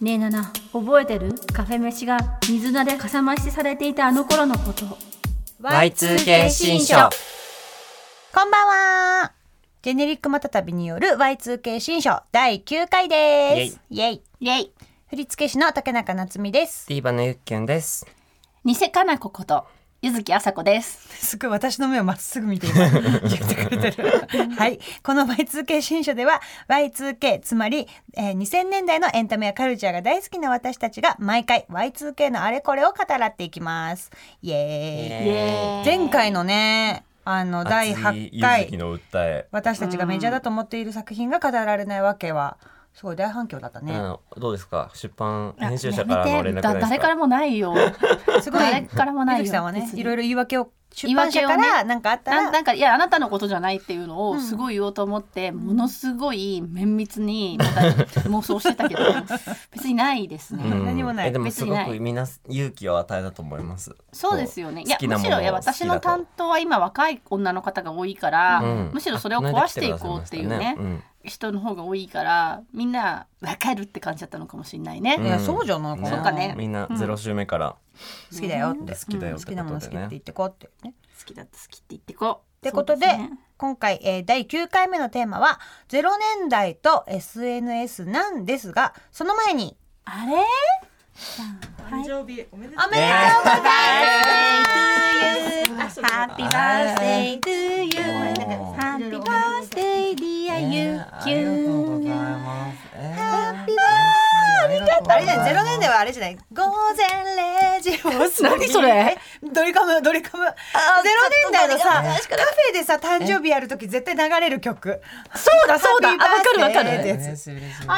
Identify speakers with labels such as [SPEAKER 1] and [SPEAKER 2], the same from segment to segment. [SPEAKER 1] ねえなな覚えてるカフェ飯が水菜でかさ増しされていたあの頃のこと
[SPEAKER 2] Y2K 新書
[SPEAKER 3] こんばんはジェネリックマタタビによる Y2K 新書第9回ですイエイ
[SPEAKER 1] イェイ
[SPEAKER 3] 振付師の竹中夏実です
[SPEAKER 2] ティーバのゆっきゅんです。
[SPEAKER 1] 偽かなこことゆずきあさこです
[SPEAKER 3] すごい私の目をまっすぐ見て今 言ってくれてる はいこの Y2K 新書では Y2K つまり、えー2000年代のエンタメやカルチャーが大好きな私たちが毎回 Y2K のあれこれを語らっていきますイエーイ前回のねあの第8回
[SPEAKER 2] の訴え。
[SPEAKER 3] 私たちがメジャーだと思っている作品が語られないわけはすごい大反響だった
[SPEAKER 2] あ
[SPEAKER 3] ね。
[SPEAKER 2] のどうですか出版編集者からの連絡
[SPEAKER 4] だ
[SPEAKER 2] ないです
[SPEAKER 4] 誰
[SPEAKER 2] か
[SPEAKER 4] からもないよ。
[SPEAKER 3] すごい
[SPEAKER 4] 誰からもないよ
[SPEAKER 3] 水木さんはね
[SPEAKER 4] 別に
[SPEAKER 3] いろいろ言い訳を出版社か
[SPEAKER 4] 言い訳
[SPEAKER 3] ら
[SPEAKER 4] をね
[SPEAKER 3] 何かあった
[SPEAKER 4] な
[SPEAKER 3] ら、
[SPEAKER 4] んなんかいやあなたのことじゃないっていうのをすごい言おうと思って、ものすごい綿密にまた妄想し てたけど別にないですね。
[SPEAKER 2] うん
[SPEAKER 3] 何もない
[SPEAKER 2] えでもすご
[SPEAKER 4] 別にな
[SPEAKER 2] く
[SPEAKER 4] い
[SPEAKER 2] みんな勇気を与えたと思います。
[SPEAKER 4] そうですよね。い
[SPEAKER 2] こう
[SPEAKER 4] や
[SPEAKER 2] 好きな
[SPEAKER 4] む
[SPEAKER 2] も
[SPEAKER 4] し
[SPEAKER 2] のを
[SPEAKER 4] ろいや私
[SPEAKER 2] 好
[SPEAKER 4] の
[SPEAKER 2] きだと
[SPEAKER 4] 担当は今若い女の方が多いから、
[SPEAKER 2] うん
[SPEAKER 4] むしろそれを壊していこうっていうね
[SPEAKER 2] この間来てくださいました
[SPEAKER 4] 人の方が多いからみんな分かるって感じだったのかもしれないね。
[SPEAKER 3] いやそうじゃないかな、
[SPEAKER 4] そうかね
[SPEAKER 2] みんなゼロ週目から
[SPEAKER 3] 好きだよって
[SPEAKER 2] 好きだよっ
[SPEAKER 3] 好
[SPEAKER 2] て
[SPEAKER 3] きなも
[SPEAKER 2] こ
[SPEAKER 3] の
[SPEAKER 2] と
[SPEAKER 3] 好きっ
[SPEAKER 2] で
[SPEAKER 3] て言っ
[SPEAKER 2] ね。
[SPEAKER 3] てこうってね。
[SPEAKER 4] 好きだって好きって言ってこう。
[SPEAKER 3] ってことで
[SPEAKER 4] そうすね
[SPEAKER 3] 今回、えー第9回目のテーマは「0年代と SNS」なんですがその前に
[SPEAKER 4] あれ
[SPEAKER 3] おめでとうございます、ハッピーバースデー
[SPEAKER 4] to you. Happy birthday, dear you.
[SPEAKER 2] ありがとうございます。ハッピー
[SPEAKER 3] あれじゃない、ゼロ年代はあれじゃない。午前0時を過ぎ。
[SPEAKER 4] 何それ
[SPEAKER 3] えドリカム、ドリカム。ゼロ年代のさ、カフェでさ、誕生日やるとき絶対流れる曲。そうだ、そうだ
[SPEAKER 4] あわかるわかる
[SPEAKER 3] ってやつ。
[SPEAKER 2] おめでとう
[SPEAKER 3] お
[SPEAKER 2] おめでとう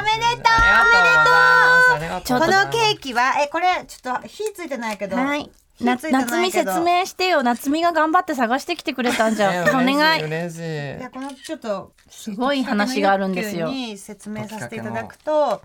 [SPEAKER 2] ありがと
[SPEAKER 3] こ
[SPEAKER 2] うございます
[SPEAKER 3] のケーキは、え、これ、ちょっと火ついてないけど。
[SPEAKER 4] はい。
[SPEAKER 3] 火
[SPEAKER 1] な
[SPEAKER 3] ついてないけど
[SPEAKER 1] 夏美説。明してよ夏美が頑張って探してきてくれたんじゃんお願い
[SPEAKER 2] 嬉しい
[SPEAKER 3] い
[SPEAKER 2] 嬉し
[SPEAKER 3] や、このちょっと。す
[SPEAKER 1] ごい話があるんですよ
[SPEAKER 3] に説明させていただくと。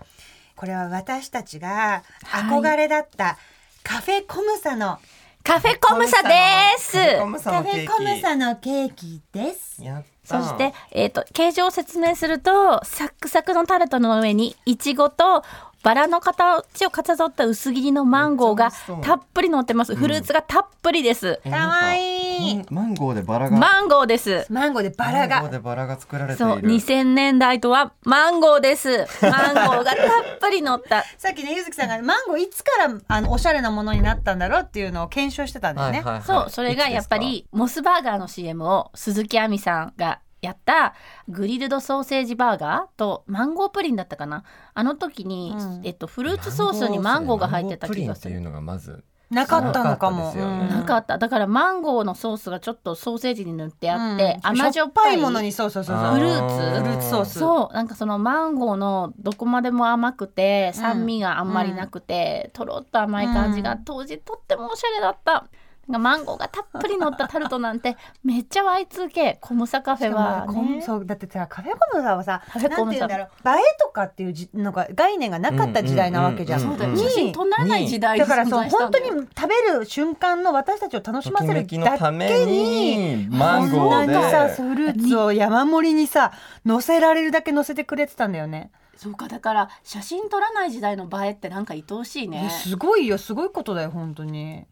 [SPEAKER 3] これは私たちが憧れだった。カフェコムサの。
[SPEAKER 1] カフェコムサです
[SPEAKER 2] い。コムサ
[SPEAKER 3] カ
[SPEAKER 2] の
[SPEAKER 3] フ
[SPEAKER 2] ケー
[SPEAKER 3] ェ
[SPEAKER 2] キ
[SPEAKER 3] コムサのケーキです。
[SPEAKER 2] やった
[SPEAKER 1] そして、えー、と形状を説明するとサックサクのタルトの上にいちごとバラの形をかたどった薄切りのマンゴー
[SPEAKER 2] め
[SPEAKER 1] が
[SPEAKER 2] っちゃ美味しそう
[SPEAKER 1] たっぷり乗ってますフルーツがたっぷりです、
[SPEAKER 2] え
[SPEAKER 3] かわいい
[SPEAKER 2] なんかマンマンゴーでバラが
[SPEAKER 1] マンゴーです
[SPEAKER 3] マンゴーでバ
[SPEAKER 2] マ
[SPEAKER 3] ラ
[SPEAKER 2] ンゴー
[SPEAKER 3] が
[SPEAKER 2] でバラが作られてい
[SPEAKER 1] そう
[SPEAKER 2] る。
[SPEAKER 1] 2000年代とはマンゴーですマンゴーがたっぷり乗った
[SPEAKER 3] さっきねゆずきさんがマンゴーいつからあのおしゃれなものになったんだろうっていうのを検証してたんだよね、
[SPEAKER 2] はいはいはい
[SPEAKER 1] そうそれがやっぱりモスバーガーの CM を鈴木亜美さんがやったグリルドソーセージバーガーとマンゴープリンだったかなあの時に、
[SPEAKER 3] うん
[SPEAKER 1] えっと、フルーツソースにマンゴーが入ってた気がする
[SPEAKER 2] マンゴープリンっていうのがまず
[SPEAKER 3] なかったのか
[SPEAKER 2] なか
[SPEAKER 3] も
[SPEAKER 2] ったですよね
[SPEAKER 3] うん
[SPEAKER 1] なかっただからマンゴーのソースがちょっとソーセージに塗ってあって、
[SPEAKER 3] うん
[SPEAKER 1] 甘じ
[SPEAKER 3] しょ
[SPEAKER 1] ょ
[SPEAKER 3] っ
[SPEAKER 1] っ
[SPEAKER 3] ぱ
[SPEAKER 1] ぱ
[SPEAKER 3] い
[SPEAKER 1] い
[SPEAKER 3] ものにそうそうそうそう
[SPEAKER 1] フルーツ
[SPEAKER 2] あ
[SPEAKER 3] フルーツソース
[SPEAKER 1] そうなんかそのマンゴーのどこまでも甘くて酸味があんまりなくて、とろっと甘い感じが当時とってもおしゃれだった。なんかマンゴーがたっぷり乗ったタルトなんてめっちゃ Y2K コムサカフ
[SPEAKER 3] し
[SPEAKER 1] ェ
[SPEAKER 3] か
[SPEAKER 1] は
[SPEAKER 3] もこん
[SPEAKER 1] ね
[SPEAKER 3] そうだってさカフェコムサはさ
[SPEAKER 1] カフ
[SPEAKER 3] な
[SPEAKER 1] ェコ
[SPEAKER 3] ん
[SPEAKER 1] ム
[SPEAKER 3] て言
[SPEAKER 1] サ
[SPEAKER 3] うんだろう映えとかっていうじのが概念がなかった時代なわけじゃん。
[SPEAKER 2] うんうんうんうん
[SPEAKER 3] に
[SPEAKER 4] 写真撮られない時代
[SPEAKER 3] だからそう
[SPEAKER 4] 存在した
[SPEAKER 3] 本
[SPEAKER 4] ん
[SPEAKER 3] 当
[SPEAKER 4] だ
[SPEAKER 3] に
[SPEAKER 4] よ
[SPEAKER 3] 食べる瞬間の私たちを楽し
[SPEAKER 2] と
[SPEAKER 3] ま
[SPEAKER 2] き
[SPEAKER 3] せ
[SPEAKER 2] め
[SPEAKER 3] る
[SPEAKER 2] きのた
[SPEAKER 3] だ
[SPEAKER 2] め
[SPEAKER 3] けに
[SPEAKER 2] にマンゴ
[SPEAKER 3] そんなにさ
[SPEAKER 2] ー
[SPEAKER 3] フ
[SPEAKER 2] で
[SPEAKER 3] ルーツを山盛りにさ乗せられるだけ乗せてくれてたんだよね。
[SPEAKER 4] そうかだから写真撮らない時代の映えってなんか愛おしい
[SPEAKER 3] いや
[SPEAKER 4] ね。
[SPEAKER 3] すごいよすごいことだよ本当に。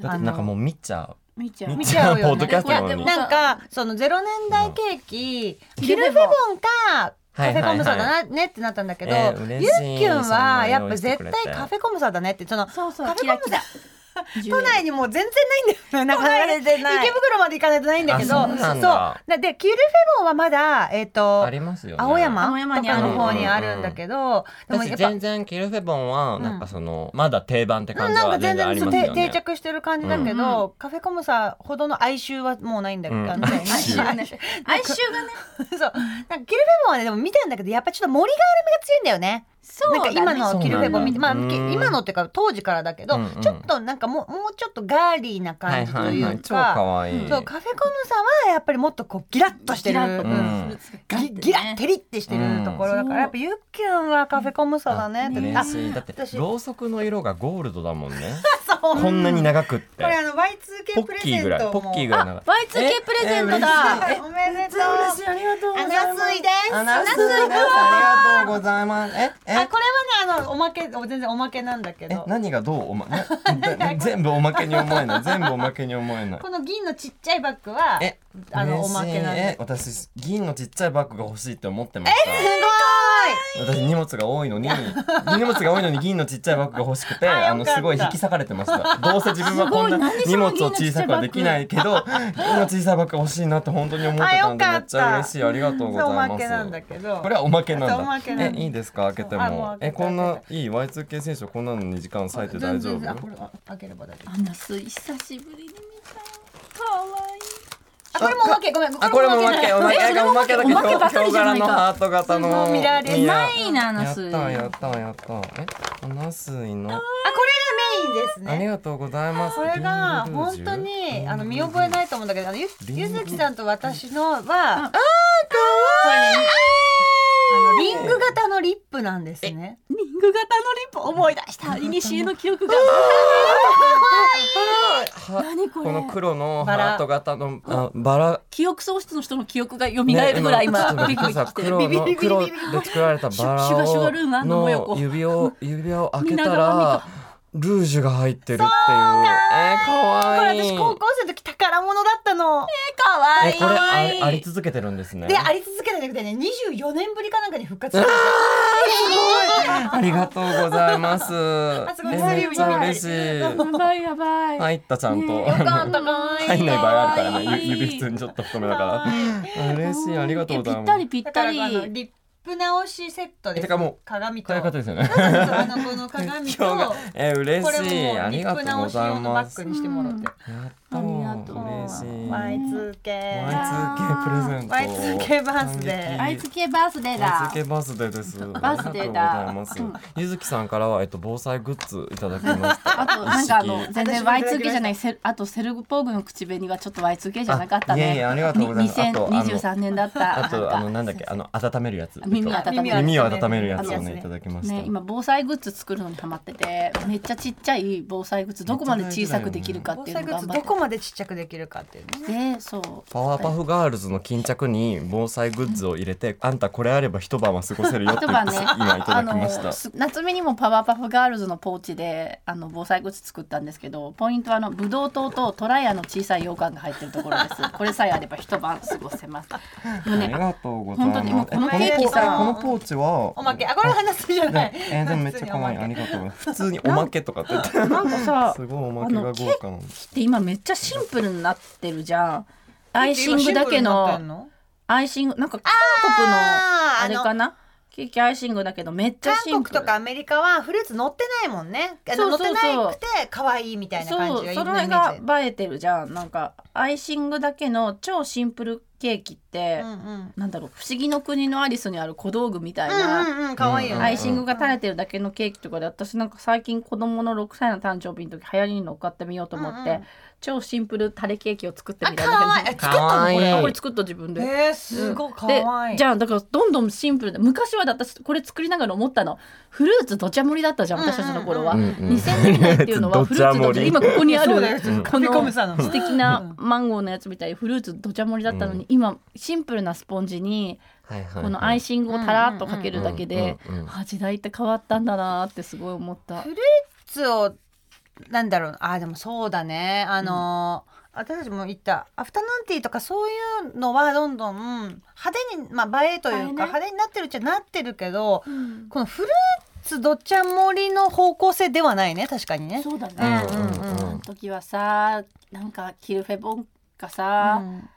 [SPEAKER 2] だってなんかもう見ちゃ
[SPEAKER 4] 見ちゃ
[SPEAKER 2] う
[SPEAKER 4] う。
[SPEAKER 3] 見ちゃうよね
[SPEAKER 2] ポッドキャストなの
[SPEAKER 4] い
[SPEAKER 2] に
[SPEAKER 4] やでも
[SPEAKER 3] なんかそのゼロ年代ケーキ
[SPEAKER 4] うん
[SPEAKER 3] キルフェボンかカ
[SPEAKER 2] はい
[SPEAKER 3] フ
[SPEAKER 2] はいはい
[SPEAKER 3] ェコムサだなねってなったんだけど、
[SPEAKER 2] えー嬉
[SPEAKER 3] ゆ
[SPEAKER 2] しい
[SPEAKER 3] っきゅんはやっぱ
[SPEAKER 2] そんな
[SPEAKER 3] 絶
[SPEAKER 2] 用意してくれて
[SPEAKER 3] 対カフェコムサだねってその
[SPEAKER 4] そうそ
[SPEAKER 3] カ
[SPEAKER 4] う
[SPEAKER 3] フェ
[SPEAKER 4] キ
[SPEAKER 3] コ
[SPEAKER 4] ラ
[SPEAKER 3] ム
[SPEAKER 4] キラ。
[SPEAKER 3] 都内にもう全然ないんだよね。なかなかね
[SPEAKER 4] 都内全然ない
[SPEAKER 3] 池袋まで行かないとないんだけど、
[SPEAKER 2] あそうなんだ
[SPEAKER 3] そうでキルフェボンはまだえっ、と
[SPEAKER 2] ありますよね
[SPEAKER 3] 青山
[SPEAKER 1] 青山
[SPEAKER 3] と
[SPEAKER 1] に
[SPEAKER 3] か
[SPEAKER 1] ある
[SPEAKER 3] の方にあるんだけど、でも
[SPEAKER 2] 私
[SPEAKER 3] やっぱ。
[SPEAKER 2] 全然キルフェボンはなんかそのまだ定番って
[SPEAKER 3] う
[SPEAKER 2] 感
[SPEAKER 3] ん
[SPEAKER 2] じ
[SPEAKER 3] なん
[SPEAKER 2] は
[SPEAKER 3] か
[SPEAKER 2] 全
[SPEAKER 3] 全
[SPEAKER 2] 然あ
[SPEAKER 3] 然
[SPEAKER 2] り
[SPEAKER 3] そう
[SPEAKER 2] ます
[SPEAKER 3] 定
[SPEAKER 2] よ
[SPEAKER 3] 定
[SPEAKER 2] ね
[SPEAKER 3] 着してる感じだけど、カフェコムサほどの哀愁はもうないんだけど、
[SPEAKER 2] うん
[SPEAKER 3] あのね
[SPEAKER 2] 哀愁
[SPEAKER 4] 哀愁がね。
[SPEAKER 3] そうなんかキルフェボンはねでも見たんだけどやっぱちょっと森がある目が強いんだよね
[SPEAKER 1] そう
[SPEAKER 3] なん
[SPEAKER 1] だ
[SPEAKER 3] か
[SPEAKER 1] ね
[SPEAKER 3] 今のキルフェボン見て、
[SPEAKER 2] そう
[SPEAKER 3] ま
[SPEAKER 2] な
[SPEAKER 3] あ、
[SPEAKER 2] んだ
[SPEAKER 3] き
[SPEAKER 2] うん
[SPEAKER 3] 今のっていうか当時からだけど、
[SPEAKER 2] うんうん
[SPEAKER 3] ちょっとなんかもうもうちょっとガーリーな
[SPEAKER 2] は
[SPEAKER 3] 感
[SPEAKER 2] い
[SPEAKER 3] じと
[SPEAKER 2] はい
[SPEAKER 3] いうか、
[SPEAKER 2] はい。超可愛い。
[SPEAKER 3] そうカフェコムさんはやっぱりもっとこうギラッとしてる
[SPEAKER 4] ギラッと
[SPEAKER 2] うん
[SPEAKER 3] ギギラッテリってしてるところだから、
[SPEAKER 4] うん
[SPEAKER 3] やっぱゆっきゅんはカフェコムさだねって、
[SPEAKER 2] ね
[SPEAKER 3] あ
[SPEAKER 2] だって
[SPEAKER 3] 私
[SPEAKER 2] ろうそくの色がゴールドだもんね。
[SPEAKER 3] そう
[SPEAKER 2] こんなに長くっ
[SPEAKER 3] これあ
[SPEAKER 2] て。
[SPEAKER 3] の
[SPEAKER 2] ポ
[SPEAKER 3] Y2K プレ
[SPEAKER 2] ッキ
[SPEAKER 3] ゼ
[SPEAKER 2] ー
[SPEAKER 3] ン
[SPEAKER 2] ぐら
[SPEAKER 3] ト
[SPEAKER 2] い。ポ
[SPEAKER 3] も
[SPEAKER 2] ッキーぐらい長い。
[SPEAKER 4] Y2K プレゼントだ
[SPEAKER 3] はいおめでとう
[SPEAKER 4] 嬉しいありがとうござ
[SPEAKER 3] ア
[SPEAKER 4] い
[SPEAKER 3] ナ
[SPEAKER 4] ます
[SPEAKER 3] スイです
[SPEAKER 2] あナスです。ありがとうございます。ええ
[SPEAKER 3] あこれはねあのおまけお全然おまけなんだけ
[SPEAKER 2] え
[SPEAKER 3] ど
[SPEAKER 2] 何がどうおま なな全部おまけに思えない全部おまけに思えない
[SPEAKER 3] この銀のちっちゃいバッグは
[SPEAKER 2] え
[SPEAKER 3] あのおまけな
[SPEAKER 2] 嬉し
[SPEAKER 3] ん
[SPEAKER 2] い
[SPEAKER 3] で
[SPEAKER 2] え私銀のちっちゃいバッグが欲しいって思ってました
[SPEAKER 3] すご
[SPEAKER 2] 私荷物が多いのに 荷物が多いのに銀のちっちゃいバッグが欲しくて
[SPEAKER 3] あよか
[SPEAKER 2] あ
[SPEAKER 3] った
[SPEAKER 2] のすごい引き裂かれてましたどうせ自分はこんな
[SPEAKER 4] すごい
[SPEAKER 2] 荷物を小さくはできないけど銀の小さいバッグが欲しいなって本当に思ってたんで
[SPEAKER 3] あ
[SPEAKER 2] め
[SPEAKER 3] よかった
[SPEAKER 2] っちゃ嬉しいありがとう
[SPEAKER 3] い
[SPEAKER 2] ご
[SPEAKER 3] そうお
[SPEAKER 2] ざい
[SPEAKER 3] ま
[SPEAKER 2] ま
[SPEAKER 3] け
[SPEAKER 2] す
[SPEAKER 3] なんだけど
[SPEAKER 2] これはおまけなん
[SPEAKER 3] そうおま
[SPEAKER 2] だ
[SPEAKER 3] けなんだ
[SPEAKER 2] えいいですか開けて
[SPEAKER 3] そうあもう開
[SPEAKER 2] も
[SPEAKER 3] けた
[SPEAKER 2] えこんないい Y2K 選手こんなのに時間割いて大丈
[SPEAKER 3] 全然あ
[SPEAKER 2] 夫
[SPEAKER 3] これあ開ければ大丈夫
[SPEAKER 4] アナスイ久しぶりに見たかわいい
[SPEAKER 3] あこれもおまけごめん
[SPEAKER 2] あ、これもおまけ、おまけがおまけだけど、
[SPEAKER 4] おまけばかり
[SPEAKER 2] ヒョウ
[SPEAKER 4] じゃ
[SPEAKER 2] 柄
[SPEAKER 4] ないか
[SPEAKER 2] のハート型の。
[SPEAKER 3] そう見られない
[SPEAKER 2] いや
[SPEAKER 4] ないなアナ
[SPEAKER 2] やっ
[SPEAKER 4] スイ
[SPEAKER 2] た、やった、やった。え、おナスイの。
[SPEAKER 3] あこれがメインです
[SPEAKER 2] あり
[SPEAKER 3] ね。
[SPEAKER 2] がとうございます。
[SPEAKER 3] これが
[SPEAKER 2] リングルージ
[SPEAKER 3] 本
[SPEAKER 2] ュ
[SPEAKER 3] 当にあの見覚えないと思うんだけど、あのゆ
[SPEAKER 2] リン
[SPEAKER 3] ゆずきさんと私のはあー可愛い。あのリング型のリップなんですね。
[SPEAKER 4] リング型のリップ思い出したイニシエの記憶が
[SPEAKER 2] は
[SPEAKER 4] 何こ
[SPEAKER 2] この
[SPEAKER 4] れ
[SPEAKER 2] 黒のハ
[SPEAKER 3] バラ
[SPEAKER 2] ート型の、あ、バラ。
[SPEAKER 4] 記憶喪失の人の記憶が蘇るぐらい今
[SPEAKER 2] ビ
[SPEAKER 4] ビクビクして
[SPEAKER 2] 黒の黒で作られたバラ
[SPEAKER 4] シュシュガシュガルーム
[SPEAKER 2] を
[SPEAKER 4] あんのもよこ
[SPEAKER 2] の指を指を開け
[SPEAKER 4] みん
[SPEAKER 2] た
[SPEAKER 4] なが見
[SPEAKER 2] ら
[SPEAKER 4] た
[SPEAKER 2] ルージュが入ってるっていうえー、
[SPEAKER 3] こ
[SPEAKER 2] 可
[SPEAKER 3] れ
[SPEAKER 2] 愛い
[SPEAKER 3] 私高校生の時宝物だったの。
[SPEAKER 4] 可
[SPEAKER 2] え
[SPEAKER 4] 愛い
[SPEAKER 2] これああり続けてるんですね
[SPEAKER 3] であり続けてなくてね24年ぶりかなんかに復活した。
[SPEAKER 2] ありがとうございます。
[SPEAKER 3] すごい
[SPEAKER 2] えめっちゃ嬉しい。
[SPEAKER 4] やばいやばい
[SPEAKER 2] 入ったちゃんと。入んない場合あるからね。ゆ指普通にちょっと太めだから。嬉しい。ありがとう
[SPEAKER 4] え
[SPEAKER 2] ご
[SPEAKER 4] ぴ
[SPEAKER 2] ざいま
[SPEAKER 4] った
[SPEAKER 2] す
[SPEAKER 4] り。ぴっ
[SPEAKER 3] だか
[SPEAKER 4] た
[SPEAKER 3] らあの
[SPEAKER 4] り
[SPEAKER 3] リップ直しセットで
[SPEAKER 2] えて
[SPEAKER 3] す。
[SPEAKER 2] かもう
[SPEAKER 3] 鏡と
[SPEAKER 2] こういう方ですよね。
[SPEAKER 3] あのこの鏡と
[SPEAKER 2] 今日がえ嬉
[SPEAKER 3] これも
[SPEAKER 2] しい。あ
[SPEAKER 3] リ
[SPEAKER 2] り
[SPEAKER 3] ッ
[SPEAKER 2] がと
[SPEAKER 3] プ
[SPEAKER 2] う
[SPEAKER 3] 直
[SPEAKER 2] ご
[SPEAKER 3] し
[SPEAKER 2] ざ
[SPEAKER 3] 用
[SPEAKER 2] い
[SPEAKER 3] の
[SPEAKER 2] ま
[SPEAKER 3] バッ
[SPEAKER 2] す。
[SPEAKER 3] グにしてもらって。
[SPEAKER 2] やった
[SPEAKER 4] ありがとう
[SPEAKER 2] 嬉しい。
[SPEAKER 3] Y2K。
[SPEAKER 2] Y2K プレゼント。
[SPEAKER 3] Y2K バースデー
[SPEAKER 4] あいつ系バースデーだ
[SPEAKER 2] Y2K バースデーです。
[SPEAKER 4] バースデーだ
[SPEAKER 2] ありがとうございます。ゆずきさんからはえっと防災グッズいただきました。
[SPEAKER 4] あとなんかあの
[SPEAKER 2] 一式
[SPEAKER 4] 全然 Y2K じゃないセルあとセルポーグの口紅はちょっと Y2K じゃなかった
[SPEAKER 2] あいえいえ
[SPEAKER 4] ね
[SPEAKER 2] ありがとうございますあとあの
[SPEAKER 4] 2023年だった
[SPEAKER 2] あとあのなんだっけ
[SPEAKER 4] か
[SPEAKER 2] あの温めるやつ。
[SPEAKER 4] 耳温める
[SPEAKER 2] 耳を温めるやつを
[SPEAKER 3] あの
[SPEAKER 2] ねいただきました。
[SPEAKER 4] ね、今防災グッズ作るのにハマっててめっちゃちっちゃい防災グッズどこまで小さくできるかっ
[SPEAKER 3] 防
[SPEAKER 4] ていうの
[SPEAKER 3] 災
[SPEAKER 4] を
[SPEAKER 3] グッズ
[SPEAKER 4] 頑
[SPEAKER 3] ど
[SPEAKER 4] 張
[SPEAKER 3] こまでちっちゃくできるかっていうね。
[SPEAKER 4] ってでそう
[SPEAKER 2] パワーパフガールズの巾着に防災グッズを入れて、あんたこれあれば一晩は過ごせるよって
[SPEAKER 4] 一
[SPEAKER 2] 言っ
[SPEAKER 4] 晩
[SPEAKER 2] て
[SPEAKER 4] ね
[SPEAKER 2] 今いただきまし
[SPEAKER 4] あの
[SPEAKER 2] た。
[SPEAKER 4] す夏目にもパワーパフガールズのポーチであの防災グッズ作ったんですけどポイントはあのブドウ糖とトライアの小さい羊羹が入ってるところですこれさえあれば一晩過ごせますでも
[SPEAKER 2] あり
[SPEAKER 4] ね
[SPEAKER 2] がとうございます。
[SPEAKER 4] 本当にもうこの
[SPEAKER 2] え
[SPEAKER 4] ケーキさ
[SPEAKER 2] このポこのポーチは
[SPEAKER 3] おまけ、あ、これ話すじゃない。
[SPEAKER 2] えーでもめっちゃ可愛いありがとうございます。 普通におまけとかって言って
[SPEAKER 4] なんか さ
[SPEAKER 2] すごいおまけが豪華なんです。
[SPEAKER 4] で今めっちゃシンプルになってるじゃんア
[SPEAKER 3] ア
[SPEAKER 4] イシングだけの。アイシングなんか韓国の
[SPEAKER 3] あー
[SPEAKER 4] あれかなケーキアイシングだけどめっちゃ
[SPEAKER 3] 韓
[SPEAKER 4] シン
[SPEAKER 3] 国
[SPEAKER 4] プル
[SPEAKER 3] とかアメリカはフルーツ乗ってないもんね。あ
[SPEAKER 4] そ
[SPEAKER 3] の
[SPEAKER 4] う
[SPEAKER 3] 乗
[SPEAKER 4] そ
[SPEAKER 3] っ
[SPEAKER 4] う
[SPEAKER 3] て
[SPEAKER 4] そう
[SPEAKER 3] なくて可愛いみたいな感
[SPEAKER 4] そ
[SPEAKER 3] じが
[SPEAKER 4] う
[SPEAKER 3] い
[SPEAKER 4] そ
[SPEAKER 3] ろん
[SPEAKER 4] れ
[SPEAKER 3] なイメージ。
[SPEAKER 4] が映えてるじゃんなんかアイシングだけの超シンプルケーキって、
[SPEAKER 3] うんうん
[SPEAKER 4] なんだろう不思議の国のアリスにある小道具みたいな、
[SPEAKER 3] うんうんうん、可愛いよね。
[SPEAKER 4] アイシングが垂れてるだけのケーキとかで私なんか最近子供の6歳の誕生日の時流行りに乗っかってみようと思って、
[SPEAKER 3] うんうん
[SPEAKER 4] 超シンプルタレケーキを作って
[SPEAKER 3] あ、
[SPEAKER 4] みたんだけど
[SPEAKER 3] 可愛い。え作った
[SPEAKER 2] 可
[SPEAKER 3] の
[SPEAKER 2] 愛
[SPEAKER 3] こ
[SPEAKER 2] い
[SPEAKER 3] れ。
[SPEAKER 4] あこれ作った自分で。
[SPEAKER 3] えー、すごい可
[SPEAKER 4] で
[SPEAKER 3] 愛い。
[SPEAKER 4] じゃあだからどんどんシンプルで昔はだって私これ作りながら思ったのフルーツどちゃ盛りだったじゃん
[SPEAKER 3] うんうんうん
[SPEAKER 4] 私たちの頃は、
[SPEAKER 2] うんうん
[SPEAKER 4] 2000年代ってい うのはフルーツどちゃ今ここにあ
[SPEAKER 3] そうだよ
[SPEAKER 4] るこ
[SPEAKER 3] カピコムさん
[SPEAKER 4] の
[SPEAKER 3] の
[SPEAKER 4] 素敵なマンゴーのやつみたいにフルーツどちゃ盛りだったのに、今シンプルなスポンジに
[SPEAKER 2] はいはいはい
[SPEAKER 4] このアイシングをたらっとかけるだけで、
[SPEAKER 2] うんうんうん
[SPEAKER 4] あ時代って変わったんだなってすごい思った
[SPEAKER 3] フルーツをなんだろうあでもそうだねあのー私たちも言ったアフタヌーンティーとかそういうのはどんどん派手に、まあ、映えという
[SPEAKER 4] 映えね
[SPEAKER 3] か派手になってるっちゃなってるけど、このフルーツどちゃ盛りの方向性ではないね確かにね。
[SPEAKER 4] そうだ
[SPEAKER 3] うん
[SPEAKER 4] ね、
[SPEAKER 3] うんうん
[SPEAKER 4] あの時はさなんかキルフェボンか
[SPEAKER 3] う
[SPEAKER 4] さ、
[SPEAKER 3] ん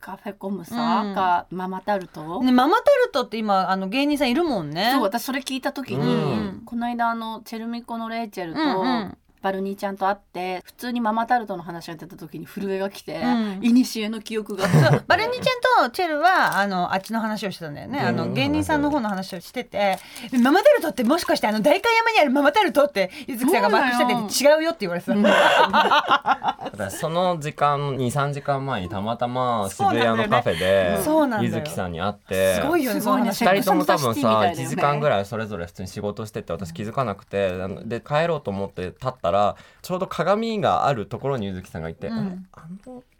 [SPEAKER 4] カフェコムさ、
[SPEAKER 3] うん
[SPEAKER 4] かママタルト、
[SPEAKER 3] ね、ママタルトって今あの芸人さんいるもんね。
[SPEAKER 4] そう私それ聞いた時に、
[SPEAKER 2] うん
[SPEAKER 4] この間あのチェルミコのレイチェルと、
[SPEAKER 3] うんうん
[SPEAKER 4] バルニーちゃんと会って普通にママタルトの話が出た時に震えが来て、
[SPEAKER 3] うん
[SPEAKER 4] いにしえの記 憶が
[SPEAKER 3] そうバルニーちゃんとチェルはあのあっちの話をしてたんだよねあ
[SPEAKER 2] う
[SPEAKER 3] の
[SPEAKER 2] ん
[SPEAKER 3] 芸人さんの方の話をしてて「ママタルトってもしかしてあの代官山にあるママタルトって柚木さんがマークしてて違うよ」って言われてた。
[SPEAKER 2] だからその時間23時間前にたまたま渋谷のカフェで
[SPEAKER 3] そうなんだよねそうなんだよ
[SPEAKER 2] 柚木さんに会って
[SPEAKER 3] すごいよね
[SPEAKER 4] す
[SPEAKER 3] その
[SPEAKER 4] ごいね
[SPEAKER 3] 話
[SPEAKER 2] 2人とも多分
[SPEAKER 4] シティみ
[SPEAKER 2] さ
[SPEAKER 4] たいだ
[SPEAKER 2] 1
[SPEAKER 4] よね
[SPEAKER 2] 時間ぐらいそれぞれ普通に仕事してて私気づかなくてあので帰ろうと思って立ったらちょうど鏡があるところに柚木さんがいて、あの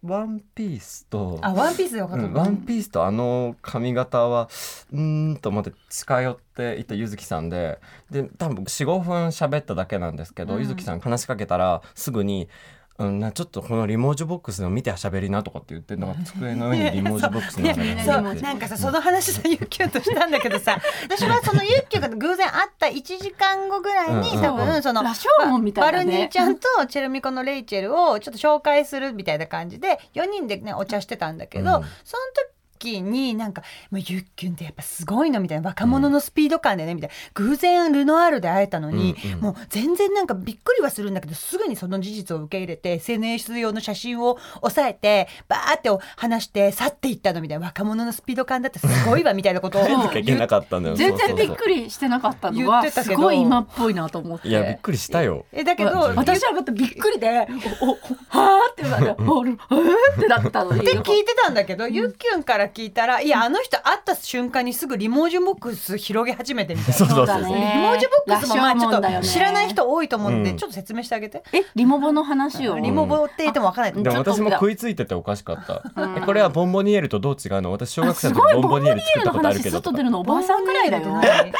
[SPEAKER 2] ワンピースと
[SPEAKER 3] あワンピースでよか
[SPEAKER 2] う
[SPEAKER 3] った、
[SPEAKER 2] んワンピースとあの髪型はうーんと思って近寄っていった柚木さんでで多分45分喋っただけなんですけど柚木、さん話しかけたらすぐに「うん、なちょっとこのリモージュボックスの見て喋りな」とかって言ってなんか机の上にリモージュボックスのあれが
[SPEAKER 3] そ
[SPEAKER 2] 入
[SPEAKER 3] う
[SPEAKER 2] って
[SPEAKER 3] なんかさその話さユッキュンとしたんだけど さ私はそのユッキュンが偶然会った1時間後ぐらいに
[SPEAKER 2] うん
[SPEAKER 3] 多分その
[SPEAKER 4] 羅生門みたいなね
[SPEAKER 3] バルニーちゃんとチェルミコのレイチェルをちょっと紹介するみたいな感じで4人でねお茶してたんだけど、
[SPEAKER 2] うん
[SPEAKER 3] その時になんか「もうユッキュンってやっぱすごいの」みたいな若者のスピード感でねみたいな偶然ルノアールで会えたのに、
[SPEAKER 2] うんうん
[SPEAKER 3] もう全然なんかびっくりはするんだけどすぐにその事実を受け入れて SNS 用の写真を押さえてバーって話して去っていったのみたいな若者のスピード感だってすごいわみたいなことを
[SPEAKER 2] いけなかったんだよ
[SPEAKER 4] 全然びっ
[SPEAKER 2] り
[SPEAKER 4] くりしてなかったの
[SPEAKER 3] 言って
[SPEAKER 4] は
[SPEAKER 3] たけ
[SPEAKER 4] す
[SPEAKER 3] ど
[SPEAKER 4] ごい今っぽいなと思って。
[SPEAKER 2] いやびっくりしたよ
[SPEAKER 3] えだけ
[SPEAKER 4] わ
[SPEAKER 3] ど
[SPEAKER 4] 私はまたびっくりで「おおはあ」ってなって「おるえーってなったのに
[SPEAKER 3] って聞いてたんだけど、ゆっきゅんから聞いたら、いや、あの人会った瞬間にすぐリモージュボックス広げ始めてみたい
[SPEAKER 2] そうそうそう
[SPEAKER 4] だ
[SPEAKER 3] な。
[SPEAKER 4] ね
[SPEAKER 3] リモージュボックスもまあちょ
[SPEAKER 4] 羅生門だよ
[SPEAKER 3] っと
[SPEAKER 4] ね
[SPEAKER 3] 知らない人多いと思うんで、
[SPEAKER 2] うん
[SPEAKER 3] ちょっと説明してあげて。
[SPEAKER 4] えリモボの話を
[SPEAKER 3] リモボって言っても分からない。
[SPEAKER 2] でも
[SPEAKER 4] ちょっと
[SPEAKER 2] 私も食いついてておかしかった、えこれはボンボニエルとどう違うの私小学生の時ボンボニエル作ったことあるけど
[SPEAKER 4] す
[SPEAKER 2] と
[SPEAKER 4] ご
[SPEAKER 2] か
[SPEAKER 4] いボンボニエルの話外出るのおばあさんぐらいだよ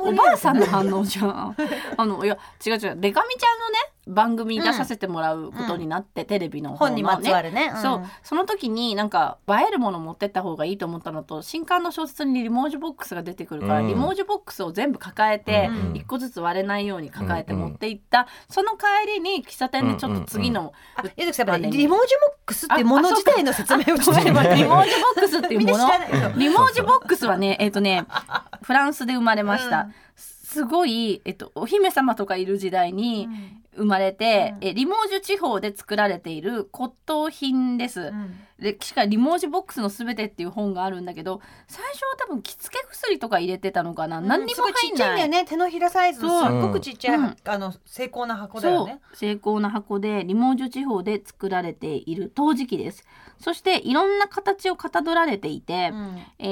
[SPEAKER 4] おばあさんの反応じゃ んあのいや違う違うデカミちゃんのね番組に出させてもらうことになって、テレビの方の
[SPEAKER 3] 本
[SPEAKER 4] ね
[SPEAKER 3] にまつわるね。ん
[SPEAKER 4] そうその時になんか映えるもの持ってった方がいいと思ったのと新刊の小説にリモージュボックスが出てくるから、
[SPEAKER 2] うん
[SPEAKER 4] リモージュボックスを全部抱えて
[SPEAKER 2] うん
[SPEAKER 4] 一個ずつ割れないように抱えて
[SPEAKER 2] うんうん
[SPEAKER 4] 持っていった、その帰りに喫茶店でちょっと次の、
[SPEAKER 3] あゆずきさん、やっぱ
[SPEAKER 4] あ
[SPEAKER 3] りリモージュボックスってもの自体の説明を ちょっと
[SPEAKER 4] リ
[SPEAKER 3] 今
[SPEAKER 4] モージュボ
[SPEAKER 3] ね。
[SPEAKER 4] ックスっていう
[SPEAKER 3] みんな
[SPEAKER 4] も
[SPEAKER 3] 知
[SPEAKER 4] の
[SPEAKER 3] らないそう
[SPEAKER 4] リモージュボックスはね、え っ、とね、フランスで生まれました。すごい、えっと、お姫様とかいる時代に生まれて、えリモージュ地方で作られている骨董品です。でしかもリモージュボックスのすべてっていう本があるんだけど最初は多分着付け薬とか入れてたのかな、何に
[SPEAKER 3] す
[SPEAKER 4] も
[SPEAKER 3] ごいち
[SPEAKER 4] 入
[SPEAKER 3] っ
[SPEAKER 4] ん
[SPEAKER 3] ちゃいん
[SPEAKER 4] な
[SPEAKER 3] だよ
[SPEAKER 4] い。
[SPEAKER 3] ね。手のひらサイズのすっごくちっちゃい、
[SPEAKER 4] うん
[SPEAKER 3] あの成功な箱だ
[SPEAKER 4] そ
[SPEAKER 3] よ
[SPEAKER 4] う
[SPEAKER 3] ね。
[SPEAKER 4] 成功な箱でリモージュ地方で作られている陶磁器ですそしていろんな形をかたどられていて、
[SPEAKER 3] ん
[SPEAKER 4] え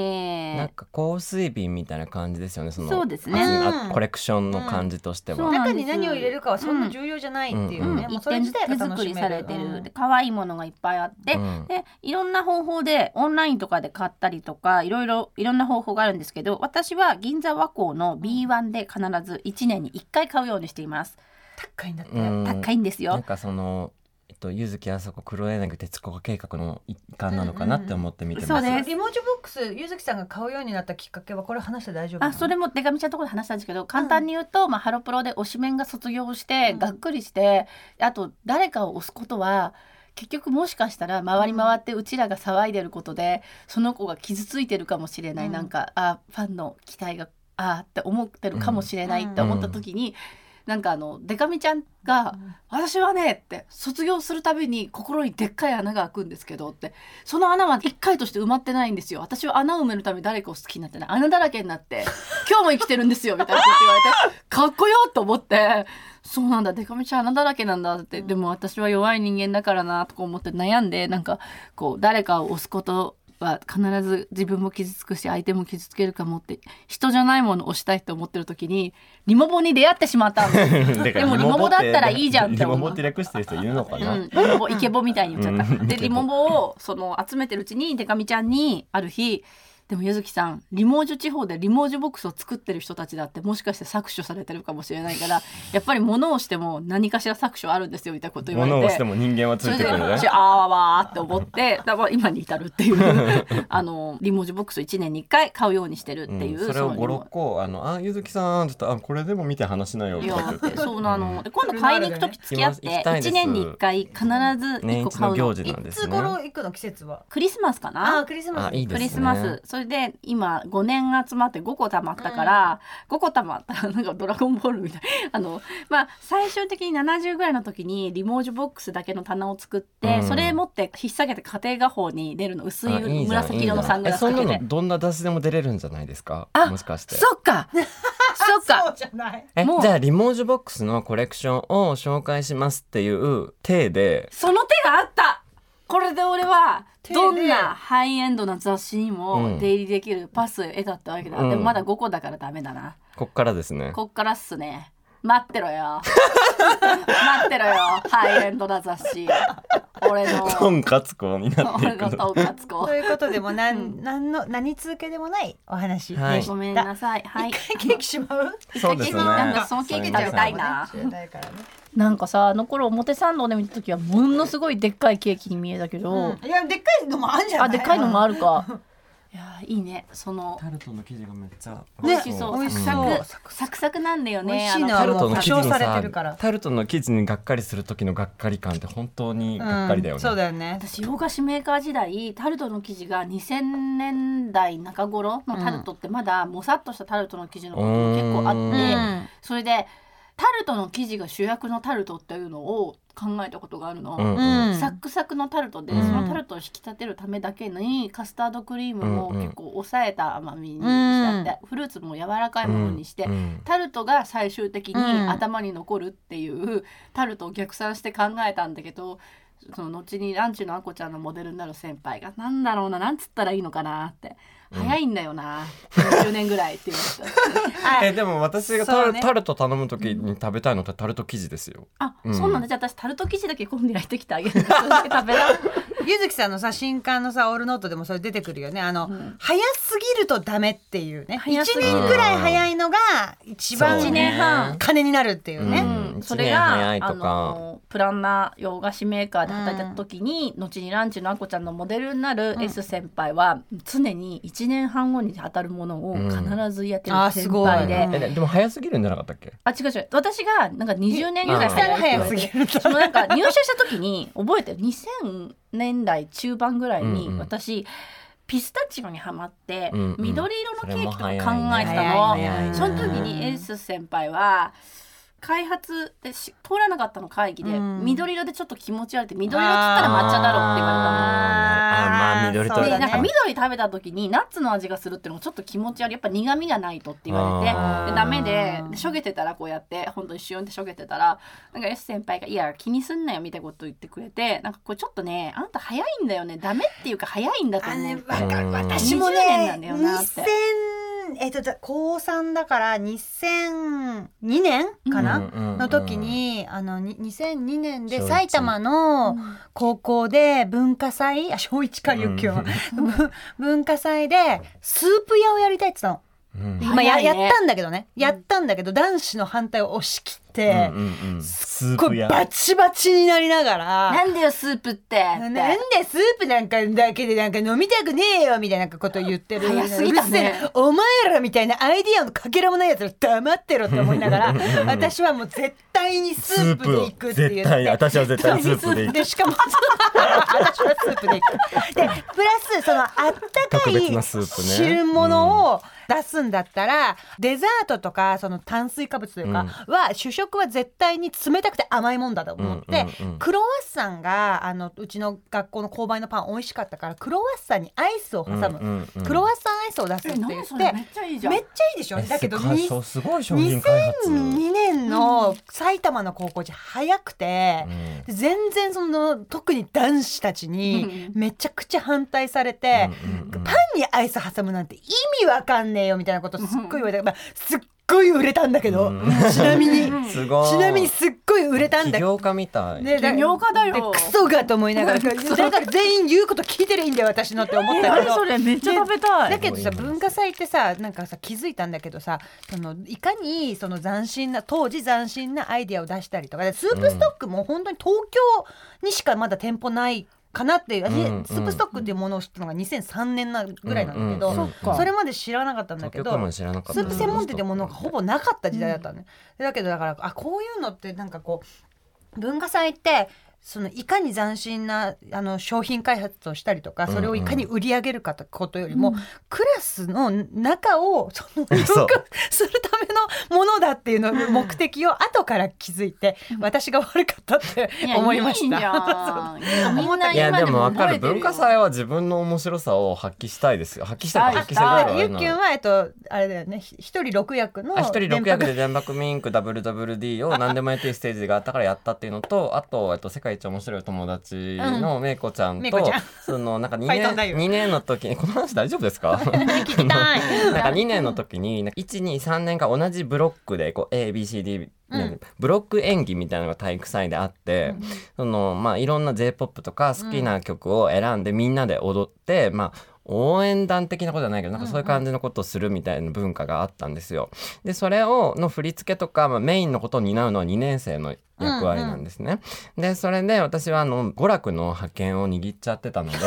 [SPEAKER 4] ー
[SPEAKER 2] なんか香水瓶みたいな感じですよねその
[SPEAKER 4] そうですね
[SPEAKER 2] あコレクションの感じとしては、
[SPEAKER 4] うんそう
[SPEAKER 3] 中に何を入れるかはそんな重要じゃないっていう
[SPEAKER 4] う
[SPEAKER 3] ね。
[SPEAKER 4] ん、
[SPEAKER 3] もう
[SPEAKER 4] 一
[SPEAKER 3] それ
[SPEAKER 4] 点
[SPEAKER 3] 自体が
[SPEAKER 4] 手
[SPEAKER 3] 楽
[SPEAKER 4] 作
[SPEAKER 3] し
[SPEAKER 4] り
[SPEAKER 3] め
[SPEAKER 4] さ
[SPEAKER 3] る
[SPEAKER 4] れて
[SPEAKER 3] う
[SPEAKER 4] る
[SPEAKER 3] ん
[SPEAKER 4] で可愛いものがいっぱいあって、
[SPEAKER 2] うん
[SPEAKER 4] でいろんな方法でオンラインとかで買ったりとかいろいろいろんな方法があるんですけど私は銀座和光の B1 で必ず1年に1回買うようにしています、
[SPEAKER 3] 高いんだって。
[SPEAKER 2] うん
[SPEAKER 4] 高いんです
[SPEAKER 2] なん
[SPEAKER 4] よ
[SPEAKER 2] かその、えっと、柚木あさこ黒柳徹子計画の一環なのかなって思って見てます、
[SPEAKER 4] そうです
[SPEAKER 3] リモージュボックス、ゆずきさんが買うようになったきっかけは、これ話して大丈夫な
[SPEAKER 4] あ
[SPEAKER 3] の
[SPEAKER 4] それも手紙ちゃんのところで話したんですけど簡単に言うと、まあ、ハロプロで推しメンが卒業して、がっくりしてあと誰かを推すことは結局もしかしたら回り回ってうちらが騒いでることでその子が傷ついてるかもしれない、
[SPEAKER 3] うん
[SPEAKER 4] なんかあファンの期待があって思ってるかもしれないって思った時に、なんかあのデカミちゃんが「私はね」って卒業するたびに心にでっかい穴が開くんですけどってその穴は一回として埋まってないんですよ私は穴を埋めるために誰かを好きになってない穴だらけになって今日も生きてるんですよみたいなこと言われてかっこよと思ってそうなんだデカミちゃん穴だらけなんだってでも私は弱い人間だからなとか思って悩んでなんかこう誰かを押すことは必ず自分も傷つくし相手も傷つけるかもって人じゃないものを押したいと思ってる時にリモボに出会ってしまったんです
[SPEAKER 2] だから
[SPEAKER 4] でもリモボだったらいいじゃんって
[SPEAKER 2] リ
[SPEAKER 4] 思う
[SPEAKER 2] モボって略してる人いるのかな、
[SPEAKER 4] うん、リモボイケボみたいに言っちゃった、
[SPEAKER 2] うん
[SPEAKER 4] でリモボをその集めてるうちにデカミちゃんにある日でも柚木さんリモージュ地方でリモージュボックスを作ってる人たちだってもしかして搾取されてるかもしれないからやっぱり物をしても何かしら搾取あるんですよみたいなこと言われて
[SPEAKER 2] 物をしても人間はつ
[SPEAKER 4] そ
[SPEAKER 2] い
[SPEAKER 4] れ
[SPEAKER 2] て
[SPEAKER 4] で
[SPEAKER 2] くるね
[SPEAKER 4] 私あーわわーって思ってだから今に至るっていう あのリモージュボックスを1年に1回買うようにしてるっていう、
[SPEAKER 2] うんそれ
[SPEAKER 4] の
[SPEAKER 2] を
[SPEAKER 4] リモ
[SPEAKER 2] 56個「あのあ柚木さんちょっとあこれでも見て話しなよ」
[SPEAKER 4] い
[SPEAKER 2] とか
[SPEAKER 4] や
[SPEAKER 2] 言って
[SPEAKER 4] そうなので今度買いに行く時付き合って
[SPEAKER 2] 行きます
[SPEAKER 4] 1年に1回必ず1個買う
[SPEAKER 2] 年一の行事なん
[SPEAKER 3] い
[SPEAKER 2] です
[SPEAKER 3] つ
[SPEAKER 2] ね
[SPEAKER 3] 頃行くの季節は。
[SPEAKER 4] クリスマスかな
[SPEAKER 3] あ、クリスマ
[SPEAKER 2] あ
[SPEAKER 3] ス。
[SPEAKER 2] いいです
[SPEAKER 4] ク
[SPEAKER 2] ね
[SPEAKER 4] リスマス、そそれで今5年集まって5個貯まったから、5個貯まったらなんか「ドラゴンボール」みたいな あのまあ最終的に70ぐらいの時にリモージュボックスだけの棚を作って、
[SPEAKER 2] うん
[SPEAKER 4] それ持って引っ提げて家庭画報に出るの薄い
[SPEAKER 2] あいいじゃん
[SPEAKER 4] 紫色のサングラス
[SPEAKER 2] いい
[SPEAKER 4] か
[SPEAKER 2] じゃんえそ
[SPEAKER 4] け
[SPEAKER 2] ん
[SPEAKER 4] て
[SPEAKER 2] なのどんな雑誌でも出れるんじゃないですか
[SPEAKER 4] あ
[SPEAKER 2] もしかして
[SPEAKER 4] そっかそっ
[SPEAKER 3] そ
[SPEAKER 4] か
[SPEAKER 3] うじゃない。
[SPEAKER 2] え
[SPEAKER 4] もう
[SPEAKER 2] じゃあリモージュボックスのコレクションを紹介しますっていう体で
[SPEAKER 4] その手があったこれで俺は
[SPEAKER 3] 手で
[SPEAKER 4] どんなハイエンドな雑誌に
[SPEAKER 2] う
[SPEAKER 4] も
[SPEAKER 2] ん
[SPEAKER 4] 出入りできるパス得たってわけだ、
[SPEAKER 2] うん
[SPEAKER 4] でもまだ5個だからダメだな
[SPEAKER 2] こっからですね
[SPEAKER 4] こっからっすね待ってろ よ待ってろよハイエンドな雑誌俺
[SPEAKER 2] と
[SPEAKER 4] の
[SPEAKER 2] んかつこになって
[SPEAKER 4] 俺
[SPEAKER 2] い
[SPEAKER 4] の
[SPEAKER 2] くの
[SPEAKER 4] とんかつ子
[SPEAKER 3] ということでもうなんなんの何続けでもないお話で
[SPEAKER 2] はい
[SPEAKER 3] した。
[SPEAKER 4] ごめんなさいはい
[SPEAKER 3] 一回ケーキしまう。
[SPEAKER 2] そうですね
[SPEAKER 4] なんかそのケーキ食べたいな
[SPEAKER 3] 知らないからね。
[SPEAKER 1] なんかさあの頃表参道で見た時はものすごいでっかいケーキに見えたけど、
[SPEAKER 3] うんいやでっかいのもあるんじゃな
[SPEAKER 1] あ
[SPEAKER 3] い。
[SPEAKER 1] でっかいのも
[SPEAKER 3] あ
[SPEAKER 1] あるか
[SPEAKER 4] いやいいねその
[SPEAKER 2] タルトの生地がめっちゃ
[SPEAKER 4] 美味しそう、
[SPEAKER 3] 美味し
[SPEAKER 4] サ
[SPEAKER 3] そう
[SPEAKER 4] クサクサクサクなんだよね
[SPEAKER 3] 美味しいな
[SPEAKER 4] あ
[SPEAKER 2] タ
[SPEAKER 4] の
[SPEAKER 2] ルトの生地
[SPEAKER 3] 保
[SPEAKER 2] に
[SPEAKER 3] 証されてるから
[SPEAKER 2] さタルトの生地にがっかりする時のがっかり感って本当にがっかりだよね、
[SPEAKER 3] そうだよね。
[SPEAKER 4] 私洋菓子メーカー時代タルトの生地が2000年代中頃のタルトってまだもさっとしたタルトの生地のことも結構あって、
[SPEAKER 2] う
[SPEAKER 3] うんん。
[SPEAKER 4] それでタルトの生地が主役のタルトっていうのを考えたことがあるの。
[SPEAKER 2] うんうん
[SPEAKER 4] サックサクのタルトで、
[SPEAKER 2] うん
[SPEAKER 4] そのタルトを引き立てるためだけにカスタードクリームも
[SPEAKER 2] うんうん
[SPEAKER 4] 結構抑えた甘みにしたって、フルーツも柔らかいものにして、
[SPEAKER 2] うん
[SPEAKER 4] タルトが最終的に
[SPEAKER 3] うん
[SPEAKER 4] 頭に残るっていう、タルトを逆算して考えたんだけどその後にランチのあこちゃんのモデルになる先輩が「なんだろうななんつったらいいのかな」って「
[SPEAKER 2] うん
[SPEAKER 4] 早いんだよな10年ぐらい」って言 われた
[SPEAKER 2] えでも私がタ
[SPEAKER 3] そう
[SPEAKER 2] ル,、
[SPEAKER 3] ね
[SPEAKER 2] タルト頼む時に食べたいのってタルト生地ですよ
[SPEAKER 4] あ、
[SPEAKER 2] うん
[SPEAKER 4] そうなんだじゃあ私タルト生地だけ今度焼いてきてあげる からそれだけ食べな
[SPEAKER 3] ゆずきさんのさ新刊のさオールノートでもそれ出てくるよねあの、早すぎるとダメっていうね1
[SPEAKER 4] 早すぎる
[SPEAKER 3] 年ぐらい早いのが一番
[SPEAKER 2] そう
[SPEAKER 4] 一
[SPEAKER 2] ね
[SPEAKER 4] 年半
[SPEAKER 3] 金になるっていうね、
[SPEAKER 2] うん
[SPEAKER 4] それ
[SPEAKER 2] 一年早
[SPEAKER 4] が
[SPEAKER 2] いとか
[SPEAKER 4] あのプランナー洋菓子メーカーで働いてた時に、後にランチのあこちゃんのモデルになる S 先輩は常に1年半後に当たるものを必ずやってる
[SPEAKER 3] うんあす
[SPEAKER 4] 先
[SPEAKER 3] ごい
[SPEAKER 4] 輩で、
[SPEAKER 3] うん
[SPEAKER 2] えででも早すぎるんじゃなかったっけ
[SPEAKER 4] あ違う違う私がなんか20年ぐらい
[SPEAKER 3] 下が
[SPEAKER 4] や
[SPEAKER 3] 早すぎると
[SPEAKER 4] そのなんか入社した時に覚えてる2000年代中盤ぐらいに
[SPEAKER 2] うんうん
[SPEAKER 4] 私、ピスタチオにはまって
[SPEAKER 2] うんうん
[SPEAKER 4] 緑色のケーキとか考えて
[SPEAKER 2] そ
[SPEAKER 4] たの、
[SPEAKER 2] れも
[SPEAKER 3] 早いね早いね
[SPEAKER 4] その時にエース先輩は開発でし通らなかったの会議で、
[SPEAKER 3] うん
[SPEAKER 4] 緑色でちょっと気持ち悪いって緑色っつったら抹茶だろうって言われたの。
[SPEAKER 2] あーあーまあ緑と
[SPEAKER 3] ー
[SPEAKER 4] で
[SPEAKER 3] そうだね
[SPEAKER 4] なんか緑食べた時にナッツの味がするっていうのもちょっと気持ち悪いやっぱ苦味がないとって言われて
[SPEAKER 2] あー
[SPEAKER 4] でダメででしょげてたらこうやって本当にシュンってしょげてたらなんか S 先輩が「いや気にすんなよ」みたいなこと言ってくれてなんかこれちょっとねあんた早いんだよねダメっていうか早いんだと
[SPEAKER 3] あ
[SPEAKER 4] 思
[SPEAKER 3] ね
[SPEAKER 4] う。
[SPEAKER 3] わかる
[SPEAKER 2] うん
[SPEAKER 3] 私も
[SPEAKER 4] 20年な
[SPEAKER 3] ね
[SPEAKER 4] んだよなって
[SPEAKER 3] 2000えっとだ高三だから2002年かな、の時、に、あのに2002年で
[SPEAKER 2] 小一
[SPEAKER 3] 埼玉の高校で文化祭あ小一か
[SPEAKER 2] うん
[SPEAKER 3] ゆきは文化祭でスープ屋をやりたいって言って
[SPEAKER 2] うんうんうんうん
[SPEAKER 3] たの、まあ、や
[SPEAKER 4] 早
[SPEAKER 3] や
[SPEAKER 4] いね
[SPEAKER 3] ったんだけどねやったんだけど男子の反対を押し切って
[SPEAKER 2] う、んうんうんス
[SPEAKER 3] こ
[SPEAKER 2] ー
[SPEAKER 3] う
[SPEAKER 2] プ屋
[SPEAKER 3] バチバチになりな
[SPEAKER 4] な
[SPEAKER 3] がら。
[SPEAKER 4] んだよスープってっ
[SPEAKER 3] な
[SPEAKER 4] て
[SPEAKER 3] んでスープなんかだけでなんか飲みたくねえよみたいなこと言ってる
[SPEAKER 4] 早すぎたね
[SPEAKER 3] うるせえなお前らみたいなアイディアのかけらもないやつら黙ってろって思い ながら私はもう絶対にスープで行くって言
[SPEAKER 2] 絶
[SPEAKER 3] って
[SPEAKER 2] 対私は絶対スープで行く
[SPEAKER 3] でしかも私はスープでいくでプラスそのあったか
[SPEAKER 2] 特別
[SPEAKER 3] い
[SPEAKER 2] なスープね
[SPEAKER 3] 汁物を出すんだったら、デザートとかその炭水化物というかは、主食は絶対に冷たくて甘いもんだと思って、
[SPEAKER 2] うんうんうん
[SPEAKER 3] クロワッサンがあのうちの学校の購買のパン美味しかったからクロワッサンにアイスを挟む、
[SPEAKER 2] うんうんうん
[SPEAKER 3] クロワッサンアイスを出す
[SPEAKER 4] え
[SPEAKER 3] って言
[SPEAKER 4] 何そ
[SPEAKER 3] っ
[SPEAKER 4] れ
[SPEAKER 3] て
[SPEAKER 4] めっちゃいいじゃん
[SPEAKER 3] めっちゃいいでしょだけど
[SPEAKER 2] え
[SPEAKER 3] に
[SPEAKER 2] すごいすごい商品開発
[SPEAKER 3] 2002年の埼玉の高校時早くて、
[SPEAKER 2] うん
[SPEAKER 3] 全然その特に男子たちにめちゃくちゃ反対されて、
[SPEAKER 2] うんうんうん
[SPEAKER 3] パンにアイス挟むなんて意味わかんねえよみたいなことすっごい言われた、まあ、すっごい売れたんだけど、
[SPEAKER 2] うん
[SPEAKER 3] ちなみに
[SPEAKER 2] すごい
[SPEAKER 3] ちなみにすっごい売れたんだ
[SPEAKER 2] 起業家みたい、
[SPEAKER 3] ね
[SPEAKER 4] 起業家だよ
[SPEAKER 3] でクソがと思いながらだから全員言うこと聞いてりゃいいんだよ私のって思ったけ
[SPEAKER 4] 何
[SPEAKER 3] ど
[SPEAKER 4] それめっちゃ食べたい、
[SPEAKER 3] だけどさ文化祭ってさなんかさ気づいたんだけどさそのいかにその斬新な当時斬新なアイディアを出したりとかでスープストックも本当に東京にしかまだ店舗ないかなっていう、私
[SPEAKER 2] うんうん
[SPEAKER 3] スープストックっていうものを知ったのが2003年なぐらいなんだけ
[SPEAKER 2] う
[SPEAKER 3] ど、
[SPEAKER 2] んうんうんそっか
[SPEAKER 3] れまで知らなかったんだ
[SPEAKER 2] 東
[SPEAKER 3] け
[SPEAKER 2] 京
[SPEAKER 3] ど
[SPEAKER 2] かも知らなかった
[SPEAKER 3] スープ専門店ってものがほぼなかった時代だったのね、だけどだからあこういうのってなんかこう文化祭ってそのいかに斬新なあの商品開発をしたりとか
[SPEAKER 2] うん
[SPEAKER 3] それをいかに売り上げるかとことよりも、クラスの中をその良
[SPEAKER 2] そう
[SPEAKER 3] くするためのものだっていうのを目的 を後から気づいて私が悪かったって
[SPEAKER 4] や
[SPEAKER 3] 思いまし
[SPEAKER 4] いいじ
[SPEAKER 3] た。
[SPEAKER 4] ゃんいやみんない
[SPEAKER 2] や
[SPEAKER 4] 今
[SPEAKER 2] で
[SPEAKER 4] で
[SPEAKER 2] も
[SPEAKER 4] も
[SPEAKER 2] わか
[SPEAKER 4] 覚
[SPEAKER 2] る
[SPEAKER 4] えてるよ
[SPEAKER 2] 文化祭は自分の面白さを発揮したいですよ発揮したいとか発揮せざ
[SPEAKER 4] あ
[SPEAKER 2] るを
[SPEAKER 3] ゆ
[SPEAKER 2] 得
[SPEAKER 3] っ
[SPEAKER 2] な
[SPEAKER 3] き
[SPEAKER 2] い
[SPEAKER 3] ゅんはえっとあれだよねひ一人六役の
[SPEAKER 2] あ一人6役
[SPEAKER 3] 連
[SPEAKER 2] で電爆ミンク WWD を何でもやっていいステージがあったからやったっていうのとあと、えっと、世界一面白い友達のめいこちゃん
[SPEAKER 3] めい
[SPEAKER 2] と、
[SPEAKER 3] こちゃん
[SPEAKER 2] そのなんか2
[SPEAKER 3] ファイトになる
[SPEAKER 2] 年
[SPEAKER 3] よ
[SPEAKER 2] 二年の時にこの話大丈夫ですか
[SPEAKER 3] 泊聞きた い
[SPEAKER 2] なんか2年の時に123年間同じブロックでこう ABCD
[SPEAKER 3] うん
[SPEAKER 2] ブロック演技みたいなのが体育祭であって、そのまあ、いろんな j p o p とか好きな曲を選んでみんなで踊って、まあ、応援団的なことじゃないけどなんかそういう感じのことをするみたいな文化があったんですよ。でそれをの振り付けとか、まあ、メインのことを担うのは2年生の役割なんですね。でそれで私はあの娯楽の覇権を握っちゃってたので。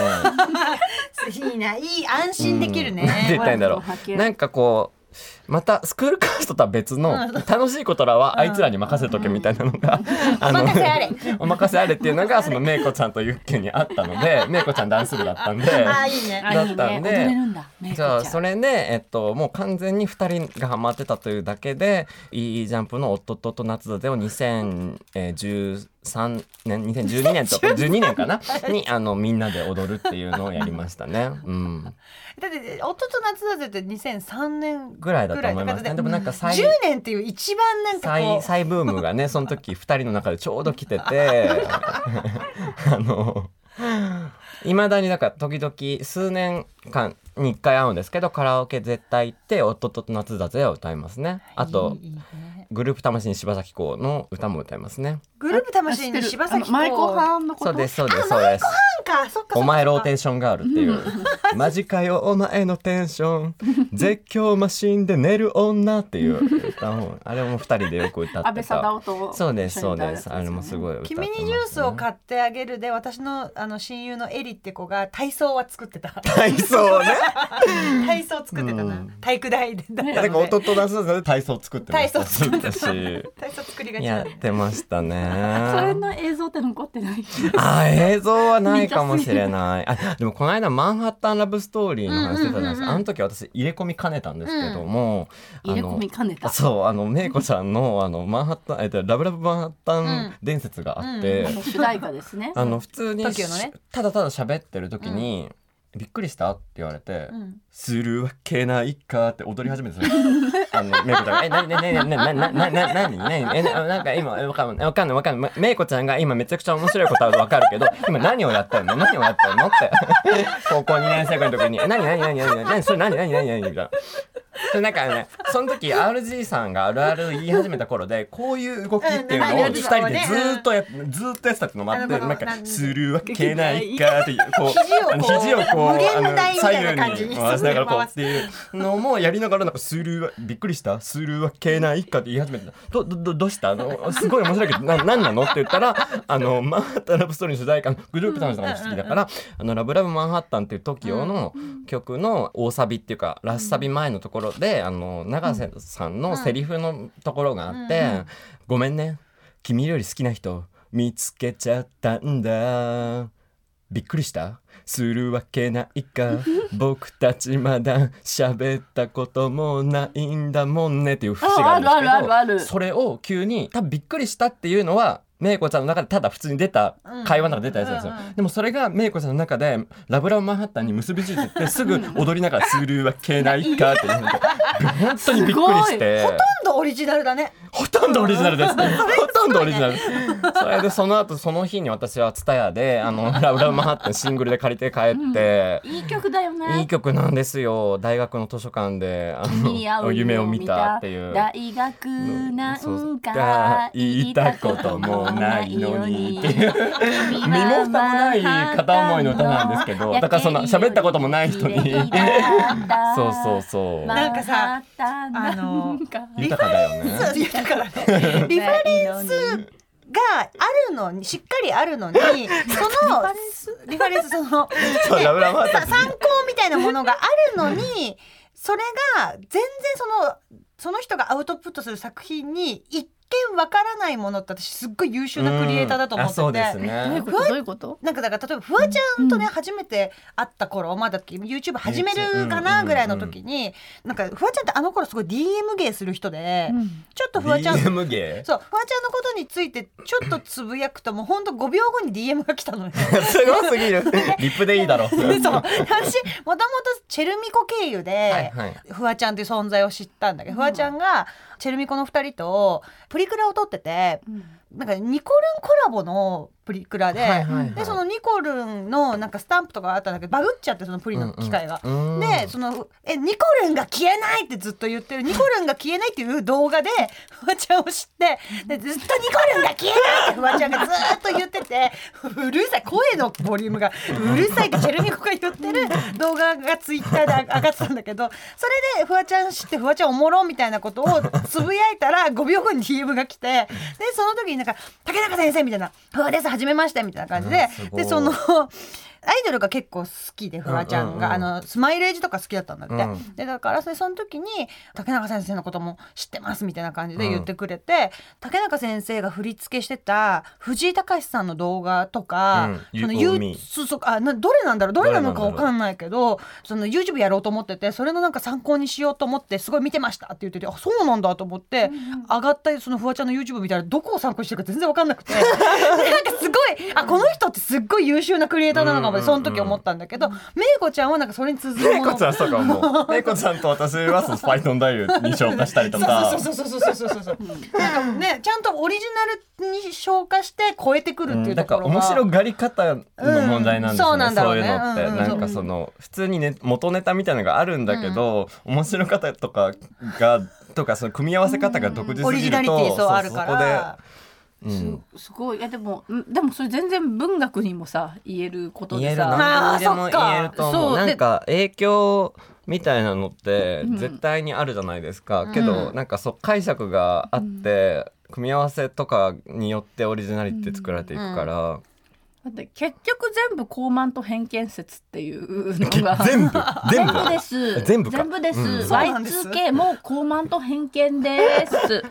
[SPEAKER 3] いいないい安心でき るね、
[SPEAKER 2] うんなんて言ったらいいんだろう。なんかこうまたスクールカーストとは別の楽しいことらはあいつらに任せとけみたいなのが、あの
[SPEAKER 3] 任せあれ
[SPEAKER 2] お任せあれっていうのがそのめいこちゃんとゆっきゅんにあったのでめいこちゃんダンス部だったんで
[SPEAKER 3] ああいいね
[SPEAKER 4] あいい
[SPEAKER 2] だった
[SPEAKER 4] ね
[SPEAKER 2] ん
[SPEAKER 4] 踊
[SPEAKER 2] で
[SPEAKER 4] れるんだめいこち
[SPEAKER 2] じ
[SPEAKER 4] ゃ
[SPEAKER 2] ゃ
[SPEAKER 4] ん
[SPEAKER 2] あそれで、えっと、もう完全に2人がハマってたというだけで「いいジャンプ」の「夫と夏だぜ」を2013年2012年と12年かなにあのみんなで踊るっていうのをやりましたね。うん
[SPEAKER 3] だって「夫と夏だぜ」って2003年
[SPEAKER 2] ぐらいだと思いますね。でもなんか再
[SPEAKER 3] 10年っていう一番なんかこ
[SPEAKER 2] 再
[SPEAKER 3] う
[SPEAKER 2] 再ブームがねその時二人の中でちょうど来てて あのいまだになんか時々数年間に1回会うんですけどカラオケ絶対行って「夫と夏だぜ」を歌いますねあと
[SPEAKER 3] いいね
[SPEAKER 2] グループ魂に柴咲コウの歌も歌いますね
[SPEAKER 3] グループ魂に柴咲コウ
[SPEAKER 4] マイコ
[SPEAKER 3] なん
[SPEAKER 4] ハンのこ
[SPEAKER 2] そ
[SPEAKER 4] と
[SPEAKER 2] うですそうですそうです
[SPEAKER 3] かそっか
[SPEAKER 2] お前ローテ
[SPEAKER 3] ン
[SPEAKER 2] ーションガールっていうマジかよお前のテンション絶叫マシンで寝る女っていう歌をあれも二人でよく歌ってた
[SPEAKER 4] 安倍貞夫と
[SPEAKER 2] そうですそうです
[SPEAKER 4] 一緒
[SPEAKER 2] あれ
[SPEAKER 4] に歌うや
[SPEAKER 2] も
[SPEAKER 4] つ
[SPEAKER 2] すごい歌ってます
[SPEAKER 3] 君
[SPEAKER 2] ね
[SPEAKER 3] にジュースを買ってあげるで私のあの親友のエリって子が体操は作っ てた
[SPEAKER 2] 体操ね。
[SPEAKER 3] 体操作ってた
[SPEAKER 2] う
[SPEAKER 3] なん体育大でだっ
[SPEAKER 2] いや
[SPEAKER 3] た
[SPEAKER 2] だから
[SPEAKER 3] ので
[SPEAKER 2] 弟ダンスダンスで体操作ってま
[SPEAKER 3] 体
[SPEAKER 2] した。
[SPEAKER 3] 操作ってた
[SPEAKER 2] し
[SPEAKER 3] 体操作りがちな
[SPEAKER 2] や
[SPEAKER 3] んで
[SPEAKER 2] ってましたね。
[SPEAKER 4] それの映像って残ってない
[SPEAKER 2] あー映像はないかもしれない。あでもこの間マンハッタンラブストーリーの話してたじゃないですか。あの時私入れ込みかねたんですけども、
[SPEAKER 4] 入
[SPEAKER 2] あ
[SPEAKER 4] れ
[SPEAKER 2] の
[SPEAKER 4] 込みかねた
[SPEAKER 2] そうあのめいこちゃんのあのマンハッタンえっとラブラブマンハッタン伝説があって。
[SPEAKER 4] あの主題歌ですね
[SPEAKER 2] あの普通に
[SPEAKER 3] TOKIO の
[SPEAKER 2] し
[SPEAKER 3] ね
[SPEAKER 2] しただただ喋ってる時に、びっくりしたって言われて、
[SPEAKER 3] ん
[SPEAKER 2] するわけないかって踊り始めてそれ あのめいこちゃんが「えなになになになになになになになになにえななんか今わかんないわかんないわかんないめいこちゃんが今めちゃくちゃ面白いことはわかるけど 今何をやってんの何をやってんの?」って 高校2年生ぐらいの時に「えなになになになになにそれなになになになに?」みたいな。でなんかねその時 RG さんがあるある言い始めた頃でこういう動きっていうのを
[SPEAKER 3] う
[SPEAKER 2] 2人
[SPEAKER 3] ん
[SPEAKER 2] でずーっとやっずーっとやってたっていうのもあって
[SPEAKER 3] なるほど
[SPEAKER 2] なんか
[SPEAKER 3] な
[SPEAKER 2] 「
[SPEAKER 3] ん
[SPEAKER 2] するわけないか」 っていうこうあの
[SPEAKER 3] 肘
[SPEAKER 2] 肘
[SPEAKER 3] を
[SPEAKER 2] を
[SPEAKER 3] こう
[SPEAKER 2] こうあ
[SPEAKER 3] 無限
[SPEAKER 2] の
[SPEAKER 3] 大みたいな
[SPEAKER 2] 左
[SPEAKER 3] 感じ
[SPEAKER 2] 右
[SPEAKER 3] に
[SPEAKER 2] に回しながらこう
[SPEAKER 3] 回す
[SPEAKER 2] っていうのもやりながらなんか「するわびっくりしたするわけないか」って言い始めてた「どどどどうしたあのすごい面白いけ どななんなの?」って言ったら「あのマンハッタンラブストーリー」の主題歌のグループ楽しさが好きだから「あのラブラブマンハッタン」っていう TOKIO の曲の大サビっていうかラスサビ前のところであの永瀬さんのセリフのところがあって「ごめんね君より好きな人見つけちゃったんだ」びっくりしたするわけない か僕たちまだ喋ったこともないんだもんねっていう節があるんですけど
[SPEAKER 4] ああるあるあるある
[SPEAKER 2] それを急に多分びっくりしたっていうのはめいこちゃんの中でただ普通に出た会話の中で出たやつなんですよ、でもそれがめいこちゃんの中でラブラブマンハッタンに結びついてってすぐ踊りながら「するわけないか」って言うので 本当にびっくりして
[SPEAKER 3] 今度オリジナルだね
[SPEAKER 2] ほとんどオリジナル です。ほとんどオリジナ ルです。それでその後その日に私はツタヤであのラブラブマンハッタンシングルで借りて帰って。
[SPEAKER 4] いい曲だよね
[SPEAKER 2] いい曲なんですよ。大学の図書館であ
[SPEAKER 4] 君に会
[SPEAKER 2] の
[SPEAKER 4] う
[SPEAKER 2] 夢を見たっていう。
[SPEAKER 4] 大学なん
[SPEAKER 2] が
[SPEAKER 4] か
[SPEAKER 2] 言いたこともないのにっていう
[SPEAKER 4] 身
[SPEAKER 2] 身 も蓋もない片思いの歌なんですけどだからその喋ったこともない人に そうそうそう
[SPEAKER 3] なんかさあ
[SPEAKER 4] あ
[SPEAKER 3] の
[SPEAKER 2] 豊かだよね
[SPEAKER 3] そうだから ねリファレンスがあるのにしっかりあ るのにそのリファレンスその
[SPEAKER 2] そうラブラブマンハッタ
[SPEAKER 3] さ
[SPEAKER 2] ン
[SPEAKER 3] 参考みたいなものがあるのにそれが全然そのその人がアウトプットする作品に一見わからないものって私すっごい優秀なクリエイターだと思ってて、
[SPEAKER 2] うんあそうです
[SPEAKER 1] どういう
[SPEAKER 2] ね
[SPEAKER 1] ことどういうこと
[SPEAKER 3] なんかだから例えばフワちゃんとね、初めて会った頃まだ YouTube 始めるかなぐらいの時に、なんかフワちゃんってあの頃すごい DM ゲーする人で、
[SPEAKER 1] うん
[SPEAKER 3] ちょっとフワちゃん
[SPEAKER 2] DM 芸
[SPEAKER 3] そうフワちゃんのことについてちょっとつぶやくともうほんと5秒後に DM が来たの ね。
[SPEAKER 2] すごすぎるリップでいいだろ
[SPEAKER 3] そう 私もともとチェルミコ経由で、
[SPEAKER 2] はいはい
[SPEAKER 3] フワちゃんという存在を知ったんだけど、フワちゃんがチェルミコの2人とプリクラを撮っててなんかニコルンコラボのプリクラで,、
[SPEAKER 2] はいはいはい
[SPEAKER 3] でそのニコルンのなんかスタンプとかあったんだけどバグっちゃってそのプリの機械が。
[SPEAKER 2] うんうん
[SPEAKER 3] でそのえニコルンが消えないってずっと言ってるニコルンが消えないっていう動画で フワちゃんを知ってでずっとニコルンが消えないってフワちゃんがずっと言っててうるさい声のボリュームがうるさいってチェルミコが言ってる動画がツイッターで上がってたんだけどそれでフワちゃん知ってフワちゃんおもろみたいなことをつぶやいたら5秒後に DM が来てでその時になんか「竹中先生」みたいな「フワですはじめまして」みたいな感じで
[SPEAKER 2] うんすごい
[SPEAKER 3] でその。 アイドルが結構好きでフワちゃんが、
[SPEAKER 2] うんうんうん
[SPEAKER 3] あのスマイレージとか好きだったんだって、
[SPEAKER 2] うん
[SPEAKER 3] でだからそれその時に竹中先生のことも知ってますみたいな感じで言ってくれて、竹中先生が振り付けしてた藤井隆さんの動画とか、
[SPEAKER 2] うん
[SPEAKER 3] その
[SPEAKER 2] You or
[SPEAKER 3] You-
[SPEAKER 2] Me
[SPEAKER 3] そうそうあなどれなんだろうどれなのか
[SPEAKER 2] どれなん
[SPEAKER 3] 分
[SPEAKER 2] だろう
[SPEAKER 3] かんないけどその YouTube やろうと思っててそれのなんか参考にしようと思ってすごい見てましたって言っててあそうなんだと思って、上がったそのフワちゃんの YouTube 見たらどこを参考にしてるか全然分かんなく てなんかすごいあこの人ってすっごい優秀なクリエイターなのかもってその時思ったんだけど、めいこちゃんはなんかそれに続く
[SPEAKER 2] ペ
[SPEAKER 3] も
[SPEAKER 2] コ
[SPEAKER 3] の
[SPEAKER 2] ちゃんそうかもうペコちゃんと私はそのファイトンダイルに消化したりとか
[SPEAKER 3] そうそうそうそうそうそうそうそう。なんかね、ちゃんとオリジナルに消化して超えてくるっていう
[SPEAKER 2] だ
[SPEAKER 3] と
[SPEAKER 2] から
[SPEAKER 3] ころが。
[SPEAKER 2] 面白がり方の問題なんですよね、
[SPEAKER 3] うんそうなんだろうね
[SPEAKER 2] そういうのって、
[SPEAKER 3] うんうん
[SPEAKER 2] なんかその普通にね元ネタみたいなのがあるんだけど、面白方とかがとかその組み合わせ方が独自
[SPEAKER 3] オ
[SPEAKER 2] す
[SPEAKER 3] リジ
[SPEAKER 2] ぎ
[SPEAKER 3] ナ
[SPEAKER 2] る
[SPEAKER 3] リテ
[SPEAKER 2] と
[SPEAKER 3] ィそう
[SPEAKER 2] そう
[SPEAKER 3] あるから。
[SPEAKER 2] そこで、うん、
[SPEAKER 4] すすごいいやでもんでもそれ全然文学にもさ言えること
[SPEAKER 2] 言え
[SPEAKER 4] で
[SPEAKER 2] る
[SPEAKER 4] さ
[SPEAKER 2] 何で
[SPEAKER 3] あ
[SPEAKER 2] も
[SPEAKER 3] ーそっか
[SPEAKER 2] 言えると思
[SPEAKER 4] そうう
[SPEAKER 2] な
[SPEAKER 4] で
[SPEAKER 2] んか影響みたいなのって絶対にあるじゃないですか、けどなんかそう解釈があって、組み合わせとかによってオリジナリティ作られていくから、
[SPEAKER 4] だって結局全部高慢と偏見説っていうのが
[SPEAKER 2] 全部 全部
[SPEAKER 4] 全部です
[SPEAKER 2] 全部か
[SPEAKER 4] です、
[SPEAKER 2] うん
[SPEAKER 3] そうなんです
[SPEAKER 4] Y2K も高慢と偏見 です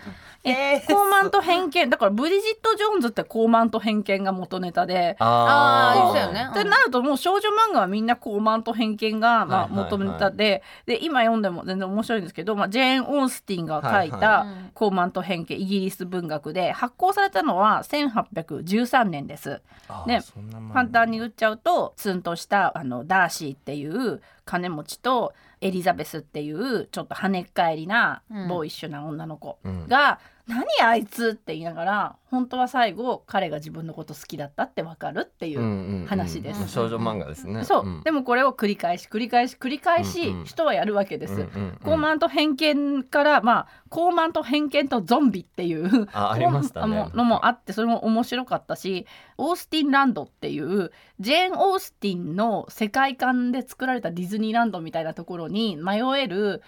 [SPEAKER 3] え
[SPEAKER 4] え高慢と偏見だからブリジット・ジョーンズって高慢と偏見が元ネタで
[SPEAKER 2] あー
[SPEAKER 3] あー言ってたよね
[SPEAKER 4] ってなるともう少女漫画はみんな高慢と偏見がま
[SPEAKER 2] は
[SPEAKER 4] あ
[SPEAKER 2] いはいはい
[SPEAKER 4] 元ネタで,、で今読んでも全然面白いんですけど、まあ、ジェーン・オースティンが書い
[SPEAKER 2] はいは
[SPEAKER 4] た「高慢と偏見」イギリス文学で発行されたのは1813年です。
[SPEAKER 2] あー
[SPEAKER 4] ね
[SPEAKER 2] そんなもん
[SPEAKER 4] 簡単に言っちゃうとツンとしたあのダーシーっていう金持ちとエリザベスっていうちょっと跳ねっ返りなボーイッシュな女の子
[SPEAKER 2] うん
[SPEAKER 4] が「何あいつ!」って言いながら本当は最後彼が自分のこと好きだったってわかるっていう。話です
[SPEAKER 2] 少女漫画ですね
[SPEAKER 4] そう、
[SPEAKER 2] ん
[SPEAKER 4] でもこれを繰り返し繰り返し繰り返し
[SPEAKER 2] うんうん
[SPEAKER 4] 人はやるわけです。
[SPEAKER 2] うんうんうん
[SPEAKER 4] 高慢と偏見からまあ高慢と偏見とゾンビっていう
[SPEAKER 2] あありましたね
[SPEAKER 4] こうあののもあってそれも面白かったしオースティンランドっていうジェーン・オースティンの世界観で作られたディズニーランドみたいなところに迷える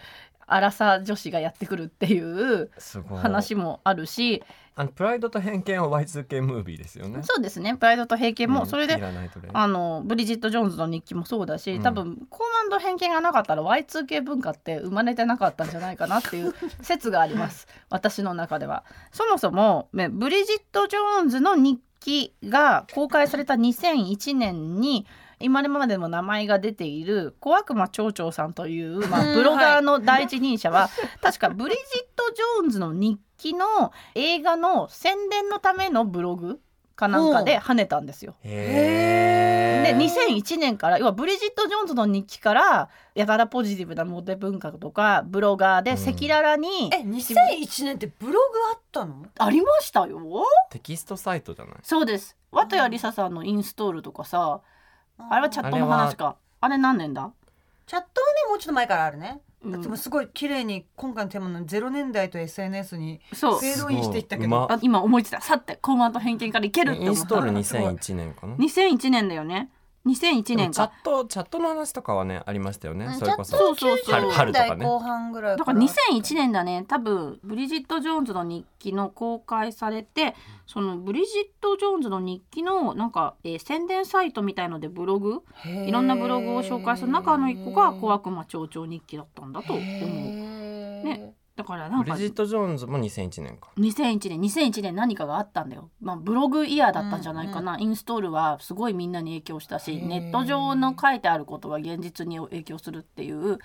[SPEAKER 4] 荒さ女子がやってくるっていう
[SPEAKER 2] すごい
[SPEAKER 4] 話もあるし
[SPEAKER 2] あのプライドと偏見は Y2K ムービーですよね
[SPEAKER 4] そうですねプライドと偏見も
[SPEAKER 2] ん
[SPEAKER 4] それで
[SPEAKER 2] いらないとね
[SPEAKER 4] あのブリジット・ジョーンズの日記もそうだし、
[SPEAKER 2] うん
[SPEAKER 4] 多分高慢と偏見がなかったら Y2K 文化って生まれてなかったんじゃないかなっていう説があります私の中では。そもそも、ね、ブリジット・ジョーンズの日記が公開された2001年に今までも名前が出ている小悪魔町長さんという、ま
[SPEAKER 3] うん
[SPEAKER 4] あ、ブロガーの第一人者は、確かブリジット・ジョーンズの日記の映画の宣伝のためのブログかなんかで跳ねたんですよ。
[SPEAKER 2] へ
[SPEAKER 4] で
[SPEAKER 2] ー
[SPEAKER 4] 2001年から要はブリジット・ジョーンズの日記からやたらポジティブなモテ文化とかブロガーで
[SPEAKER 2] うん
[SPEAKER 4] 赤裸々に、
[SPEAKER 3] え、2001年ってブログあったの？
[SPEAKER 4] ありましたよ
[SPEAKER 2] テキストサイトじゃない
[SPEAKER 4] そうです綿谷りささんのインストールとかさあれはチャットの話かあれ何年だ、
[SPEAKER 3] チャットはねもうちょっと前からあるね。
[SPEAKER 4] うん
[SPEAKER 3] でもすごい綺麗に今回のテーマのゼロ年代と SNS に
[SPEAKER 4] そう
[SPEAKER 3] フェードインしていったけ
[SPEAKER 2] すごいう
[SPEAKER 3] ど。
[SPEAKER 2] ま
[SPEAKER 4] あ今思いついたさって高慢と偏見からいけるって
[SPEAKER 2] イ
[SPEAKER 4] 思
[SPEAKER 2] ン
[SPEAKER 4] っ
[SPEAKER 2] ストール
[SPEAKER 4] た
[SPEAKER 2] 2001年かな
[SPEAKER 4] 2001年だよね2001
[SPEAKER 2] で
[SPEAKER 4] 年
[SPEAKER 2] もチャッ
[SPEAKER 4] か
[SPEAKER 2] トチャットの話とかはねありましたよねそれこ
[SPEAKER 3] チャ
[SPEAKER 2] そ
[SPEAKER 3] ットは
[SPEAKER 4] そうそうそう
[SPEAKER 3] 90
[SPEAKER 2] 春と
[SPEAKER 3] 年代
[SPEAKER 2] かね
[SPEAKER 3] 後半ぐらい
[SPEAKER 4] だから2001年だね多分ブリジット・ジョーンズの日記の公開されてそのブリジット・ジョーンズの日記のなんか、えー宣伝サイトみたいのでブログ
[SPEAKER 3] へー
[SPEAKER 4] いろんなブログを紹介する中の一個が「小悪魔町長日記」だったんだと思う。
[SPEAKER 3] へー
[SPEAKER 4] ねだからなん
[SPEAKER 2] ブ
[SPEAKER 4] か
[SPEAKER 2] リジット・ジョーンズも2001年か
[SPEAKER 4] 2001年2001年何かがあったんだよ、まあ、ブログイヤーだったんじゃないかな、インストールはすごいみんなに影響したしネット上の書いてあることが現実に影響するっていう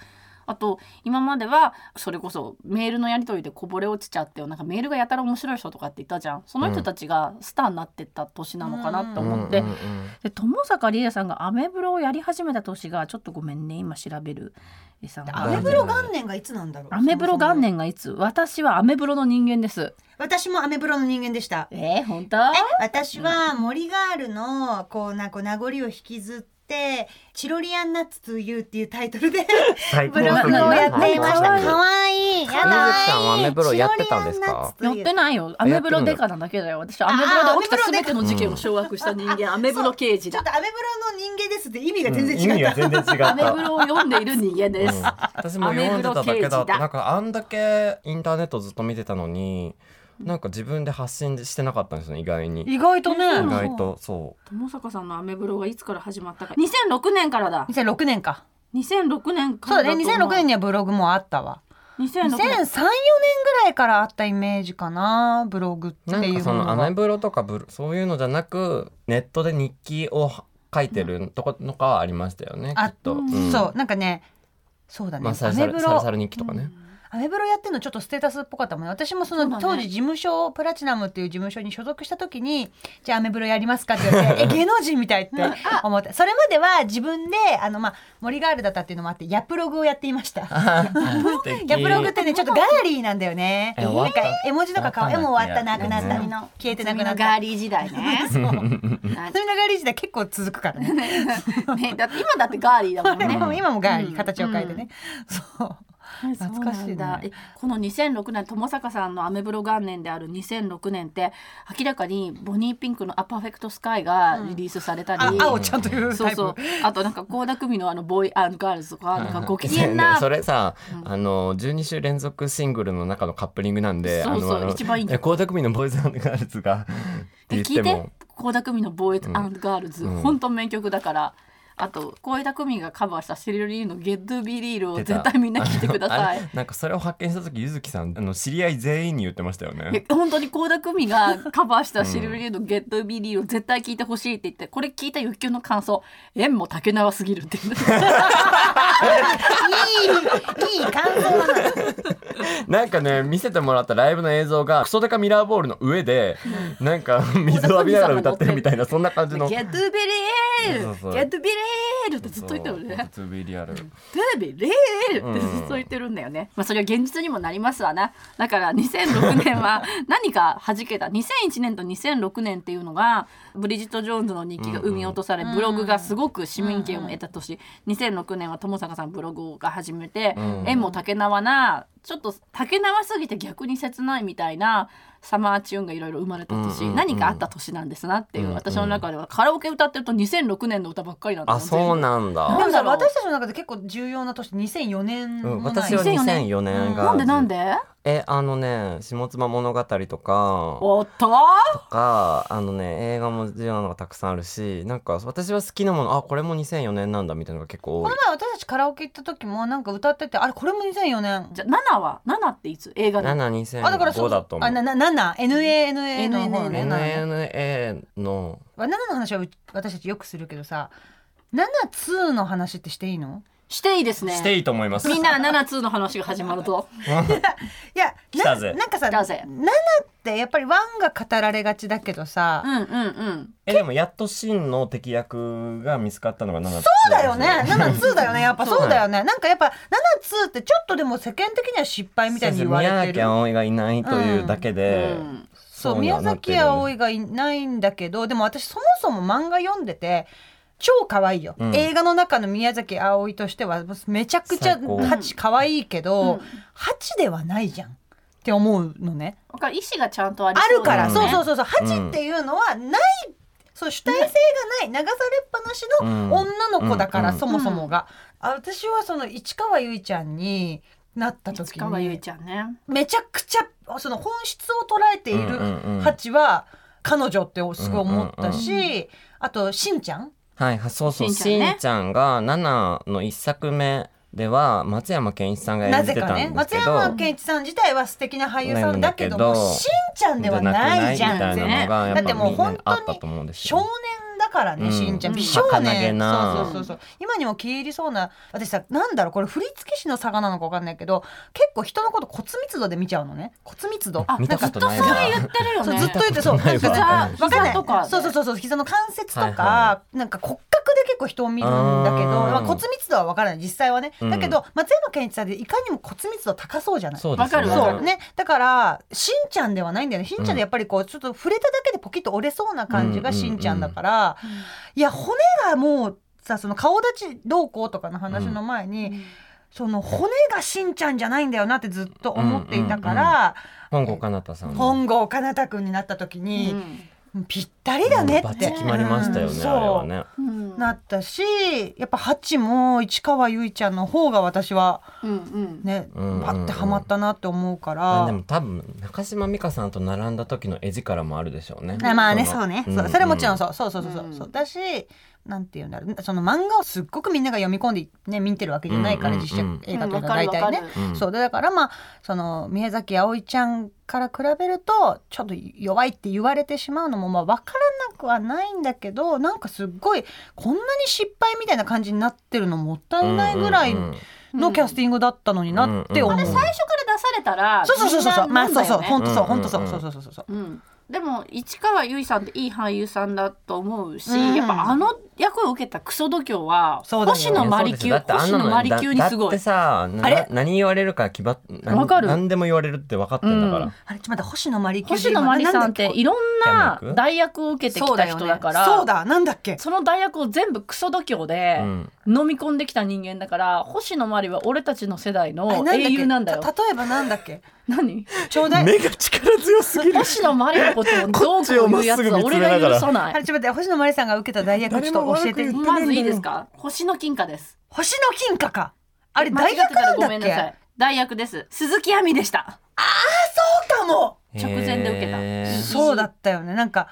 [SPEAKER 4] あと今まではそれこそメールのやり取りでこぼれ落ちちゃってなんかメールがやたら面白い人とかっていたじゃんその人たちがスターになってった年なのかなって思って、
[SPEAKER 2] うんうんうん
[SPEAKER 4] で友坂理恵さんがアメブロをやり始めた年がちょっとごめんね今調べるえさんが
[SPEAKER 3] アメブロ元年がいつなんだろう
[SPEAKER 4] アメブロ元年がいつ私はアメブロの人間です
[SPEAKER 3] 私もアメブロの人間でした
[SPEAKER 4] えー、本当
[SPEAKER 3] 私は森ガールのこうなんか名残を引きずってチロリアンナッツというっていうタイト ルで
[SPEAKER 2] 最
[SPEAKER 3] ブログをやっていました。
[SPEAKER 2] 何
[SPEAKER 3] 可愛いや
[SPEAKER 2] 水
[SPEAKER 3] だ
[SPEAKER 2] 木さんはアメブロやってたんですか
[SPEAKER 3] チロリアンナッツと
[SPEAKER 4] やっ
[SPEAKER 3] いう
[SPEAKER 4] てないよ。アメブロデカなだけだよ。私、アメブロで起きた全ての事件を掌握した人間、アメブロ刑事
[SPEAKER 3] ちょっ
[SPEAKER 4] だ。
[SPEAKER 3] とアメブロの人間ですって意味が
[SPEAKER 2] うん
[SPEAKER 3] 全然
[SPEAKER 2] 意
[SPEAKER 3] 違
[SPEAKER 2] 味
[SPEAKER 3] った、
[SPEAKER 2] が全然違った
[SPEAKER 4] アメブロを読んでいる人間で
[SPEAKER 2] う
[SPEAKER 4] す
[SPEAKER 2] ん。私も読んでただ
[SPEAKER 4] アメブ
[SPEAKER 2] け
[SPEAKER 4] ロ刑
[SPEAKER 2] だ
[SPEAKER 4] 事だ
[SPEAKER 2] なんかあんだけインターネットずっと見てたのになんか自分で発信してなかったんですよね意外に意
[SPEAKER 3] 意外とね
[SPEAKER 2] 外とそう
[SPEAKER 4] 友坂さんのアメブロがいつから始まったか。2006年からだ。
[SPEAKER 3] 2006年か
[SPEAKER 4] 2006年か
[SPEAKER 3] そう
[SPEAKER 4] ら
[SPEAKER 3] だね2006年にはブログもあったわ
[SPEAKER 4] 2006
[SPEAKER 3] 2003、4
[SPEAKER 4] 年。
[SPEAKER 3] 年ぐらいからあったイメージかなブログって
[SPEAKER 2] なん
[SPEAKER 3] い
[SPEAKER 2] か
[SPEAKER 3] う
[SPEAKER 2] そ
[SPEAKER 3] もの
[SPEAKER 2] のア
[SPEAKER 3] は
[SPEAKER 2] メブロとかブロそういうのじゃなくネットで日記を書いてるとことかはありましたよね、
[SPEAKER 3] あ
[SPEAKER 2] きっと、ん
[SPEAKER 3] そうなんかねそうだね、
[SPEAKER 2] まあサ
[SPEAKER 3] ア
[SPEAKER 2] ルサ
[SPEAKER 3] メ
[SPEAKER 2] ル
[SPEAKER 3] ブ
[SPEAKER 2] サル
[SPEAKER 3] ロ
[SPEAKER 2] サル日記とかね、
[SPEAKER 3] アメブロやってるのちょっとステータスっぽかったもんね私もそ
[SPEAKER 4] そうだね
[SPEAKER 3] の当時事務所プラチナムっていう事務所に所属した時にじゃあアメブロやりますかって言わ れてえ芸能人みたいって思ってそれまでは自分であのまあ森ガールだったっていうのもあってヤプログをやっていましたヤプログってねちょっとガーリーなんだよね
[SPEAKER 2] え
[SPEAKER 3] なん
[SPEAKER 2] 終わった
[SPEAKER 3] か絵文字とか顔絵も終わったなくなった
[SPEAKER 2] うん
[SPEAKER 3] の消えてなく
[SPEAKER 4] 君
[SPEAKER 3] な
[SPEAKER 4] の
[SPEAKER 3] っ
[SPEAKER 4] ガ
[SPEAKER 3] た
[SPEAKER 4] ーリー時代ね。そう
[SPEAKER 3] それのガーリー時代結構続く からね
[SPEAKER 4] ねだって今だってガーリーだもん
[SPEAKER 3] で
[SPEAKER 4] ね。
[SPEAKER 3] も今もガーリ
[SPEAKER 4] うん
[SPEAKER 3] ー形を変えてね、そう懐かしい
[SPEAKER 4] そ
[SPEAKER 3] ね
[SPEAKER 4] うなんだえこの2006年友坂さんのアメブロ元年である2006年って明らかにボニーピンクの「アパーフェクトスカイがリリースされたり、
[SPEAKER 3] あ青ちゃんという
[SPEAKER 4] そ
[SPEAKER 3] タ
[SPEAKER 4] う
[SPEAKER 3] イプ
[SPEAKER 4] そうあとなんか倖田來未のあのボーイガールズとかなんかご機嫌
[SPEAKER 2] ね
[SPEAKER 4] な
[SPEAKER 2] それさ、あの12週連続シングルの中のカップリングなんで
[SPEAKER 4] そうそう
[SPEAKER 2] あの
[SPEAKER 4] 一番いいんだ
[SPEAKER 2] え倖田來未のボーイズガールズがって言っ
[SPEAKER 4] 聞
[SPEAKER 2] て
[SPEAKER 4] いて
[SPEAKER 2] も
[SPEAKER 4] 倖田來未のボーイガールズ、
[SPEAKER 2] うん
[SPEAKER 4] 本当名曲だから。あと倖田來未がカバーしたセリルリーの「ゲッドゥビリール」を絶対みんな聞いてください
[SPEAKER 2] あ。れなんかそれを発見した時ゆずきさんあの知り合い全員に言ってましたよね
[SPEAKER 4] え本当に倖田來未がカバーしたシルビリーの「ゲットビリー」を絶対聞いてほしいって言ってこれ聞いた欲求の感想「縁も竹縄すぎる」って言って
[SPEAKER 3] いいいい感想なの
[SPEAKER 2] なんかね見せてもらったライブの映像がクソデカミラーボールの上でなん か水を浴びながら歌ってるみたいなそんな感じの
[SPEAKER 4] ゲットビリ
[SPEAKER 2] そう
[SPEAKER 4] ー
[SPEAKER 2] そ
[SPEAKER 4] ル
[SPEAKER 2] う
[SPEAKER 4] ゲットビリール」ってずっと言ってるね
[SPEAKER 2] そう 2B リアル
[SPEAKER 4] 「ゲットビリール」ってずっと言ってるんだよね、まあそれは現実にもなりますわなだから2006年 は何か弾けた2001年と2006年っていうのがブリジット・ジョーンズの日記が生み落とされ、ブログがすごく市民権を得た年、2006年は友坂さんブログが始めて、
[SPEAKER 2] うん
[SPEAKER 4] 縁も竹縄なちょっと竹縄すぎて逆に切ないみたいなサマーチューンがいろいろ生まれた年、
[SPEAKER 2] うんうんうん
[SPEAKER 4] 何かあった年なんですなっていう、
[SPEAKER 2] うんうん
[SPEAKER 4] 私の中ではカラオケ歌ってると2006年の歌ばっかりなんだ
[SPEAKER 2] あそうなんだ
[SPEAKER 3] でも
[SPEAKER 4] なんだ
[SPEAKER 3] さ
[SPEAKER 4] ろう
[SPEAKER 3] 私たちの中で結構重要な年2004年
[SPEAKER 2] う
[SPEAKER 3] も
[SPEAKER 2] ん、
[SPEAKER 3] ない
[SPEAKER 2] 私は2004年が
[SPEAKER 4] なんでなんで
[SPEAKER 2] えあのね「下妻物語」とか
[SPEAKER 4] おっと
[SPEAKER 2] とかあのね映画も重要なのがたくさんあるしなんか私は好きなものあこれも2004年なんだみたいなのが結構
[SPEAKER 3] こ
[SPEAKER 2] 多い
[SPEAKER 3] の前私たちカラオケ行った時もなんか歌っててあれこれも2004年
[SPEAKER 4] じゃあ7は7っていつ映画の
[SPEAKER 3] あだから
[SPEAKER 2] 72005
[SPEAKER 3] そう
[SPEAKER 2] だと思
[SPEAKER 3] あな
[SPEAKER 2] う。
[SPEAKER 3] ななな NANA の方
[SPEAKER 4] NANA
[SPEAKER 3] ね7
[SPEAKER 2] NNA の
[SPEAKER 3] の話はう私たちよくするけどさ72の話ってしていいの
[SPEAKER 4] していいですね
[SPEAKER 2] していいと思います。
[SPEAKER 4] みんな7通の話が始まると
[SPEAKER 3] いや
[SPEAKER 2] 来た
[SPEAKER 3] な
[SPEAKER 2] ぜ
[SPEAKER 3] なんかさ
[SPEAKER 4] 来たぜ
[SPEAKER 3] 7ってやっぱり1が語られがちだけどさ
[SPEAKER 4] うんうんうん
[SPEAKER 2] えでもやっと真の敵役が見つかったのが7そう
[SPEAKER 3] そうだよね。72だよね。やっぱそうだよね。なんかやっぱ72ってちょっとでも世間的には失敗みたいに言われ
[SPEAKER 2] 宮
[SPEAKER 3] て
[SPEAKER 2] 崎
[SPEAKER 3] る。
[SPEAKER 2] 葵がいないというだけで、
[SPEAKER 4] うん
[SPEAKER 3] そう
[SPEAKER 2] には
[SPEAKER 3] 宮
[SPEAKER 2] なってる
[SPEAKER 3] 崎
[SPEAKER 2] よね
[SPEAKER 3] 葵がいないんだけどでも私そもそも漫画読んでて超可愛いよ、
[SPEAKER 2] うん
[SPEAKER 3] 映画の中の宮崎葵としてはめちゃくちゃ
[SPEAKER 2] 最高
[SPEAKER 3] 8可愛いけ
[SPEAKER 4] うん
[SPEAKER 3] ど、8ではないじゃんって思うのね。
[SPEAKER 4] だから意思がちゃんとあり
[SPEAKER 3] あ
[SPEAKER 4] そ
[SPEAKER 3] る
[SPEAKER 4] う
[SPEAKER 3] か
[SPEAKER 4] だよ
[SPEAKER 3] ら、
[SPEAKER 4] ね
[SPEAKER 3] そうそうそうそう
[SPEAKER 2] うん
[SPEAKER 3] 8っていうのはない、そう主体性がない流されっぱなし
[SPEAKER 2] うん
[SPEAKER 3] の女の子だから、
[SPEAKER 2] うん
[SPEAKER 3] そもそもが、あ私はその市川由衣ちゃんになった時
[SPEAKER 4] 市川由衣
[SPEAKER 3] に
[SPEAKER 4] ちゃんね
[SPEAKER 3] めちゃくちゃその本質を捉えている
[SPEAKER 2] うんうんうん
[SPEAKER 3] 8は彼女ってすごい思ったし、あとしんちゃん
[SPEAKER 2] はいはそうそう
[SPEAKER 4] し
[SPEAKER 2] し
[SPEAKER 4] んちゃんね
[SPEAKER 2] んちゃんが7の一作目では松山ケンイチさんが
[SPEAKER 3] な
[SPEAKER 2] 演じ
[SPEAKER 3] ぜ
[SPEAKER 2] て
[SPEAKER 3] か
[SPEAKER 2] たん
[SPEAKER 3] ね
[SPEAKER 2] です
[SPEAKER 3] 松
[SPEAKER 2] けど、
[SPEAKER 3] 山ケンイチさん自体は素敵な俳優さんだけども
[SPEAKER 2] なんだけど
[SPEAKER 3] しんちゃんではないじゃん
[SPEAKER 2] みたいなのがや
[SPEAKER 3] だ
[SPEAKER 2] っ
[SPEAKER 3] って
[SPEAKER 2] ぱ
[SPEAKER 3] もう
[SPEAKER 2] みんな
[SPEAKER 3] 本
[SPEAKER 2] にあっ
[SPEAKER 3] 当
[SPEAKER 2] た
[SPEAKER 3] に
[SPEAKER 2] と思うんです
[SPEAKER 3] 少
[SPEAKER 2] よ
[SPEAKER 3] 年だからね、
[SPEAKER 2] うん
[SPEAKER 3] しんちゃん
[SPEAKER 2] うん
[SPEAKER 3] 美少年
[SPEAKER 2] 儚げな
[SPEAKER 3] そうそうそうそう今にも消え入りそうな私さなんだろうこれ振付師の差がなのか分かんないけど結構人のこと骨密度で見ちゃうのね骨密度
[SPEAKER 2] 見た
[SPEAKER 3] なん
[SPEAKER 2] こと
[SPEAKER 3] か
[SPEAKER 4] と
[SPEAKER 2] ない
[SPEAKER 4] それ言ってるよ
[SPEAKER 3] そう
[SPEAKER 4] ね
[SPEAKER 3] ずっと言ってそう
[SPEAKER 2] ないわ
[SPEAKER 3] なんか
[SPEAKER 4] 膝
[SPEAKER 3] わかんない
[SPEAKER 4] 膝とか
[SPEAKER 3] そうそうそうそう膝の関節とか、
[SPEAKER 2] はいは
[SPEAKER 3] なんか骨格で結構人を見るんだけど、
[SPEAKER 2] あー
[SPEAKER 3] まあ、骨密度は分からない実際はね、
[SPEAKER 2] うん
[SPEAKER 3] だけど松山ケンイチさんでいかにも骨密度高そうじゃない
[SPEAKER 2] そうですよ
[SPEAKER 4] わかるわ
[SPEAKER 3] そうね、だからしんちゃんではないんだよねしんちゃんでやっぱりこうちょっと触れただけでポキッと折れそうな感じがしんちゃんだから、いや骨がもうさその顔立ちどうこうとかの話の前に、その骨がしんちゃんじゃないんだよなってずっと思っていたから、
[SPEAKER 2] 本郷奏多さんの
[SPEAKER 3] 本郷奏多君になった時
[SPEAKER 4] う
[SPEAKER 3] に、
[SPEAKER 4] ん
[SPEAKER 3] ぴったりだね
[SPEAKER 2] バ
[SPEAKER 3] っ
[SPEAKER 2] ッチ
[SPEAKER 3] て
[SPEAKER 2] 決まりましたよね、
[SPEAKER 3] うん
[SPEAKER 2] あれはね
[SPEAKER 4] うん
[SPEAKER 3] なったしやっぱハチも市川由衣ちゃんの方が私は
[SPEAKER 4] うんうん
[SPEAKER 3] ね、
[SPEAKER 2] うんうんうん
[SPEAKER 3] バッてハマったなって思うか
[SPEAKER 2] まあ
[SPEAKER 3] ら。
[SPEAKER 2] でも多分中島美嘉さんと並んだ時の絵力もあるでしょうね
[SPEAKER 3] あまあね
[SPEAKER 2] の
[SPEAKER 3] そうね、
[SPEAKER 2] ん
[SPEAKER 3] そうそれはもちろんそうそうそうそうそう
[SPEAKER 4] うん
[SPEAKER 3] そうだしなんていうんだろうその漫画をすっごくみんなが読み込んでね見てるわけじゃないから、
[SPEAKER 2] うん
[SPEAKER 3] 実写
[SPEAKER 2] うん
[SPEAKER 3] 映画と
[SPEAKER 4] う
[SPEAKER 3] いうんの
[SPEAKER 4] わ
[SPEAKER 3] は
[SPEAKER 4] かる
[SPEAKER 3] 大
[SPEAKER 4] わ
[SPEAKER 3] 体
[SPEAKER 4] かる
[SPEAKER 3] ね、
[SPEAKER 2] うん
[SPEAKER 3] そうでだからまあその宮崎あおいちゃんから比べるとちょっと弱いって言われてしまうのもまあ分からなくはないんだけどなんかすっごいこんなに失敗みたいな感じになってるのもったいないぐらい
[SPEAKER 2] うんうんうん
[SPEAKER 3] のキャスティングだったのになって思う。
[SPEAKER 2] うんうんうんあれ
[SPEAKER 4] 最初から出されたら
[SPEAKER 3] そうそうそうそうそう、
[SPEAKER 4] みんな
[SPEAKER 3] ま
[SPEAKER 4] な
[SPEAKER 3] あ
[SPEAKER 4] ん
[SPEAKER 3] そ
[SPEAKER 4] だ
[SPEAKER 3] うそう
[SPEAKER 4] よね
[SPEAKER 3] 本当そ
[SPEAKER 2] う
[SPEAKER 3] う
[SPEAKER 2] んうんう
[SPEAKER 3] 本
[SPEAKER 2] ん
[SPEAKER 3] 当そうそうそうそうそうそう。
[SPEAKER 4] うんでも市川由衣さんっていい俳優さんだと思うし、
[SPEAKER 3] うん
[SPEAKER 4] やっぱあの役を受けたクソ度胸は、
[SPEAKER 3] そうだよね
[SPEAKER 4] 星野
[SPEAKER 2] いや
[SPEAKER 4] マ
[SPEAKER 2] そう
[SPEAKER 4] リ
[SPEAKER 2] です
[SPEAKER 4] キ
[SPEAKER 2] よだ
[SPEAKER 4] ュ
[SPEAKER 2] ってあ
[SPEAKER 4] 星
[SPEAKER 2] んな
[SPEAKER 4] 野
[SPEAKER 2] の
[SPEAKER 4] マリキュにす
[SPEAKER 2] だっ
[SPEAKER 4] ご
[SPEAKER 2] て
[SPEAKER 4] い。
[SPEAKER 2] さな
[SPEAKER 3] あれ
[SPEAKER 2] 何言われるか決まっ何
[SPEAKER 4] わかる
[SPEAKER 2] 何でも言われるって分かってんだから、
[SPEAKER 3] あれちょっと待って星野マリキュ
[SPEAKER 1] 星野真里さんっていろんな
[SPEAKER 2] キャン役
[SPEAKER 1] 代役を受けてきた人だから
[SPEAKER 3] そうだなんだっけ。
[SPEAKER 1] その代役を全部クソ度胸で
[SPEAKER 2] うん
[SPEAKER 1] 飲み込んできた人間だから、星野真里は俺たちの世代
[SPEAKER 3] あれ
[SPEAKER 1] の
[SPEAKER 3] だっけ
[SPEAKER 1] 英雄なんだよ
[SPEAKER 3] た例えばなんだっけ。
[SPEAKER 1] 何
[SPEAKER 3] ちょうだい。
[SPEAKER 2] 目が力強すぎる
[SPEAKER 1] 星野真里のことをどうこう言うやつは俺が許さない
[SPEAKER 3] あれちょっと待って星野マリさんが受けた代役ちょっと教えて。
[SPEAKER 4] まずいいです か星野金貨です。
[SPEAKER 3] 星の金貨か。あれ
[SPEAKER 4] 間違
[SPEAKER 3] 大
[SPEAKER 4] ってた
[SPEAKER 3] 学な
[SPEAKER 4] ら
[SPEAKER 3] ん
[SPEAKER 4] ご
[SPEAKER 3] だっ
[SPEAKER 4] めんな
[SPEAKER 3] け。
[SPEAKER 4] さい。代役です。鈴木亜美でした。
[SPEAKER 3] そうかも。
[SPEAKER 4] 直前で受けた
[SPEAKER 2] へー
[SPEAKER 3] そうだったよね。なんか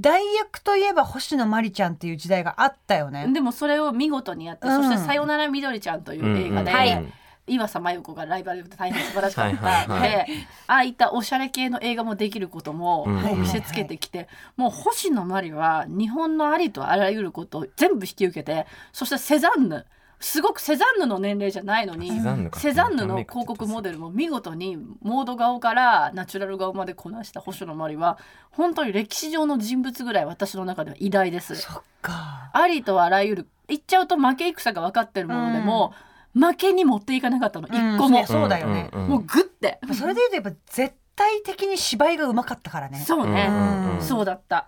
[SPEAKER 3] 代役といえば星野マリちゃんっていう時代があったよね。
[SPEAKER 4] でもそれを見事にやって、
[SPEAKER 3] うん
[SPEAKER 4] そして「さよならみどりちゃん」という映画で、
[SPEAKER 2] うんうんうん
[SPEAKER 4] 岩佐真由子がライバルで大変素晴らしかった
[SPEAKER 2] はいはいは
[SPEAKER 4] でああいったおしゃれ系の映画もできることも
[SPEAKER 2] うん
[SPEAKER 4] こう見せつけてきて、もう星野真里は日本のありとあらゆることを全部引き受けてそしてセザンヌすごくセザンヌの年齢じゃないのに
[SPEAKER 2] セザンヌか
[SPEAKER 4] セザンヌの広告モデルも見事にモード顔からナチュラル顔までこなした星野真里は本当に歴史上の人物ぐらい私の中では偉大です。
[SPEAKER 3] そっか。
[SPEAKER 4] ありとあらゆる言っちゃうと負け戦が分かってるものでも、負けに持っていかなかったの一個
[SPEAKER 3] う
[SPEAKER 4] も
[SPEAKER 3] ん、そうだよね。
[SPEAKER 2] うんうんうん
[SPEAKER 4] もうグッて、
[SPEAKER 3] それで言うとやっぱ絶対的に芝居が上手かったからね。
[SPEAKER 4] そうね、
[SPEAKER 2] うん
[SPEAKER 4] そうだった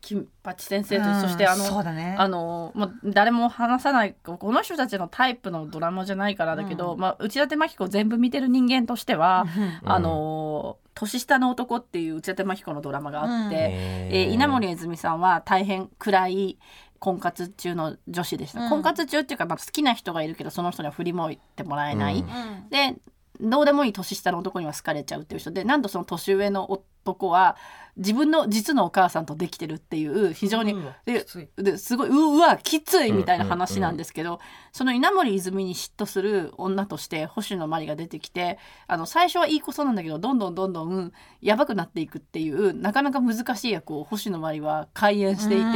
[SPEAKER 4] 金八先生と、
[SPEAKER 3] うん
[SPEAKER 4] そしてあの
[SPEAKER 3] そうだね。
[SPEAKER 1] あのまあ、誰も話さないこの人たちのタイプのドラマじゃないからだけど、まあ、内館真紀子全部見てる人間としては、
[SPEAKER 2] うん
[SPEAKER 1] あの年下の男っていう内館真紀子のドラマがあって、
[SPEAKER 3] うん
[SPEAKER 2] へー
[SPEAKER 4] えー稲森えずみさんは大変暗い婚活中の女子でした、
[SPEAKER 3] うん
[SPEAKER 4] 婚活中っていうか、まあ、好きな人がいるけどその人には振り向いてもらえな
[SPEAKER 2] う
[SPEAKER 4] い、
[SPEAKER 2] ん
[SPEAKER 3] うん
[SPEAKER 4] でどうでもいい年下の男には好かれちゃうっていう人でなんとその年上の男は自分の実のお母さんとできてるっていう非常に、
[SPEAKER 3] うわ
[SPEAKER 4] で
[SPEAKER 3] きつい
[SPEAKER 4] ですごいううわきついみたいな話なんですけど、その稲森泉に嫉妬する女として星野真里が出てきてあの最初はいい子そうなんだけどどんどんどんどんやばくなっていくっていうなかなか難しい役を星野真里は開演していて。
[SPEAKER 3] うん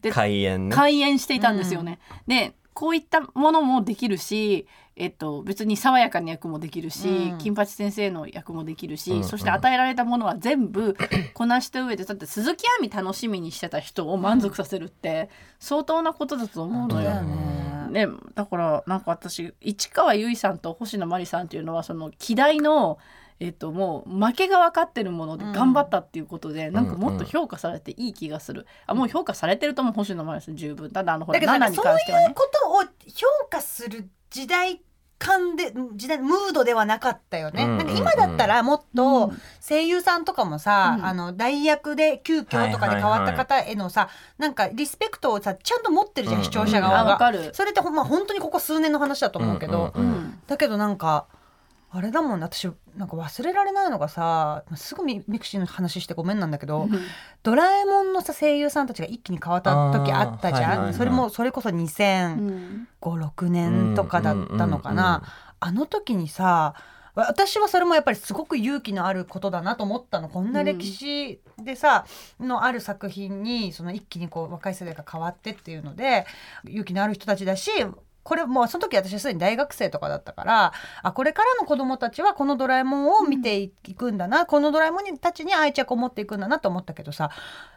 [SPEAKER 4] で
[SPEAKER 2] 開演ね
[SPEAKER 4] 開演していたんですよね。でこういったものもできるし、えっと、別に爽やかな役もできるし、
[SPEAKER 3] うん
[SPEAKER 4] 金八先生の役もできるし、
[SPEAKER 2] うんうん
[SPEAKER 4] そして与えられたものは全部 こなした上でだって鈴木亜美楽しみにしてた人を満足させるって相当なことだと思うの
[SPEAKER 3] そうだ
[SPEAKER 4] よ。
[SPEAKER 3] よ
[SPEAKER 4] ね、
[SPEAKER 3] ね。
[SPEAKER 4] だからなんか私市川由衣さんと星野真里さんっていうのはその希代の、えっと、もう負けが分かってるもので
[SPEAKER 3] うん
[SPEAKER 4] 頑張ったっていうことで、なんかもっ
[SPEAKER 2] うんう
[SPEAKER 4] と
[SPEAKER 2] ん
[SPEAKER 4] 評価されていい気がする、あもう評価されてるとも星野真里さん十分ただあのほ
[SPEAKER 3] だ
[SPEAKER 4] ら
[SPEAKER 3] けどなん
[SPEAKER 4] 7
[SPEAKER 3] か
[SPEAKER 4] に
[SPEAKER 3] そう
[SPEAKER 4] 関しては
[SPEAKER 3] いう
[SPEAKER 4] ね
[SPEAKER 3] ことを評価する時代感で時代ムードではなかったよね。
[SPEAKER 2] うん
[SPEAKER 3] なんか今だったらもっと声優さんとかもさ、
[SPEAKER 4] うん
[SPEAKER 3] あの代役で急遽とかで変わった方へのさ、なんかリスペクトをさちゃんと持ってるじゃん、
[SPEAKER 2] うん
[SPEAKER 3] 視聴者
[SPEAKER 2] う
[SPEAKER 3] 側
[SPEAKER 4] あ分
[SPEAKER 3] が。
[SPEAKER 4] かる、
[SPEAKER 3] それってほんま本当にここ数年の話だと思うけど、
[SPEAKER 2] うんうんうん
[SPEAKER 3] だけどなんかあれだもんね私なんか忘れられないのがさすぐミミクシーの話してごめんなんだけど、ドラえもんのさ声優さんたちが一気に変わった時あったじゃん、
[SPEAKER 2] あーはいはいはい
[SPEAKER 3] それもそれこそ2005、6年とかだったのかな、
[SPEAKER 2] うんうんうんうん
[SPEAKER 3] あの時にさわ私はそれもやっぱりすごく勇気のあることだなと思ったのこんな歴史でさ、のある作品にその一気にこう若い世代が変わってっていうので勇気のある人たちだしこれもうその時私はすでに大学生とかだったからあこれからの子どもたちはこの「ドラえもん」を見ていくんだな、この「ドラえもん」たちに愛着を持っていくんだなと思ったけどさ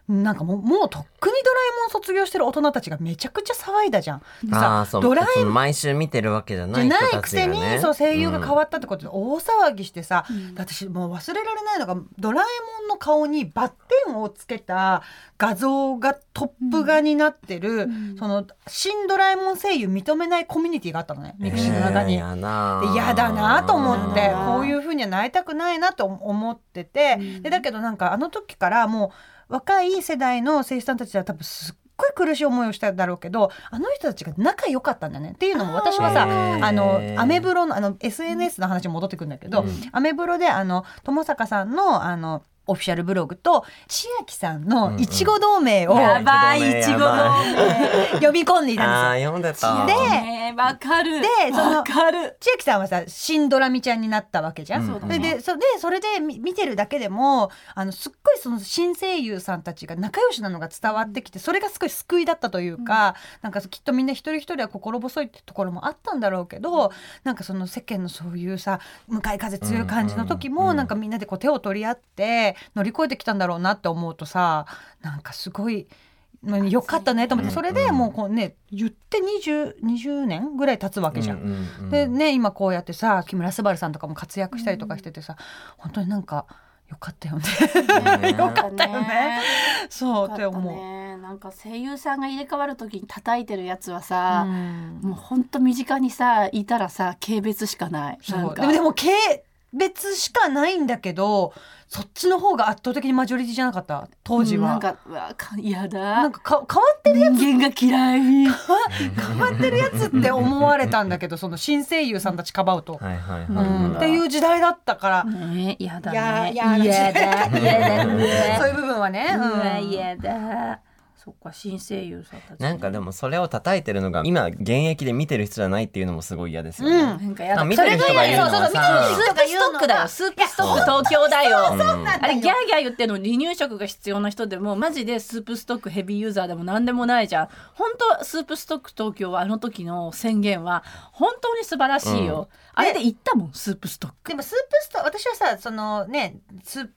[SPEAKER 3] なんかもうもうとっくに「ドラえもん」卒業してる大人たちがめちゃくちゃ騒いだじゃん。
[SPEAKER 2] あ
[SPEAKER 3] さ
[SPEAKER 2] あそう
[SPEAKER 3] ドラえ
[SPEAKER 2] その毎週見てるわけじゃな
[SPEAKER 3] じゃ
[SPEAKER 2] い人
[SPEAKER 3] ない
[SPEAKER 2] た
[SPEAKER 3] く
[SPEAKER 2] ち
[SPEAKER 3] せ
[SPEAKER 2] が、
[SPEAKER 3] に、
[SPEAKER 2] ね、
[SPEAKER 3] そう声優が変わ
[SPEAKER 2] っ
[SPEAKER 3] ったってことで大騒ぎしてさ、私もう忘れられないのがドラえもんの顔にバッテンをつけた画像がトップ画になってる、その新ドラえもん声優認めないコミュニティがあったのねミクシーの中に。
[SPEAKER 2] やな
[SPEAKER 3] で嫌だなと思って
[SPEAKER 4] うん
[SPEAKER 3] こういうふうにはなりたくないなと思ってて、でだけどなんかあの時からもう若い世代の声優さんたちは多分すっごい苦しい思いをしただろうけどあの人たちが仲良かったんだねっていうのも私はさ
[SPEAKER 2] へー
[SPEAKER 3] あのアメブロのあの SNS の話に戻ってくるんだけど、
[SPEAKER 2] うん
[SPEAKER 3] アメブロであの友坂さんのあのオフィシャルブログと千秋さんのいちご同盟を
[SPEAKER 4] やばい、い
[SPEAKER 2] い
[SPEAKER 4] ち
[SPEAKER 2] ち
[SPEAKER 4] ご
[SPEAKER 2] ご
[SPEAKER 4] の
[SPEAKER 2] の
[SPEAKER 3] 呼び込んでいたんですよ
[SPEAKER 2] あ。あ読んでた
[SPEAKER 3] で
[SPEAKER 4] ねわかる。
[SPEAKER 3] でその
[SPEAKER 4] わかる。
[SPEAKER 3] 千秋さんはさ新ドラミちゃんになったわけじゃん。
[SPEAKER 2] そうだ
[SPEAKER 3] で
[SPEAKER 2] ね
[SPEAKER 3] でそでそれでみ見てるだけでもあのすっごいその新声優さんたちが仲良しなのが伝わってきてそれがすごい救いだったというか、なんかきっとみんな一人一人は心細いってところもあったんだろうけど、なんかその世間のそういうさ向かい風強い感じの時も、
[SPEAKER 2] うんうん
[SPEAKER 3] なんかみんなでこう手を取り合って乗り越えてきたんだろうなって思うとさなんかすごい。まあよかったねと思ってそれでもうこうね言って 20, 20年ぐらい経つわけじゃん
[SPEAKER 2] う。んうんうん
[SPEAKER 3] でね今こうやってさ木村昴さんとかも活躍したりとかしててさ、本当になんかよかったよね
[SPEAKER 2] ね
[SPEAKER 3] よかったよね。そうって思う。
[SPEAKER 4] う。なんか声優さんが入れ替わる時に叩いてるやつは
[SPEAKER 3] う
[SPEAKER 4] さ、
[SPEAKER 3] ん
[SPEAKER 4] もう本当身近にさいたらさ軽蔑しかない。な
[SPEAKER 3] そ
[SPEAKER 4] ん
[SPEAKER 3] う
[SPEAKER 4] か
[SPEAKER 3] でもでも軽別しかないんだけどそっちの方が圧倒的にマジョリティじゃなかった当時
[SPEAKER 4] な
[SPEAKER 3] は。なんんか
[SPEAKER 4] かうわかやだ。
[SPEAKER 3] か変わってる
[SPEAKER 4] 人間が嫌い。
[SPEAKER 3] 変わってるやつって思われたんだけどその新声優さんたちかばうと、
[SPEAKER 2] はいはいはい、
[SPEAKER 3] うんっていうう時代だったから、
[SPEAKER 4] ねやだ
[SPEAKER 3] いや
[SPEAKER 4] ね。
[SPEAKER 3] いや
[SPEAKER 4] 嫌だ嫌だね。
[SPEAKER 3] そういう部分はね、
[SPEAKER 4] う
[SPEAKER 3] うん
[SPEAKER 4] わ嫌だ。そっか新声優さんたちね。
[SPEAKER 2] なんかでもそれを叩いてるのが今現役で見てる人じゃないっていうのもすごい嫌ですよ
[SPEAKER 3] う
[SPEAKER 2] ね、
[SPEAKER 3] ん
[SPEAKER 4] なんかやだ
[SPEAKER 2] あ見てる人が言うのはさ
[SPEAKER 4] そうそう見てる人が言うのはスープストックだよスープストック東京だよあれギャーギャー言ってるのに離乳食が必要な人でもマジでスープストックヘビーユーザーでも何でもないじゃん本当スープストック東京はあの時の宣言は本当に素晴らしいよ、あれで言ったもんスープストック
[SPEAKER 3] でもスープスト私はさそのねスー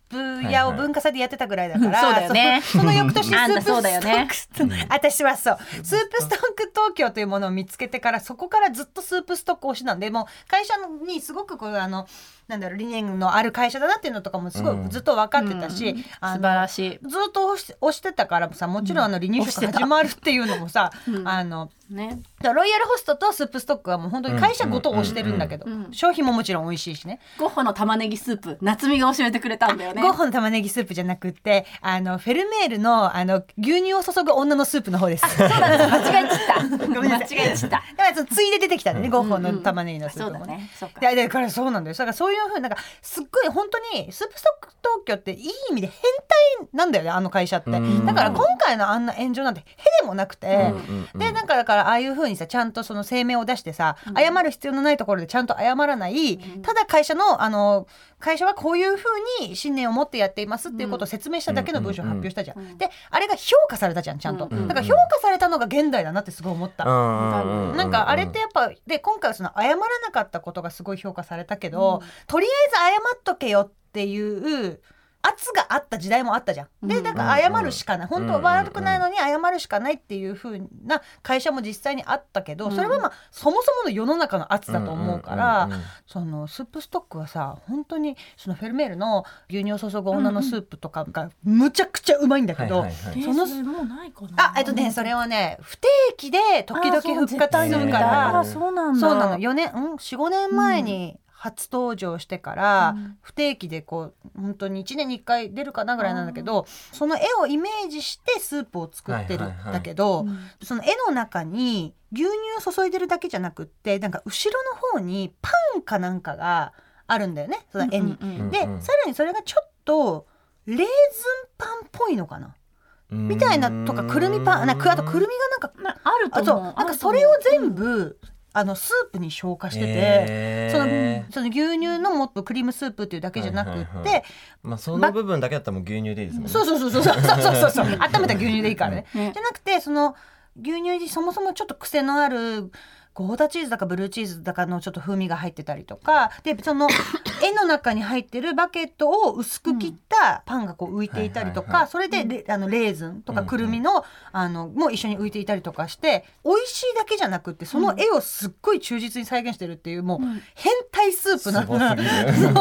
[SPEAKER 3] プ屋を文化祭でやってたぐらいだから、
[SPEAKER 4] はいはいうんそうだよね
[SPEAKER 3] そのその翌年ス
[SPEAKER 4] あん
[SPEAKER 3] ー
[SPEAKER 4] た
[SPEAKER 3] プスト
[SPEAKER 4] そうだよね
[SPEAKER 3] ックスト、私はそうスープストック東京というものを見つけてからそこからずっとスープストック推しなんでもう会社にすごくこうあのなんだろう理念のある会社だなっていうのとかもすごいずっと分かってたし、あの
[SPEAKER 4] 素晴らしい
[SPEAKER 3] ずっと推し推してたからさもちろんあの離乳食
[SPEAKER 4] 推してた
[SPEAKER 3] 始まるっていうのもさ、あの
[SPEAKER 4] ね
[SPEAKER 3] だからロイヤルホストとスープストックはもう本当に会社ごと推してるんだけど、商品ももちろん美味しいしね
[SPEAKER 4] ゴッホの玉ねぎスープ夏美が教えてくれたんだよね
[SPEAKER 3] ゴッホの玉ねぎスープじゃなくてあのフェルメールのあの牛乳を注ぐ女のスープ の方です。だか
[SPEAKER 4] 間違えちった
[SPEAKER 3] ごめんな
[SPEAKER 4] 間
[SPEAKER 3] さい
[SPEAKER 4] 違えちった
[SPEAKER 3] らそのついで出てきたんだね、ゴッホの玉ねぎのスー
[SPEAKER 4] そう
[SPEAKER 3] プ
[SPEAKER 4] だ
[SPEAKER 3] も
[SPEAKER 4] ねそうか
[SPEAKER 3] でだからそうなんだよだからそういうふうになんかすっごい本当にスープストック東京っていい意味で変態なんだよねあの会社って
[SPEAKER 2] うん
[SPEAKER 3] だから今回のあんな炎上なんてへでもなくて、でなんかだからああいうふうにさちゃんとその声明を出してさ、謝る必要のないところでちゃんと謝らない、ただ会社のあの会社はこういうふうに信念を持ってやっていますっていうことを説明しただけの文章を発表したじゃん、であれが評価されたじゃんちゃんと、だから評価されたのが現代だなってすごい思った、
[SPEAKER 2] うん
[SPEAKER 3] なんかあれってやっぱで今回はその謝らなかったことがすごい評価されたけど、とりあえず謝っとけよっていう圧があった時代もあったじゃん。でなんか謝るしかない、本当は悪くないのに謝るしかないっていう風な会社も実際にあったけど、それはまあそもそもの世の中の圧だと思うから、
[SPEAKER 2] うんうんうんうん
[SPEAKER 3] そのスープストックはさ本当にそのフェルメールの牛乳を注ぐ女のスープとかがむちゃくちゃうまいんだけど、
[SPEAKER 2] はいはいはい
[SPEAKER 3] その
[SPEAKER 4] もうないかな
[SPEAKER 3] あえっとねそれはね不定期で時々復活するか
[SPEAKER 2] あそう絶対
[SPEAKER 3] ら。
[SPEAKER 2] あ
[SPEAKER 4] そうなんだ
[SPEAKER 3] そうなの4年ん45年前に初登場してから、不定期でこう本当に1年に1回出るかなぐらいなんだけどその絵をイメージしてスープを作ってる
[SPEAKER 2] はいはいは
[SPEAKER 3] ん
[SPEAKER 2] い
[SPEAKER 3] だけど、その絵の中に牛乳を注いでるだけじゃなくってなんか後ろの方にパンかなんかがあるんだよねその絵に。
[SPEAKER 4] うんうん
[SPEAKER 2] うん
[SPEAKER 3] でさらにそれがちょっとレーズンパンっぽいのかなみたいなとかくるみパンなんかあとくるみがなんか
[SPEAKER 4] まああると
[SPEAKER 3] あそう
[SPEAKER 4] 思う
[SPEAKER 3] なん
[SPEAKER 4] あ
[SPEAKER 3] か
[SPEAKER 4] ると
[SPEAKER 3] そ
[SPEAKER 4] 思う
[SPEAKER 3] れを全部あのスープに消化してて、
[SPEAKER 2] へー
[SPEAKER 3] そのその牛乳のもっとクリームスープっていうだけじゃなくって、
[SPEAKER 2] はいはいはまあその部分だけだったらもう牛乳でいいですもんね
[SPEAKER 3] そうそうそうそうそうそうそうそう温めた牛乳でいいからね。
[SPEAKER 4] ね
[SPEAKER 3] じゃなくてその牛乳にそもそもちょっと癖のあるゴーダチーズだかブルーチーズだかのちょっと風味が入ってたりとかで その絵の中に入ってるバケットを薄く切ったパンがこう浮いていたりと
[SPEAKER 2] はいはいは
[SPEAKER 3] かそれでレあのレーズンとかくるみのあのも一緒に浮いていたりとかして美味しいだけじゃなくってその絵をすっごい忠実に再現してるっていうもう変態スープ
[SPEAKER 2] す
[SPEAKER 3] な
[SPEAKER 2] ごすぎる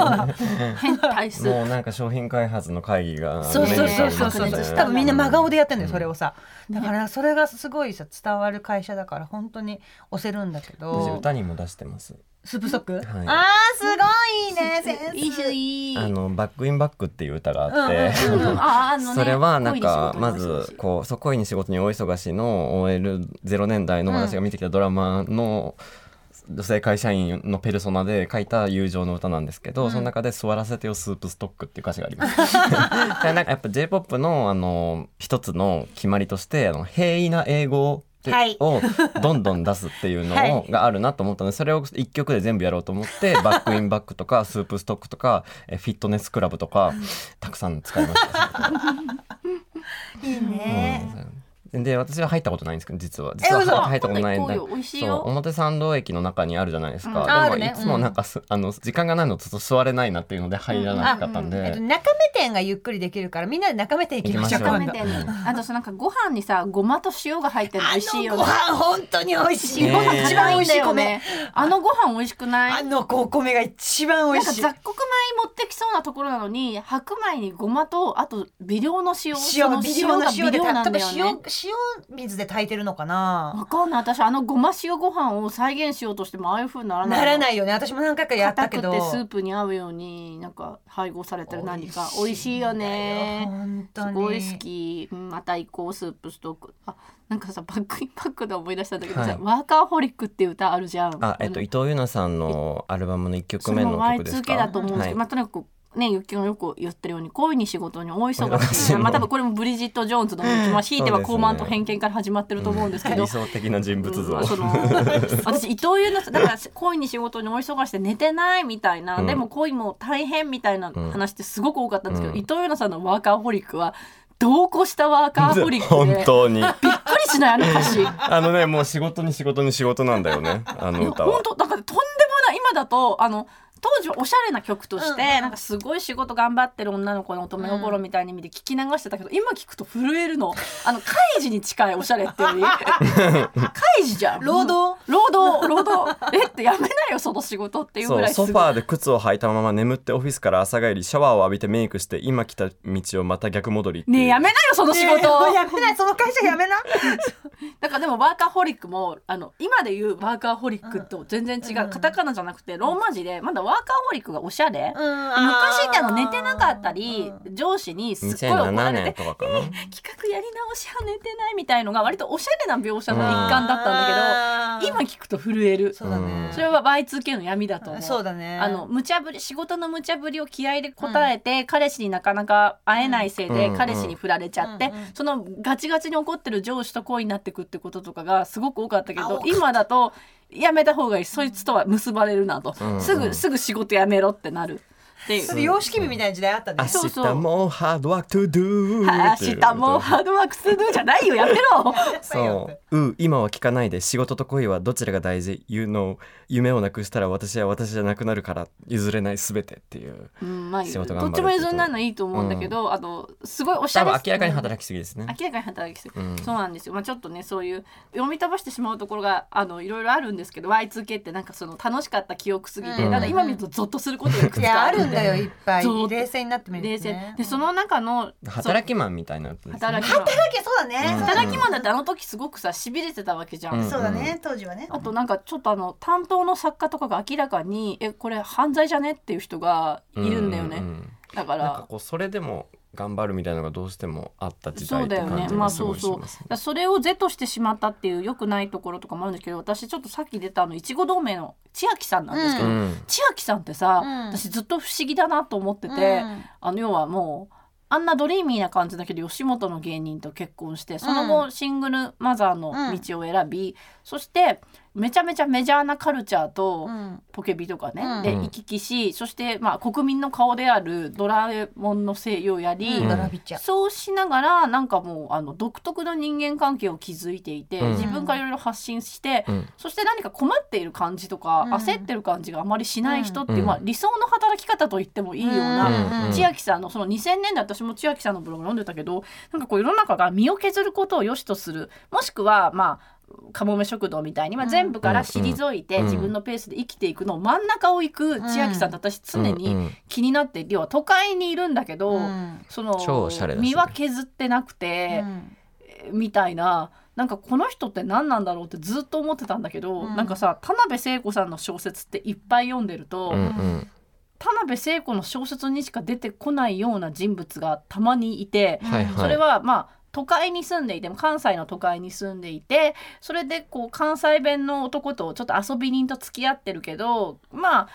[SPEAKER 4] 変態数
[SPEAKER 2] もうなんか商品開発の会議が
[SPEAKER 3] そうそうそうそう
[SPEAKER 4] そ
[SPEAKER 3] そうう
[SPEAKER 4] ね
[SPEAKER 3] 多分みんな真顔でやってんだ
[SPEAKER 2] う
[SPEAKER 3] よ、
[SPEAKER 2] ん
[SPEAKER 3] それをさだからそれがすごいさ伝わる会社だから本当に押せるんだけ
[SPEAKER 2] 私
[SPEAKER 3] ど
[SPEAKER 2] 歌にも出してます
[SPEAKER 3] スープソック、
[SPEAKER 2] い
[SPEAKER 3] あーすごいね先生
[SPEAKER 4] いいしいい
[SPEAKER 2] あのバックインバックっていう歌があって、
[SPEAKER 4] ああのね
[SPEAKER 2] それはなんか
[SPEAKER 4] 恋
[SPEAKER 2] ま
[SPEAKER 4] に仕事に忙し
[SPEAKER 2] ず
[SPEAKER 4] い
[SPEAKER 2] こう「そこいに仕事にお忙しい」の OL0 年代の私が見てきたドラマの女性会社員のペルソナで書いた友情の歌なんですけど、その中で「座らせてよスープストック」っていう歌詞があります。でなんかやっぱ j p o p のあの一つの決まりとしてあの平易な英語で
[SPEAKER 3] はい
[SPEAKER 2] をどんどん出すっていうのを、
[SPEAKER 3] はい
[SPEAKER 2] があるなと思ったのでそれを一曲で全部やろうと思ってバックインバックとかスープストックとかえフィットネスクラブとかたくさん使いました。
[SPEAKER 3] いいね、
[SPEAKER 2] うんで私は入ったことないんですけど実は
[SPEAKER 3] え
[SPEAKER 2] 実は
[SPEAKER 3] 嘘
[SPEAKER 2] 入ったことないん
[SPEAKER 4] 今
[SPEAKER 2] だ
[SPEAKER 4] 度行こうよ美味しい
[SPEAKER 2] そう
[SPEAKER 4] よ
[SPEAKER 2] 表参道駅の中にあるじゃないですか、
[SPEAKER 4] うん
[SPEAKER 2] で
[SPEAKER 3] ある
[SPEAKER 2] も
[SPEAKER 3] ね
[SPEAKER 2] いつもなんかす、あの時間がないのとちょっと座れないなっていうので入らなかったんで、
[SPEAKER 3] えっと、中目店がゆっくりできるからみんなで中目店行きましょう
[SPEAKER 2] 行きましょう
[SPEAKER 4] 炒
[SPEAKER 3] 今
[SPEAKER 4] め
[SPEAKER 3] 度
[SPEAKER 4] てんのあとそのなんかご飯にさごまと塩が入ってるの美味しいよ
[SPEAKER 3] ご
[SPEAKER 4] ね
[SPEAKER 3] 飯本当に美味しい、
[SPEAKER 2] ね
[SPEAKER 3] ご飯一番美味しい
[SPEAKER 4] よ
[SPEAKER 3] 米、
[SPEAKER 4] ねあのご飯美味しくな
[SPEAKER 3] あ
[SPEAKER 4] い
[SPEAKER 3] のお米が一番美
[SPEAKER 4] なん
[SPEAKER 3] 味
[SPEAKER 4] か
[SPEAKER 3] しい
[SPEAKER 4] 雑穀米持ってきそうなところなのに白米にごまとあと微量の塩
[SPEAKER 3] 塩微
[SPEAKER 4] そ
[SPEAKER 3] 量の塩で
[SPEAKER 4] が
[SPEAKER 3] 多分
[SPEAKER 4] よ
[SPEAKER 3] 塩塩水で炊いてるのかな
[SPEAKER 4] わかんない私あのごま塩ご飯を再現しようとしてもああいう風にならない
[SPEAKER 3] なら
[SPEAKER 4] い
[SPEAKER 3] ないよね私も何回かやった
[SPEAKER 4] 硬
[SPEAKER 3] け
[SPEAKER 4] く
[SPEAKER 3] ど
[SPEAKER 4] てスープに合うようになんか配合されてる何か美味しいよね
[SPEAKER 3] 本当
[SPEAKER 4] す
[SPEAKER 3] に
[SPEAKER 4] ごい好きうんまた行こうスープストックあなんかさバックインパックで思い出したんだけどさ、
[SPEAKER 2] はい
[SPEAKER 4] ワーカーホリックっていう歌あるじゃん
[SPEAKER 2] あえっと、伊藤優奈さんのアルバムの一曲
[SPEAKER 4] そ
[SPEAKER 2] 目
[SPEAKER 4] れ
[SPEAKER 2] の
[SPEAKER 4] も
[SPEAKER 2] 曲ですか
[SPEAKER 4] Y2K だと思うんですけ
[SPEAKER 2] は
[SPEAKER 4] ど、ま
[SPEAKER 2] い
[SPEAKER 4] あとにかくねゆっきのよく言ってるように恋に仕事に大
[SPEAKER 2] お
[SPEAKER 4] 忙
[SPEAKER 2] 忙
[SPEAKER 4] し
[SPEAKER 2] し
[SPEAKER 4] い
[SPEAKER 2] い
[SPEAKER 4] まあ多分これもブリジット・ジョーンズの道まあひいては高慢と偏見から始まってると思うんですけど、
[SPEAKER 2] 理想的な人物像、
[SPEAKER 4] うんそ の私伊藤優のだから恋に仕事にお忙しくて寝てないみたいな、
[SPEAKER 2] うん
[SPEAKER 4] でも恋も大変みたいな話ってすごく多かったんですけど、
[SPEAKER 2] うん
[SPEAKER 4] 伊藤優奈さんのワーカーホリックは同行したワーカーホリックでび
[SPEAKER 2] 本
[SPEAKER 4] っく
[SPEAKER 2] 当に
[SPEAKER 4] りしないあの歌詞。
[SPEAKER 2] あのねもう仕事に仕事に仕事なんだよねあの歌は
[SPEAKER 4] 本。当だからとんでもない今だとあの当時はおしゃれな曲として、なんかすごい仕事頑張ってる女の子の乙女心みたいな意味で聞き流してたけど、今聞くと震えるのあのカイジに近いおしゃれっていう よりカイジじゃん
[SPEAKER 3] 労働
[SPEAKER 4] 労働労働えってやめなよその仕事っていうぐ
[SPEAKER 2] そ
[SPEAKER 4] ら
[SPEAKER 2] う
[SPEAKER 4] いすご
[SPEAKER 2] ソ
[SPEAKER 4] い
[SPEAKER 2] ファーで靴を履いたまま眠ってオフィスから朝帰りシャワーを浴びてメイクして今来た道をまた逆戻りっていう
[SPEAKER 4] ねえやめなよその仕事、
[SPEAKER 3] ねえやめないその会社やめな
[SPEAKER 4] だからでもワーカーホリックもあの今で言うワーカーホリックと全然違う、カタカナじゃなくてローマ字でまだワーカーホリックがおしゃれ、昔ってあの寝てなかったり、上司にすっごい怒
[SPEAKER 2] 2007
[SPEAKER 4] られ
[SPEAKER 2] 年
[SPEAKER 4] て
[SPEAKER 2] とかかな。
[SPEAKER 4] 企画やり直しは寝てないみたいのが割とおしゃれな描写の一環だったんだけど今聞くと震える
[SPEAKER 3] そうだね、
[SPEAKER 2] うん
[SPEAKER 4] それは Y2K の闇だと思う。
[SPEAKER 3] そうだね
[SPEAKER 4] あの無茶ぶり仕事の無茶ぶりを気合で答えて、彼氏になかなか会えないせいで、
[SPEAKER 2] うん
[SPEAKER 4] 彼氏に振られちゃって、
[SPEAKER 3] うんうん
[SPEAKER 4] そのガチガチに怒ってる上司と恋になってくってこととかがすごく多かったけ
[SPEAKER 3] あ多
[SPEAKER 4] ど
[SPEAKER 3] かった
[SPEAKER 4] 今だとやめた方がいいそいつとは結ばれるなと、
[SPEAKER 2] んうん
[SPEAKER 4] すぐすぐ仕事やめろってなるっていう
[SPEAKER 3] そ。れ様式美みたいな時代あったね
[SPEAKER 2] 明
[SPEAKER 4] そうそう
[SPEAKER 2] 日もハードワークトゥドゥ
[SPEAKER 4] あー明日もうハードワークするじゃないよやめろ
[SPEAKER 2] そうう今は聞かないで仕事と恋はどちらが大事 You know 夢をなくしたら私は私じゃなくなるから譲れない全てっていう
[SPEAKER 4] うんまあいい
[SPEAKER 2] 仕
[SPEAKER 4] ど
[SPEAKER 2] 事頑張る
[SPEAKER 4] っちも譲んないのいいと思うんだけど、あのすごいおしゃ
[SPEAKER 2] 多
[SPEAKER 4] れ
[SPEAKER 2] 分明らかに働きすぎですね
[SPEAKER 4] 明らかに働きすぎ、
[SPEAKER 2] うん
[SPEAKER 4] そうなんですよ、まあ、ちょっとねそういう読み飛ばしてしまうところがあのいろいろあるんですけど Y2K ってなんかその楽しかった記憶すぎて、
[SPEAKER 2] うん
[SPEAKER 4] ただ今見るとゾッとすることがいく
[SPEAKER 3] い
[SPEAKER 4] つか
[SPEAKER 3] やあ
[SPEAKER 4] ある
[SPEAKER 3] る
[SPEAKER 4] ん
[SPEAKER 3] ん
[SPEAKER 4] で
[SPEAKER 3] だよいっぱい
[SPEAKER 4] そう
[SPEAKER 3] 冷静になってみるとね
[SPEAKER 4] 冷静でその中の
[SPEAKER 2] 働きマンみたいなやつです
[SPEAKER 4] そう
[SPEAKER 2] ね
[SPEAKER 4] 働きマン
[SPEAKER 3] 働きそうだね、
[SPEAKER 4] 働きマンだってあの時すごくさしびれてたわけじゃん、
[SPEAKER 2] うん
[SPEAKER 3] そうだね当時はね
[SPEAKER 4] あとなんかちょっとあの担当の作家とかが明らかに「えこれ犯罪じゃね?」っていう人がいるんだよね、
[SPEAKER 2] うううん
[SPEAKER 4] だか
[SPEAKER 2] なんからこうそれでも頑張るみたいなのがどうしてもあった時代
[SPEAKER 4] そう
[SPEAKER 2] って
[SPEAKER 4] だよ
[SPEAKER 2] 感
[SPEAKER 4] ね
[SPEAKER 2] じ
[SPEAKER 4] ま
[SPEAKER 2] が
[SPEAKER 4] あ
[SPEAKER 2] す
[SPEAKER 4] そ
[SPEAKER 2] ご
[SPEAKER 4] う
[SPEAKER 2] い
[SPEAKER 4] そ
[SPEAKER 2] し
[SPEAKER 4] うだ
[SPEAKER 2] ま
[SPEAKER 4] か
[SPEAKER 2] すね
[SPEAKER 4] らそれを是としてしまったっていう良くないところとかもあるんですけど私ちょっとさっき出たあのいちご同盟の千秋さんなんですけ
[SPEAKER 2] う
[SPEAKER 4] ど、
[SPEAKER 2] ん
[SPEAKER 4] 千秋さんってさ、
[SPEAKER 3] うん
[SPEAKER 4] 私ずっと不思議だなと思ってて、
[SPEAKER 3] うん
[SPEAKER 4] あの要はもうあんなドリーミーな感じだけど吉本の芸人と結婚してその後シングルマザーの道を選び、そしてめちゃめちゃメジャーなカルチャーと
[SPEAKER 3] うん
[SPEAKER 4] ポケビとかね、
[SPEAKER 3] うん
[SPEAKER 4] で
[SPEAKER 2] うん
[SPEAKER 4] 行き来しそしてまあ国民の顔であるドラえもんの声優をやり、
[SPEAKER 2] うん
[SPEAKER 3] ドラビちゃん
[SPEAKER 4] そうしながらなんかもうあの独特な人間関係を築いていて、
[SPEAKER 2] うん
[SPEAKER 4] 自分からいろいろ発信して、
[SPEAKER 2] うん
[SPEAKER 4] そして何か困っている感じとか、
[SPEAKER 3] うん
[SPEAKER 4] 焦ってる感じがあまりしない人って、
[SPEAKER 2] うん
[SPEAKER 4] まあ、理想の働き方と言ってもいいような、
[SPEAKER 2] うん
[SPEAKER 4] 千秋さんのその2000年代私も千秋さんのブログ読んでたけどなんかこう世の中が身を削ることを良しとするもしくはまあかもめ食堂みたいに、まあ、
[SPEAKER 3] うん
[SPEAKER 4] 全部から退いて
[SPEAKER 2] うん
[SPEAKER 4] 自分のペースで生きていくのを真ん中を行く千秋さんって私常
[SPEAKER 2] うんう
[SPEAKER 4] に
[SPEAKER 2] ん
[SPEAKER 4] 気になって要は都会にいるんだけど、その
[SPEAKER 2] 超おしゃれだしね
[SPEAKER 4] 身は削ってなくて、みたいななんかこの人って何なんだろうってずっと思ってたんだけど、
[SPEAKER 3] うん
[SPEAKER 4] なんかさ田辺聖子さんの小説っていっぱい読んでると、
[SPEAKER 2] うんうん
[SPEAKER 4] 田辺聖子の小説にしか出てこないような人物がたまにいて、
[SPEAKER 2] はいはい
[SPEAKER 4] それはまあ都会に住んでいても関西の都会に住んでいてそれでこう関西弁の男とちょっと遊び人と付き合ってるけどまあ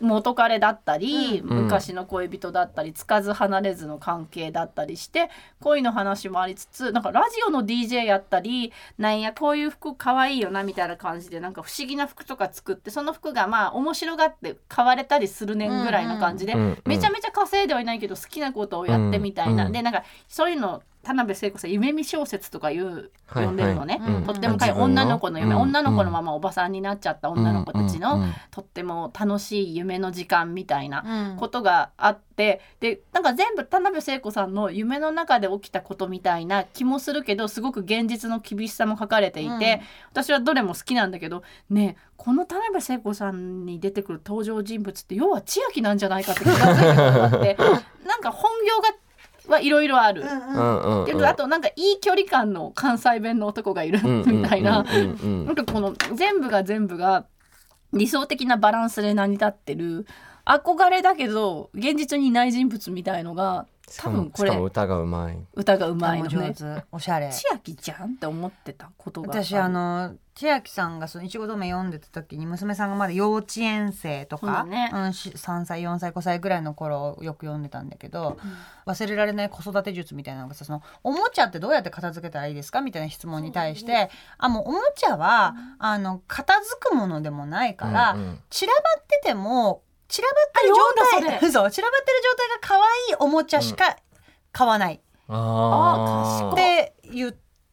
[SPEAKER 4] 元彼だったり、
[SPEAKER 2] うん
[SPEAKER 4] 昔の恋人だったりつかず離れずの関係だったりして恋の話もありつつなんかラジオの DJ やったりなんやこういう服かわいいよなみたいな感じでなんか不思議な服とか作ってその服がまあ面白がって買われたりするねんぐらいの感じで、
[SPEAKER 2] うんうん
[SPEAKER 4] めちゃめちゃ稼いではいないけど好きなことをやってみたいな、
[SPEAKER 2] うん
[SPEAKER 4] でなんかそういうのを田辺聖子さん夢見小説とかいう
[SPEAKER 2] はい
[SPEAKER 4] 呼んでるのね、
[SPEAKER 2] はいうん
[SPEAKER 4] とっても可愛い
[SPEAKER 2] あ自分の
[SPEAKER 4] 女の子の夢、
[SPEAKER 2] うん
[SPEAKER 4] 女の子のままおばさんになっちゃった女の子たちの、
[SPEAKER 2] うんうんうん
[SPEAKER 4] とっても楽しい夢の時間みたいなことがあってでなんか全部田辺聖子さんの夢の中で起きたことみたいな気もするけどすごく現実の厳しさも書かれていて、
[SPEAKER 3] うん
[SPEAKER 4] 私はどれも好きなんだけどねえこの田辺聖子さんに出てくる登場人物って要は千秋なんじゃないかって気がついてくるのがあって なんか本業がはいろいろある。
[SPEAKER 2] うんうんうん
[SPEAKER 4] けどあとなんかいい距離感の関西弁の男がいる
[SPEAKER 2] うんうんうん
[SPEAKER 4] みたいな
[SPEAKER 2] うんうん
[SPEAKER 4] なんかこの全部が全部が理想的なバランスで成り立ってる憧れだけど現実にいない人物みたいのが多分
[SPEAKER 2] し
[SPEAKER 4] こ
[SPEAKER 2] かも
[SPEAKER 4] れ
[SPEAKER 2] 歌がうまい。
[SPEAKER 4] 歌がうまい
[SPEAKER 3] 前
[SPEAKER 4] の
[SPEAKER 3] の
[SPEAKER 4] ね
[SPEAKER 3] 上手おしゃれ
[SPEAKER 4] 千秋ちゃんって思ってたことがる
[SPEAKER 3] 私あの千秋さんがそのいちご同盟読んでた時に娘さんがまだ幼稚園生と
[SPEAKER 4] そうだ
[SPEAKER 3] か
[SPEAKER 4] ね
[SPEAKER 3] うん、し3歳4歳5歳ぐらいの頃よく読んでたんだけど、忘れられない子育て術みたいなのがさそのおもちゃってどうやって片付けたらいいですかみたいな質問に対して、あもうおもちゃは、あの片付くものでもないから、
[SPEAKER 2] うんうん
[SPEAKER 3] 散らばってても散らばってる
[SPEAKER 4] あ
[SPEAKER 3] 状
[SPEAKER 4] 読んだ
[SPEAKER 3] 態
[SPEAKER 4] それ
[SPEAKER 3] 嘘散らばってる状態が可愛いおもちゃしか買わない。
[SPEAKER 4] あ
[SPEAKER 2] あ
[SPEAKER 4] ー
[SPEAKER 3] っ
[SPEAKER 4] 賢い
[SPEAKER 3] て言っ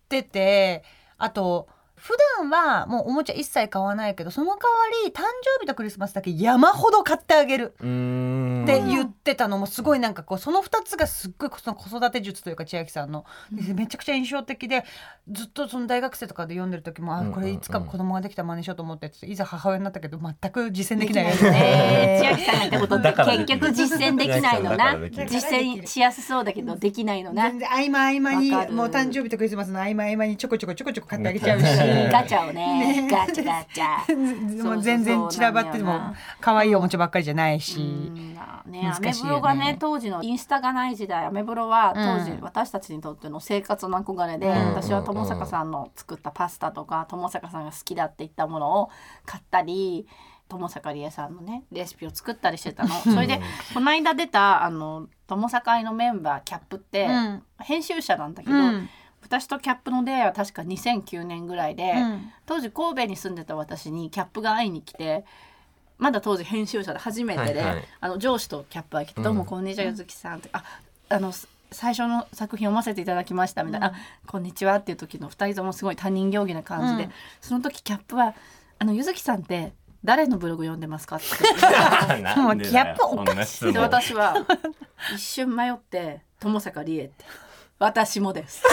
[SPEAKER 3] ててあと普段はもうおもちゃ一切買わないけどその代わり誕生日とクリスマスだけ山ほど買ってあげる
[SPEAKER 2] うーん
[SPEAKER 3] って言ってたのもすごいなんかこうその2つがすっごいその子育て術というか千秋さんのめちゃくちゃ印象的でずっとその大学生とかで読んでる時もあ
[SPEAKER 2] うんうんうん
[SPEAKER 3] これいつか子供ができたら真似しようと思っていざ母親になったけど全く実践できない
[SPEAKER 4] できないね 千秋さんが言ったこと
[SPEAKER 2] だから
[SPEAKER 4] って
[SPEAKER 2] できる
[SPEAKER 4] 結局実践できないの
[SPEAKER 2] だか
[SPEAKER 4] な
[SPEAKER 2] らできる
[SPEAKER 4] 実践しやすそうだけどできないのな
[SPEAKER 3] 全然合間合間に
[SPEAKER 4] わかる
[SPEAKER 3] もう誕生日とクリスマスの合間合間にちょこちょこちょこちょこ買ってあげちゃうし
[SPEAKER 2] ね
[SPEAKER 4] ガチャをねガチャガチ ャ。
[SPEAKER 3] もう全然散らばっても可愛いおもちゃばっかりじゃないし、
[SPEAKER 4] うんね、アメ
[SPEAKER 3] 難しいよ
[SPEAKER 4] ブ
[SPEAKER 3] ね
[SPEAKER 4] ロがね当時のインスタがない時代アメブロは当時
[SPEAKER 3] うん
[SPEAKER 4] 私たちにとっての生活の憧れで、
[SPEAKER 3] ん
[SPEAKER 4] 私は友坂さんの作ったパスタとか友坂さんが好きだって言ったものを買ったり友坂理恵さんのねレシピを作ったりしてたのそれでこの間出たあの友坂会のメンバーキャップって、
[SPEAKER 3] うん
[SPEAKER 4] 編集者なんだけど、
[SPEAKER 3] うん
[SPEAKER 4] 私とキャップの出会いは確か2009年ぐらいで。
[SPEAKER 3] うん
[SPEAKER 4] 当時神戸に住んでた私にキャップが会いに来てまだ当時編集者で初めてで、
[SPEAKER 2] はいはい
[SPEAKER 4] あの上司とキャップが来て「どうもこんにちは柚木さん」って「ああのす最初の作品読ませていただきました」みたいな「あこんにちは」っていう時の2人ともすごい他人行儀な感じで、
[SPEAKER 3] うん
[SPEAKER 4] その時キャップは「あの柚木さんって誰のブログ読んでますか?」って言って
[SPEAKER 2] ー
[SPEAKER 3] も
[SPEAKER 2] な
[SPEAKER 3] うん
[SPEAKER 2] で
[SPEAKER 3] ギ
[SPEAKER 2] だ
[SPEAKER 3] ャッ
[SPEAKER 2] よ
[SPEAKER 3] プお
[SPEAKER 2] そんな質問
[SPEAKER 4] で私は一瞬迷って「友坂理恵」って私もです。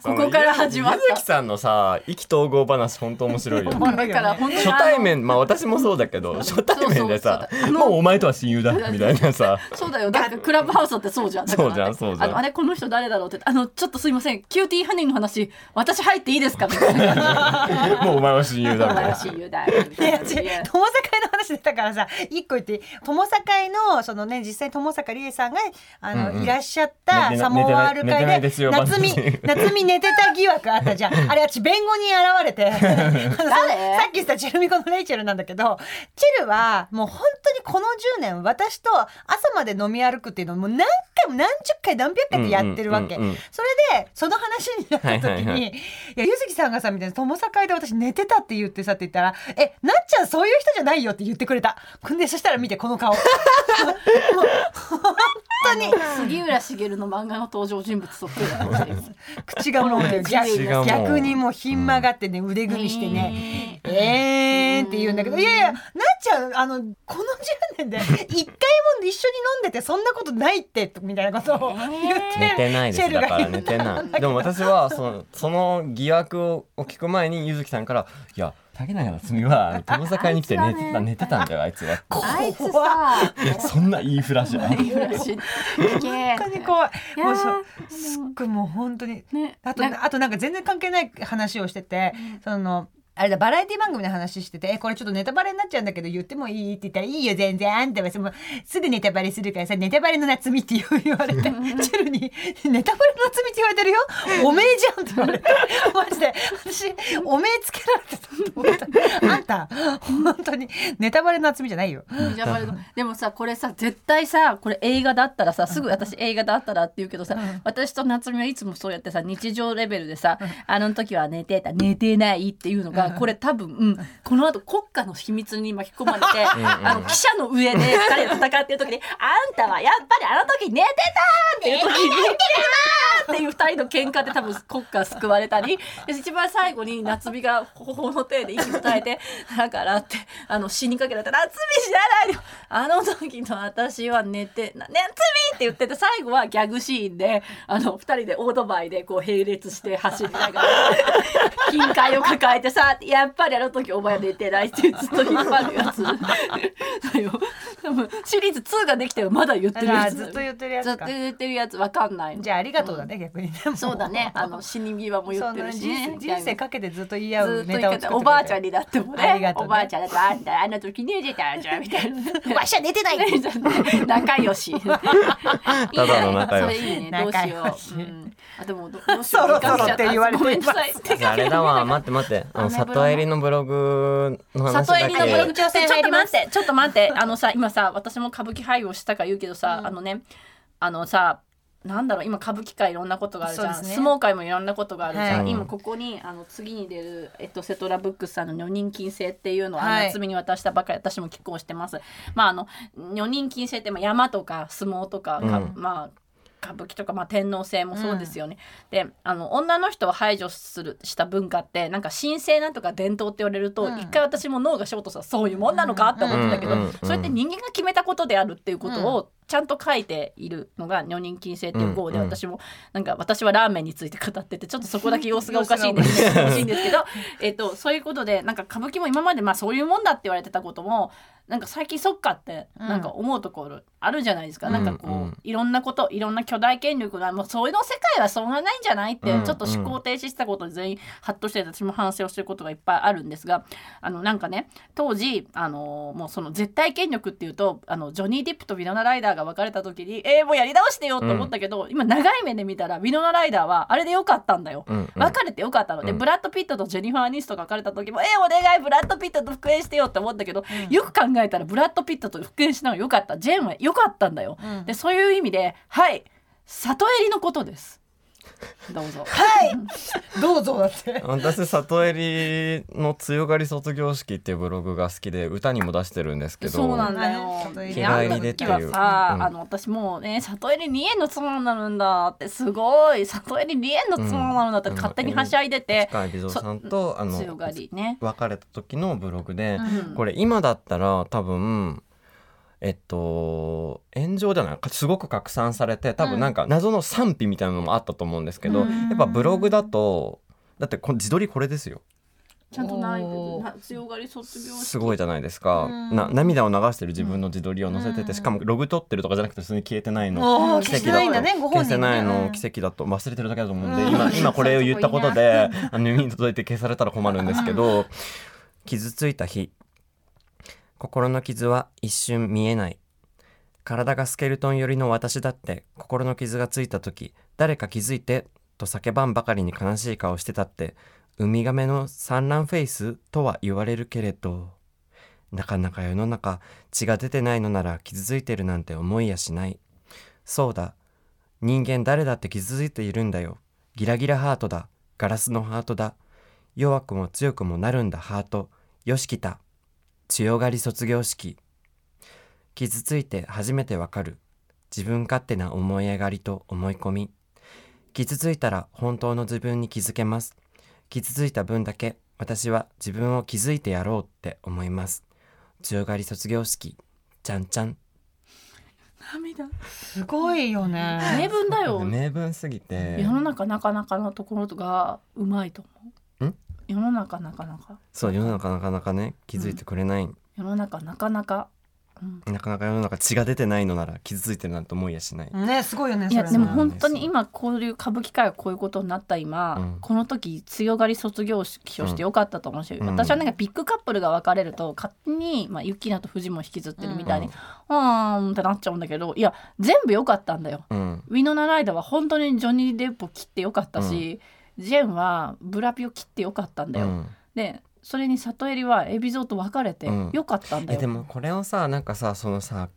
[SPEAKER 2] そ
[SPEAKER 4] こ
[SPEAKER 2] の
[SPEAKER 4] こから始まっ
[SPEAKER 2] 柚木さんのさ意気投合話本当面白いよ
[SPEAKER 4] た。
[SPEAKER 2] ね
[SPEAKER 4] もうだから本当に
[SPEAKER 2] 初対面まあ私もそうだけど初対面でさ
[SPEAKER 4] そうそうそうあの
[SPEAKER 2] もうお前とは親友だみたいなさ
[SPEAKER 4] そうだよ。だからクラブハウスだってそうじゃん。だから
[SPEAKER 2] そうじゃんそうじゃん
[SPEAKER 4] あのあれこの人誰だろうって。あのちょっとすいません。キューティーハニーの話、私入っていいですかみたいな。
[SPEAKER 2] もうお前は親友だみたいな
[SPEAKER 4] 私言うだよみた
[SPEAKER 3] い
[SPEAKER 4] い
[SPEAKER 3] や
[SPEAKER 4] な感
[SPEAKER 3] 違う友
[SPEAKER 4] じ
[SPEAKER 3] 境
[SPEAKER 4] で。
[SPEAKER 3] の話出たからさ一個言って友境のそのね実際友坂理恵さんがあの、
[SPEAKER 2] うんうん
[SPEAKER 3] いらっしゃった
[SPEAKER 2] 寝てな
[SPEAKER 3] サモワール
[SPEAKER 2] 寝てな
[SPEAKER 3] 会
[SPEAKER 2] い
[SPEAKER 3] で
[SPEAKER 2] ですよ
[SPEAKER 3] 夏美
[SPEAKER 2] 番組
[SPEAKER 3] 夏美寝てた疑惑あったじ ゃんあれ私弁護人現れ てあの
[SPEAKER 4] 誰
[SPEAKER 3] さっき言ったチェルミコのレイチェルなんだけどチェルはもう本当にこの10年私と朝まで飲み歩くっていうのをもう何回も何十回何百回ってやってるわけ、
[SPEAKER 2] うんうんうんうん
[SPEAKER 3] それでその話になった時に、
[SPEAKER 2] はいいはいはい
[SPEAKER 3] やゆずきさんがさみたいな友坂で私寝てたって言ってさって言ったら「えなっちゃんそういう人じゃないよ」って言ってくれたほんでそしたら見てこの 顔もう本当に
[SPEAKER 4] 杉浦茂の漫画の登場人物そっくりだよ私
[SPEAKER 3] 口がもうね
[SPEAKER 2] 口がも
[SPEAKER 3] 逆
[SPEAKER 2] う
[SPEAKER 3] 逆にもうひん曲がってね腕組みしてね「えーん」って言うんだけどいやいやなっちゃんあのこの10年で一回も一緒に飲んでてそんなことないってみたいなことを言って
[SPEAKER 2] 寝てないで
[SPEAKER 3] シ
[SPEAKER 2] す
[SPEAKER 3] ェルが
[SPEAKER 2] だから
[SPEAKER 3] 言う
[SPEAKER 2] 寝てないでも私はそのその疑惑を聞く前にゆずきさんから「いや竹中夏実は友坂に来て寝てた寝てたんだよあいつは」
[SPEAKER 4] あいつさ。
[SPEAKER 2] いやそんないいフラッシュ
[SPEAKER 4] 杉浦茂
[SPEAKER 3] 本当に怖い。
[SPEAKER 4] やー
[SPEAKER 3] もうそう、すっごいもう本当に。
[SPEAKER 4] ね
[SPEAKER 3] あと、
[SPEAKER 4] なんか
[SPEAKER 3] あとなんか全然関係ない話をしてて、その。あれだバラエティ番組の話してて「えこれちょっとネタバレになっちゃうんだけど言ってもいい?」って言ったら「いいよ全然あんたはもうすぐネタバレするからさネタバレの夏み」って言う言われてチェルに「ネタバレの夏み」って言われてるよおめえじゃんって言われてマジで私おめえつけられてたと思ったあんた本当にネタバレの夏みじゃないよ
[SPEAKER 4] ジャパネットでもさこれさ絶対さこれ映画だったらさすぐ私映画だったらって言うけどさ、私と夏美はいつもそうやってさ日常レベルでさ、あの時は寝てた寝てないっていうのが、これ多分、うん、この後国家の秘密に巻き込 まれてあの記者の上で彼が戦ってる時に「あんたはやっぱりあの時寝てた!」っていう 時に「っていう二人の喧嘩で多分国家救われたりで一番最後に夏美が頬の手で息を絶えて「だから」ってあの死にかけられて「夏美知らないよあの時の私は寝てな夏美!」って言ってて最後はギャグシーンであの二人でオートバイでこう並列して走りながら金塊を抱えてさ「やっぱりあの時お前寝てない」ってずっと引っ張るやつだよ多分シリーズ2ができてもまだ言ってるやつ
[SPEAKER 3] ずっと言ってるや
[SPEAKER 4] ず
[SPEAKER 3] つ
[SPEAKER 4] っと
[SPEAKER 3] か
[SPEAKER 4] 言ってるやつわかんないの
[SPEAKER 3] じゃあありがとうだね逆にねも
[SPEAKER 4] そうだ ね。あの死に際も言
[SPEAKER 3] そ
[SPEAKER 4] って
[SPEAKER 3] の
[SPEAKER 4] るし
[SPEAKER 3] 人
[SPEAKER 4] ね。
[SPEAKER 3] 人生かけてずっと言い合
[SPEAKER 4] ず
[SPEAKER 3] う
[SPEAKER 4] っと
[SPEAKER 3] ネ
[SPEAKER 4] 言
[SPEAKER 3] タを
[SPEAKER 4] っ
[SPEAKER 3] 作ってて
[SPEAKER 4] たおばあちゃんにだっても
[SPEAKER 3] あり
[SPEAKER 4] ね
[SPEAKER 3] がとう
[SPEAKER 4] お
[SPEAKER 3] ね
[SPEAKER 4] ばあちゃんだってあんたあんな時寝てたじゃんみた いな
[SPEAKER 3] わしゃ寝てない
[SPEAKER 4] じゃん仲良しいいね
[SPEAKER 2] ただの仲良し
[SPEAKER 4] それいいねどうしよ
[SPEAKER 3] 仲良し
[SPEAKER 4] う、うん、あでもどどうし
[SPEAKER 3] そ
[SPEAKER 4] よう
[SPEAKER 3] ろそろって言われて
[SPEAKER 4] ごめんなさい手
[SPEAKER 2] あ
[SPEAKER 4] が
[SPEAKER 2] れだわ待って待ってあの
[SPEAKER 4] 雨風呂
[SPEAKER 2] 里襟のブログの話
[SPEAKER 4] 里
[SPEAKER 2] だ
[SPEAKER 4] 襟のブログ
[SPEAKER 2] け
[SPEAKER 4] ちょっと待ってちょっと待ってあのさ今さ私も歌舞伎俳優をしたから言うけどさ、あのねあのさなんだろう今歌舞伎界いろんなことがあるじゃん、
[SPEAKER 3] そうですね
[SPEAKER 4] 相撲界もいろんなことがあるじゃん、
[SPEAKER 2] はい
[SPEAKER 4] 今ここにあの次に出る、えっと、セトラブックスさんの女人禁制っていうのを、
[SPEAKER 3] はい
[SPEAKER 4] あの夏目に渡したばかり私も寄稿してますまああの女人禁制ってまあ山とか相撲とかか
[SPEAKER 2] うん
[SPEAKER 4] まあ歌舞伎とか、まあ、天皇制もそうですよね、であの女の人を排除するした文化ってなんか神聖なとか伝統って言われると、一回私も脳がショートさそういうもんなのかって思ってたけど、
[SPEAKER 2] うんうんうん
[SPEAKER 4] それって人間が決めたことであるっていうことをちゃんと書いているのが「女人禁制」っていう号で
[SPEAKER 2] うんうん
[SPEAKER 4] 私もなんか私はラーメンについて語っててちょっとそこだけ様子がおかしいんで見てほしいん ですけど、えっと、そういうことでなんか歌舞伎も今までまあそういうもんだって言われてたこともなんか最近そっかってなんか思うところあるじゃないですか、なんかこう、
[SPEAKER 2] うんうん
[SPEAKER 4] いろんなこといろんな巨大権力がもうそういうの世界はそんなないんじゃないって、
[SPEAKER 2] うん
[SPEAKER 4] ちょっと思考停止したことで全員ハッとして私も反省をしてることがいっぱいあるんですがあのなんかね当時あのもうその絶対権力っていうとあのジョニー・ディップとウィノナ・ライダーが別れた時にえー、もうやり直してよと思ったけど、今長い目で見たらウィノナ・ライダーはあれでよかったんだよ。
[SPEAKER 2] うんうん
[SPEAKER 4] 別れてよかったので、
[SPEAKER 2] うん
[SPEAKER 4] ブラッド・ピットとジェニファー・アニストが別れた時も「えお願いブラッド・ピットと復縁してよ」って思ったけど、よく考えたらブラッド・ピットと復縁しながらよかったジェーンはよかったんだよ、でそういう意味ではい里襟のことですど うぞ
[SPEAKER 3] どうぞだって
[SPEAKER 2] 私里襟の強がり卒業式っていうブログが好きで歌にも出してるんですけど
[SPEAKER 4] そうなんだよ
[SPEAKER 3] 里襟
[SPEAKER 4] であの
[SPEAKER 2] 日帰りでって
[SPEAKER 4] 時
[SPEAKER 2] いう
[SPEAKER 4] はさ、
[SPEAKER 2] うん
[SPEAKER 4] あの私もうね里襟理恵の妻になるんだってすごい里襟理恵の妻になるんだって
[SPEAKER 2] うん
[SPEAKER 4] 勝手にはしゃいでて、
[SPEAKER 2] 近い美女さんとあ
[SPEAKER 4] 強
[SPEAKER 2] の
[SPEAKER 4] がりね
[SPEAKER 2] 別れた時のブログで、
[SPEAKER 4] うん
[SPEAKER 2] これ今だったら多分えっと炎上じゃないかすごく拡散されて多分なんか謎の賛否みたいなのもあったと思うんですけど、
[SPEAKER 5] うん
[SPEAKER 2] やっぱブログだとだってこの自撮りこれですよ
[SPEAKER 5] ちゃんとない
[SPEAKER 3] おー
[SPEAKER 5] な強がり卒業式
[SPEAKER 2] すごいじゃないですか、
[SPEAKER 3] うん
[SPEAKER 2] な涙を流してる自分の自撮りを載せてて、
[SPEAKER 3] うん
[SPEAKER 2] しかもログ撮ってるとかじゃなくて普通に消えてないの
[SPEAKER 3] おー
[SPEAKER 2] 奇
[SPEAKER 3] 消し
[SPEAKER 2] 跡
[SPEAKER 3] て
[SPEAKER 2] だ
[SPEAKER 3] ないんだねご本
[SPEAKER 2] 消
[SPEAKER 3] 人
[SPEAKER 2] せないの
[SPEAKER 3] ね
[SPEAKER 2] 奇跡だと忘れてるだけだと思うんで、
[SPEAKER 3] うん
[SPEAKER 2] 今今これを言ったことであの耳に届いて消されたら困るんですけど傷ついた日心の傷は一瞬見えない体がスケルトン寄りの私だって心の傷がついた時誰か気づいてと叫ばんばかりに悲しい顔してたってウミガメの産卵フェイスとは言われるけれどなかなか世の中血が出てないのなら傷ついてるなんて思いやしないそうだ人間誰だって傷ついているんだよギラギラハートだガラスのハートだ弱くも強くもなるんだハートよしきた強がり卒業式傷ついて初めてわかる自分勝手な思い上がりと思い込み傷ついたら本当の自分に気づけます傷ついた分だけ私は自分を気づいてやろうって思います強がり卒業式ちゃんちゃん
[SPEAKER 5] 涙
[SPEAKER 3] すごいよね
[SPEAKER 4] 名文だよ
[SPEAKER 2] 名分すぎて
[SPEAKER 4] 世の中なかなかのところがうまいと思うん世の中なかなか
[SPEAKER 2] そう世の中なかなかね気づいてくれない、
[SPEAKER 4] 世の中なかなか、うん、
[SPEAKER 2] なかなか世の中血が出てないのなら傷ついてるなんて思いやしない、
[SPEAKER 3] ねすごいよね
[SPEAKER 4] い
[SPEAKER 3] そ
[SPEAKER 4] や
[SPEAKER 3] れ
[SPEAKER 4] でも
[SPEAKER 2] ほん
[SPEAKER 4] 本当に今こういう歌舞伎界がこういうことになった今、
[SPEAKER 2] うん
[SPEAKER 4] この時強がり卒業式をしてよかったと思うし、
[SPEAKER 2] うん
[SPEAKER 4] 私はなんかビッグカップルが別れると勝手に、まあ、ユッキーナとフジも引きずってるみたいに、
[SPEAKER 2] うん
[SPEAKER 4] うーんってなっちゃうんだけどいや全部良かったんだよ。
[SPEAKER 2] うん、
[SPEAKER 4] ウィノナライダーは本当にジョニー・デップを切ってよかったし、ジェンはブラピを切ってよかったんだよ。
[SPEAKER 2] うん
[SPEAKER 4] でそれに里襟はエビゾーと別れて
[SPEAKER 2] うん
[SPEAKER 4] よかったんだ
[SPEAKER 2] え
[SPEAKER 4] よ。
[SPEAKER 2] でもこれをさなんかさそのさ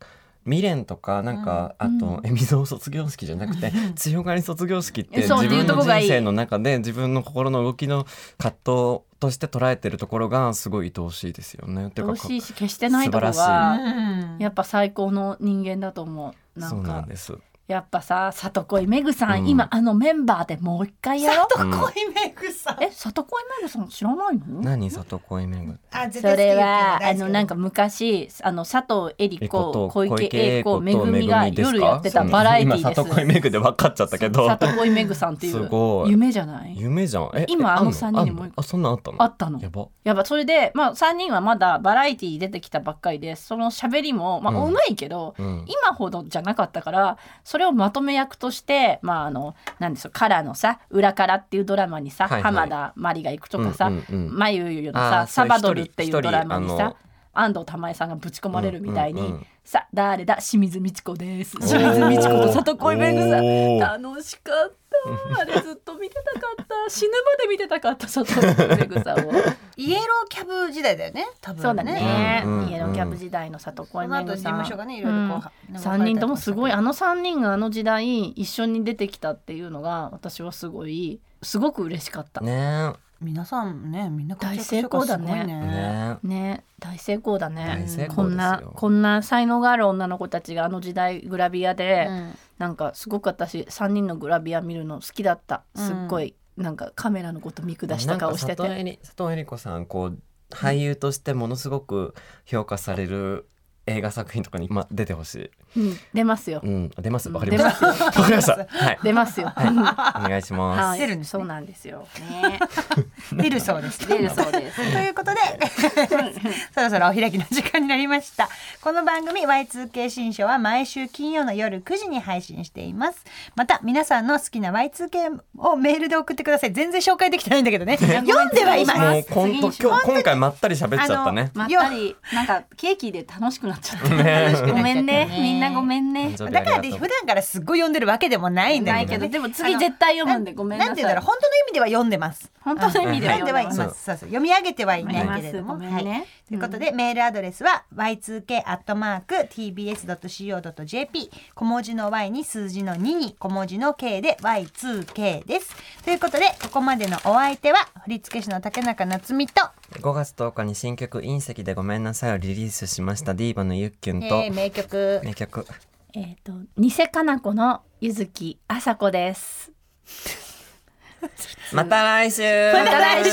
[SPEAKER 2] 未練とかなんか、
[SPEAKER 4] うん
[SPEAKER 2] あと
[SPEAKER 4] う
[SPEAKER 2] えみぞう卒業式じゃなくて強がり卒業式って
[SPEAKER 4] えそう
[SPEAKER 2] 自分の
[SPEAKER 4] っていうとこがいい
[SPEAKER 2] 人生の中で自分の心の動きの葛藤として捉えてるところがすごい愛おしいですよね。ていう
[SPEAKER 4] 愛
[SPEAKER 2] か
[SPEAKER 4] おしいし決してないとこ
[SPEAKER 2] 素晴
[SPEAKER 4] が
[SPEAKER 3] うん
[SPEAKER 4] やっぱ最高の人間だと思う。な
[SPEAKER 2] そうん
[SPEAKER 4] か
[SPEAKER 2] なんです。
[SPEAKER 4] やっぱさ里恋めぐさん、
[SPEAKER 2] うん
[SPEAKER 4] 今あのメンバーでもう一回やろう。
[SPEAKER 3] 里恋メイクさん
[SPEAKER 4] え里恋めぐさん知らないの？
[SPEAKER 2] 何里恋めぐ。
[SPEAKER 3] あ絶対
[SPEAKER 4] そ
[SPEAKER 3] 好き
[SPEAKER 4] れは
[SPEAKER 3] 大
[SPEAKER 4] あ
[SPEAKER 3] 好き
[SPEAKER 4] のなんか昔あの佐藤恵
[SPEAKER 2] え
[SPEAKER 4] 里
[SPEAKER 2] こ
[SPEAKER 4] 子
[SPEAKER 2] と
[SPEAKER 4] 小池栄子
[SPEAKER 2] と
[SPEAKER 4] めぐみが
[SPEAKER 2] めぐですか
[SPEAKER 4] 夜やってたバラエティーです。
[SPEAKER 2] 今里恋めぐで分かっちゃったけど。
[SPEAKER 4] 里恋めぐさんってい
[SPEAKER 2] す
[SPEAKER 4] う
[SPEAKER 2] ごい
[SPEAKER 4] 夢じゃない
[SPEAKER 2] 夢じゃん。え
[SPEAKER 4] 今
[SPEAKER 2] え
[SPEAKER 4] あの
[SPEAKER 2] ん
[SPEAKER 4] 三人にもう
[SPEAKER 2] あん
[SPEAKER 4] 一
[SPEAKER 2] の
[SPEAKER 4] 個
[SPEAKER 2] あそんなんあったの。
[SPEAKER 4] あったの
[SPEAKER 2] やば。
[SPEAKER 4] やっぱそれで、まあ、3人はまだバラエティー出てきたばっかりでその喋りもまあ
[SPEAKER 2] うん
[SPEAKER 4] うまいけど、
[SPEAKER 2] うん。
[SPEAKER 4] 今ほどじゃなかったからそれをまとめ役としてまああのなんでしょうカラーのさ「裏から」っていうドラマにさ、
[SPEAKER 2] はいはい
[SPEAKER 4] 浜田真理が行くとかさ、
[SPEAKER 2] うんうんうん
[SPEAKER 4] まゆゆゆの
[SPEAKER 2] あ
[SPEAKER 4] さ「
[SPEAKER 2] ーそ
[SPEAKER 4] サ
[SPEAKER 2] う
[SPEAKER 4] バドル」ってい
[SPEAKER 2] 一
[SPEAKER 4] う
[SPEAKER 2] 人
[SPEAKER 4] ドラマに
[SPEAKER 2] 一人あ
[SPEAKER 4] さ
[SPEAKER 2] の
[SPEAKER 4] 安藤玉恵さんがぶち込まれるみたいに「
[SPEAKER 2] うんうんうん
[SPEAKER 4] さあ誰だ清水美智子です」
[SPEAKER 2] ー
[SPEAKER 4] 清水美智子と里恋めぐさん
[SPEAKER 2] おー
[SPEAKER 4] 楽しかったあれずっと見てたかった死ぬまで見てたかった里恋め ぐさんを
[SPEAKER 3] イエローキャブ時代だよね多分ね
[SPEAKER 4] そうだね、
[SPEAKER 2] うんうんうん
[SPEAKER 4] イエローキャブ時代の里
[SPEAKER 3] こ
[SPEAKER 4] 恋
[SPEAKER 3] の
[SPEAKER 4] め
[SPEAKER 3] 後
[SPEAKER 4] ぐ
[SPEAKER 3] 事
[SPEAKER 4] さん
[SPEAKER 3] 務所がねいろいろこう、なんか
[SPEAKER 4] 3人ともすごい
[SPEAKER 3] 書
[SPEAKER 4] あ
[SPEAKER 3] て
[SPEAKER 4] の3人があの時代一緒に出てきたっていうのが私はすごいすごく嬉しかったね
[SPEAKER 2] ね
[SPEAKER 3] 皆さんねみんな活躍
[SPEAKER 4] 大成功だね
[SPEAKER 3] してるからす
[SPEAKER 2] え
[SPEAKER 3] ごい
[SPEAKER 2] ね
[SPEAKER 4] 大成功だね
[SPEAKER 2] 大成功ですよ
[SPEAKER 4] こんなこんな才能がある女の子たちがあの時代グラビアで、
[SPEAKER 3] うん
[SPEAKER 4] なんかすごく私3人のグラビア見るの好きだったすっごい、なんかカメラのこと見
[SPEAKER 2] え。
[SPEAKER 4] 下した顔し
[SPEAKER 2] な
[SPEAKER 4] て
[SPEAKER 2] んか佐藤
[SPEAKER 4] て
[SPEAKER 2] 恵里佐藤恵理子さんこう俳優としてものすごく評価される映画作品とかにま出てほしい。
[SPEAKER 4] うん出ますよ、
[SPEAKER 2] うん出ますわかり
[SPEAKER 4] 出
[SPEAKER 2] ま
[SPEAKER 4] ま
[SPEAKER 2] し
[SPEAKER 4] す
[SPEAKER 2] た。
[SPEAKER 4] よ
[SPEAKER 2] わかりまし た。はい
[SPEAKER 4] 出ま すよ、
[SPEAKER 2] お願いし ます。
[SPEAKER 4] はい
[SPEAKER 3] 出るんですね
[SPEAKER 4] そうなんですよ、ね、
[SPEAKER 3] 出るそうです
[SPEAKER 4] 出るそうです
[SPEAKER 3] ということでそろそろお開きの時間になりましたこの番組 Y2K 新書は毎週金曜の夜9時に配信していますまた皆さんの好きな Y2K をメールで送ってください全然紹介できてないんだ けどね読んではいます
[SPEAKER 2] もう今
[SPEAKER 5] 次にし
[SPEAKER 2] 今日今回まったり喋っちゃったね。
[SPEAKER 5] まったりなんかケーキで楽しくなっちゃった、
[SPEAKER 2] ね
[SPEAKER 5] ごめんね
[SPEAKER 3] ね
[SPEAKER 5] みんなごめんね
[SPEAKER 2] 誕生日あ
[SPEAKER 3] だ
[SPEAKER 2] り
[SPEAKER 3] か
[SPEAKER 2] が
[SPEAKER 3] ら
[SPEAKER 2] と
[SPEAKER 3] ね
[SPEAKER 2] う
[SPEAKER 3] 普段からすっごい読んでるわけでもないんだ
[SPEAKER 5] ない
[SPEAKER 3] け
[SPEAKER 5] けど
[SPEAKER 3] どね
[SPEAKER 5] でも次絶対読むんでごめんな
[SPEAKER 3] な
[SPEAKER 5] さい
[SPEAKER 3] んて言うんだろう本当の意味では読んでます
[SPEAKER 5] 本当の意味では
[SPEAKER 3] 読ん
[SPEAKER 5] 読め
[SPEAKER 3] ではい
[SPEAKER 5] ま
[SPEAKER 3] ますすそうそう読み上げてはいないけれども
[SPEAKER 5] ごめんね
[SPEAKER 3] はいということで、メールアドレスは y2k.tbs.co.jp 小文字の y に数字の2に小文字の k で y2k です。ということでここまでのお相手は振付師の竹中夏実と、
[SPEAKER 2] 5月10日に新曲隕石でごめんなさいをリリースしましたディーバのゆっきゅん
[SPEAKER 3] え
[SPEAKER 2] と
[SPEAKER 3] ー、名曲
[SPEAKER 2] 名曲
[SPEAKER 4] えっ、と偽かな子のゆずきあさこです
[SPEAKER 2] また来週
[SPEAKER 4] また来週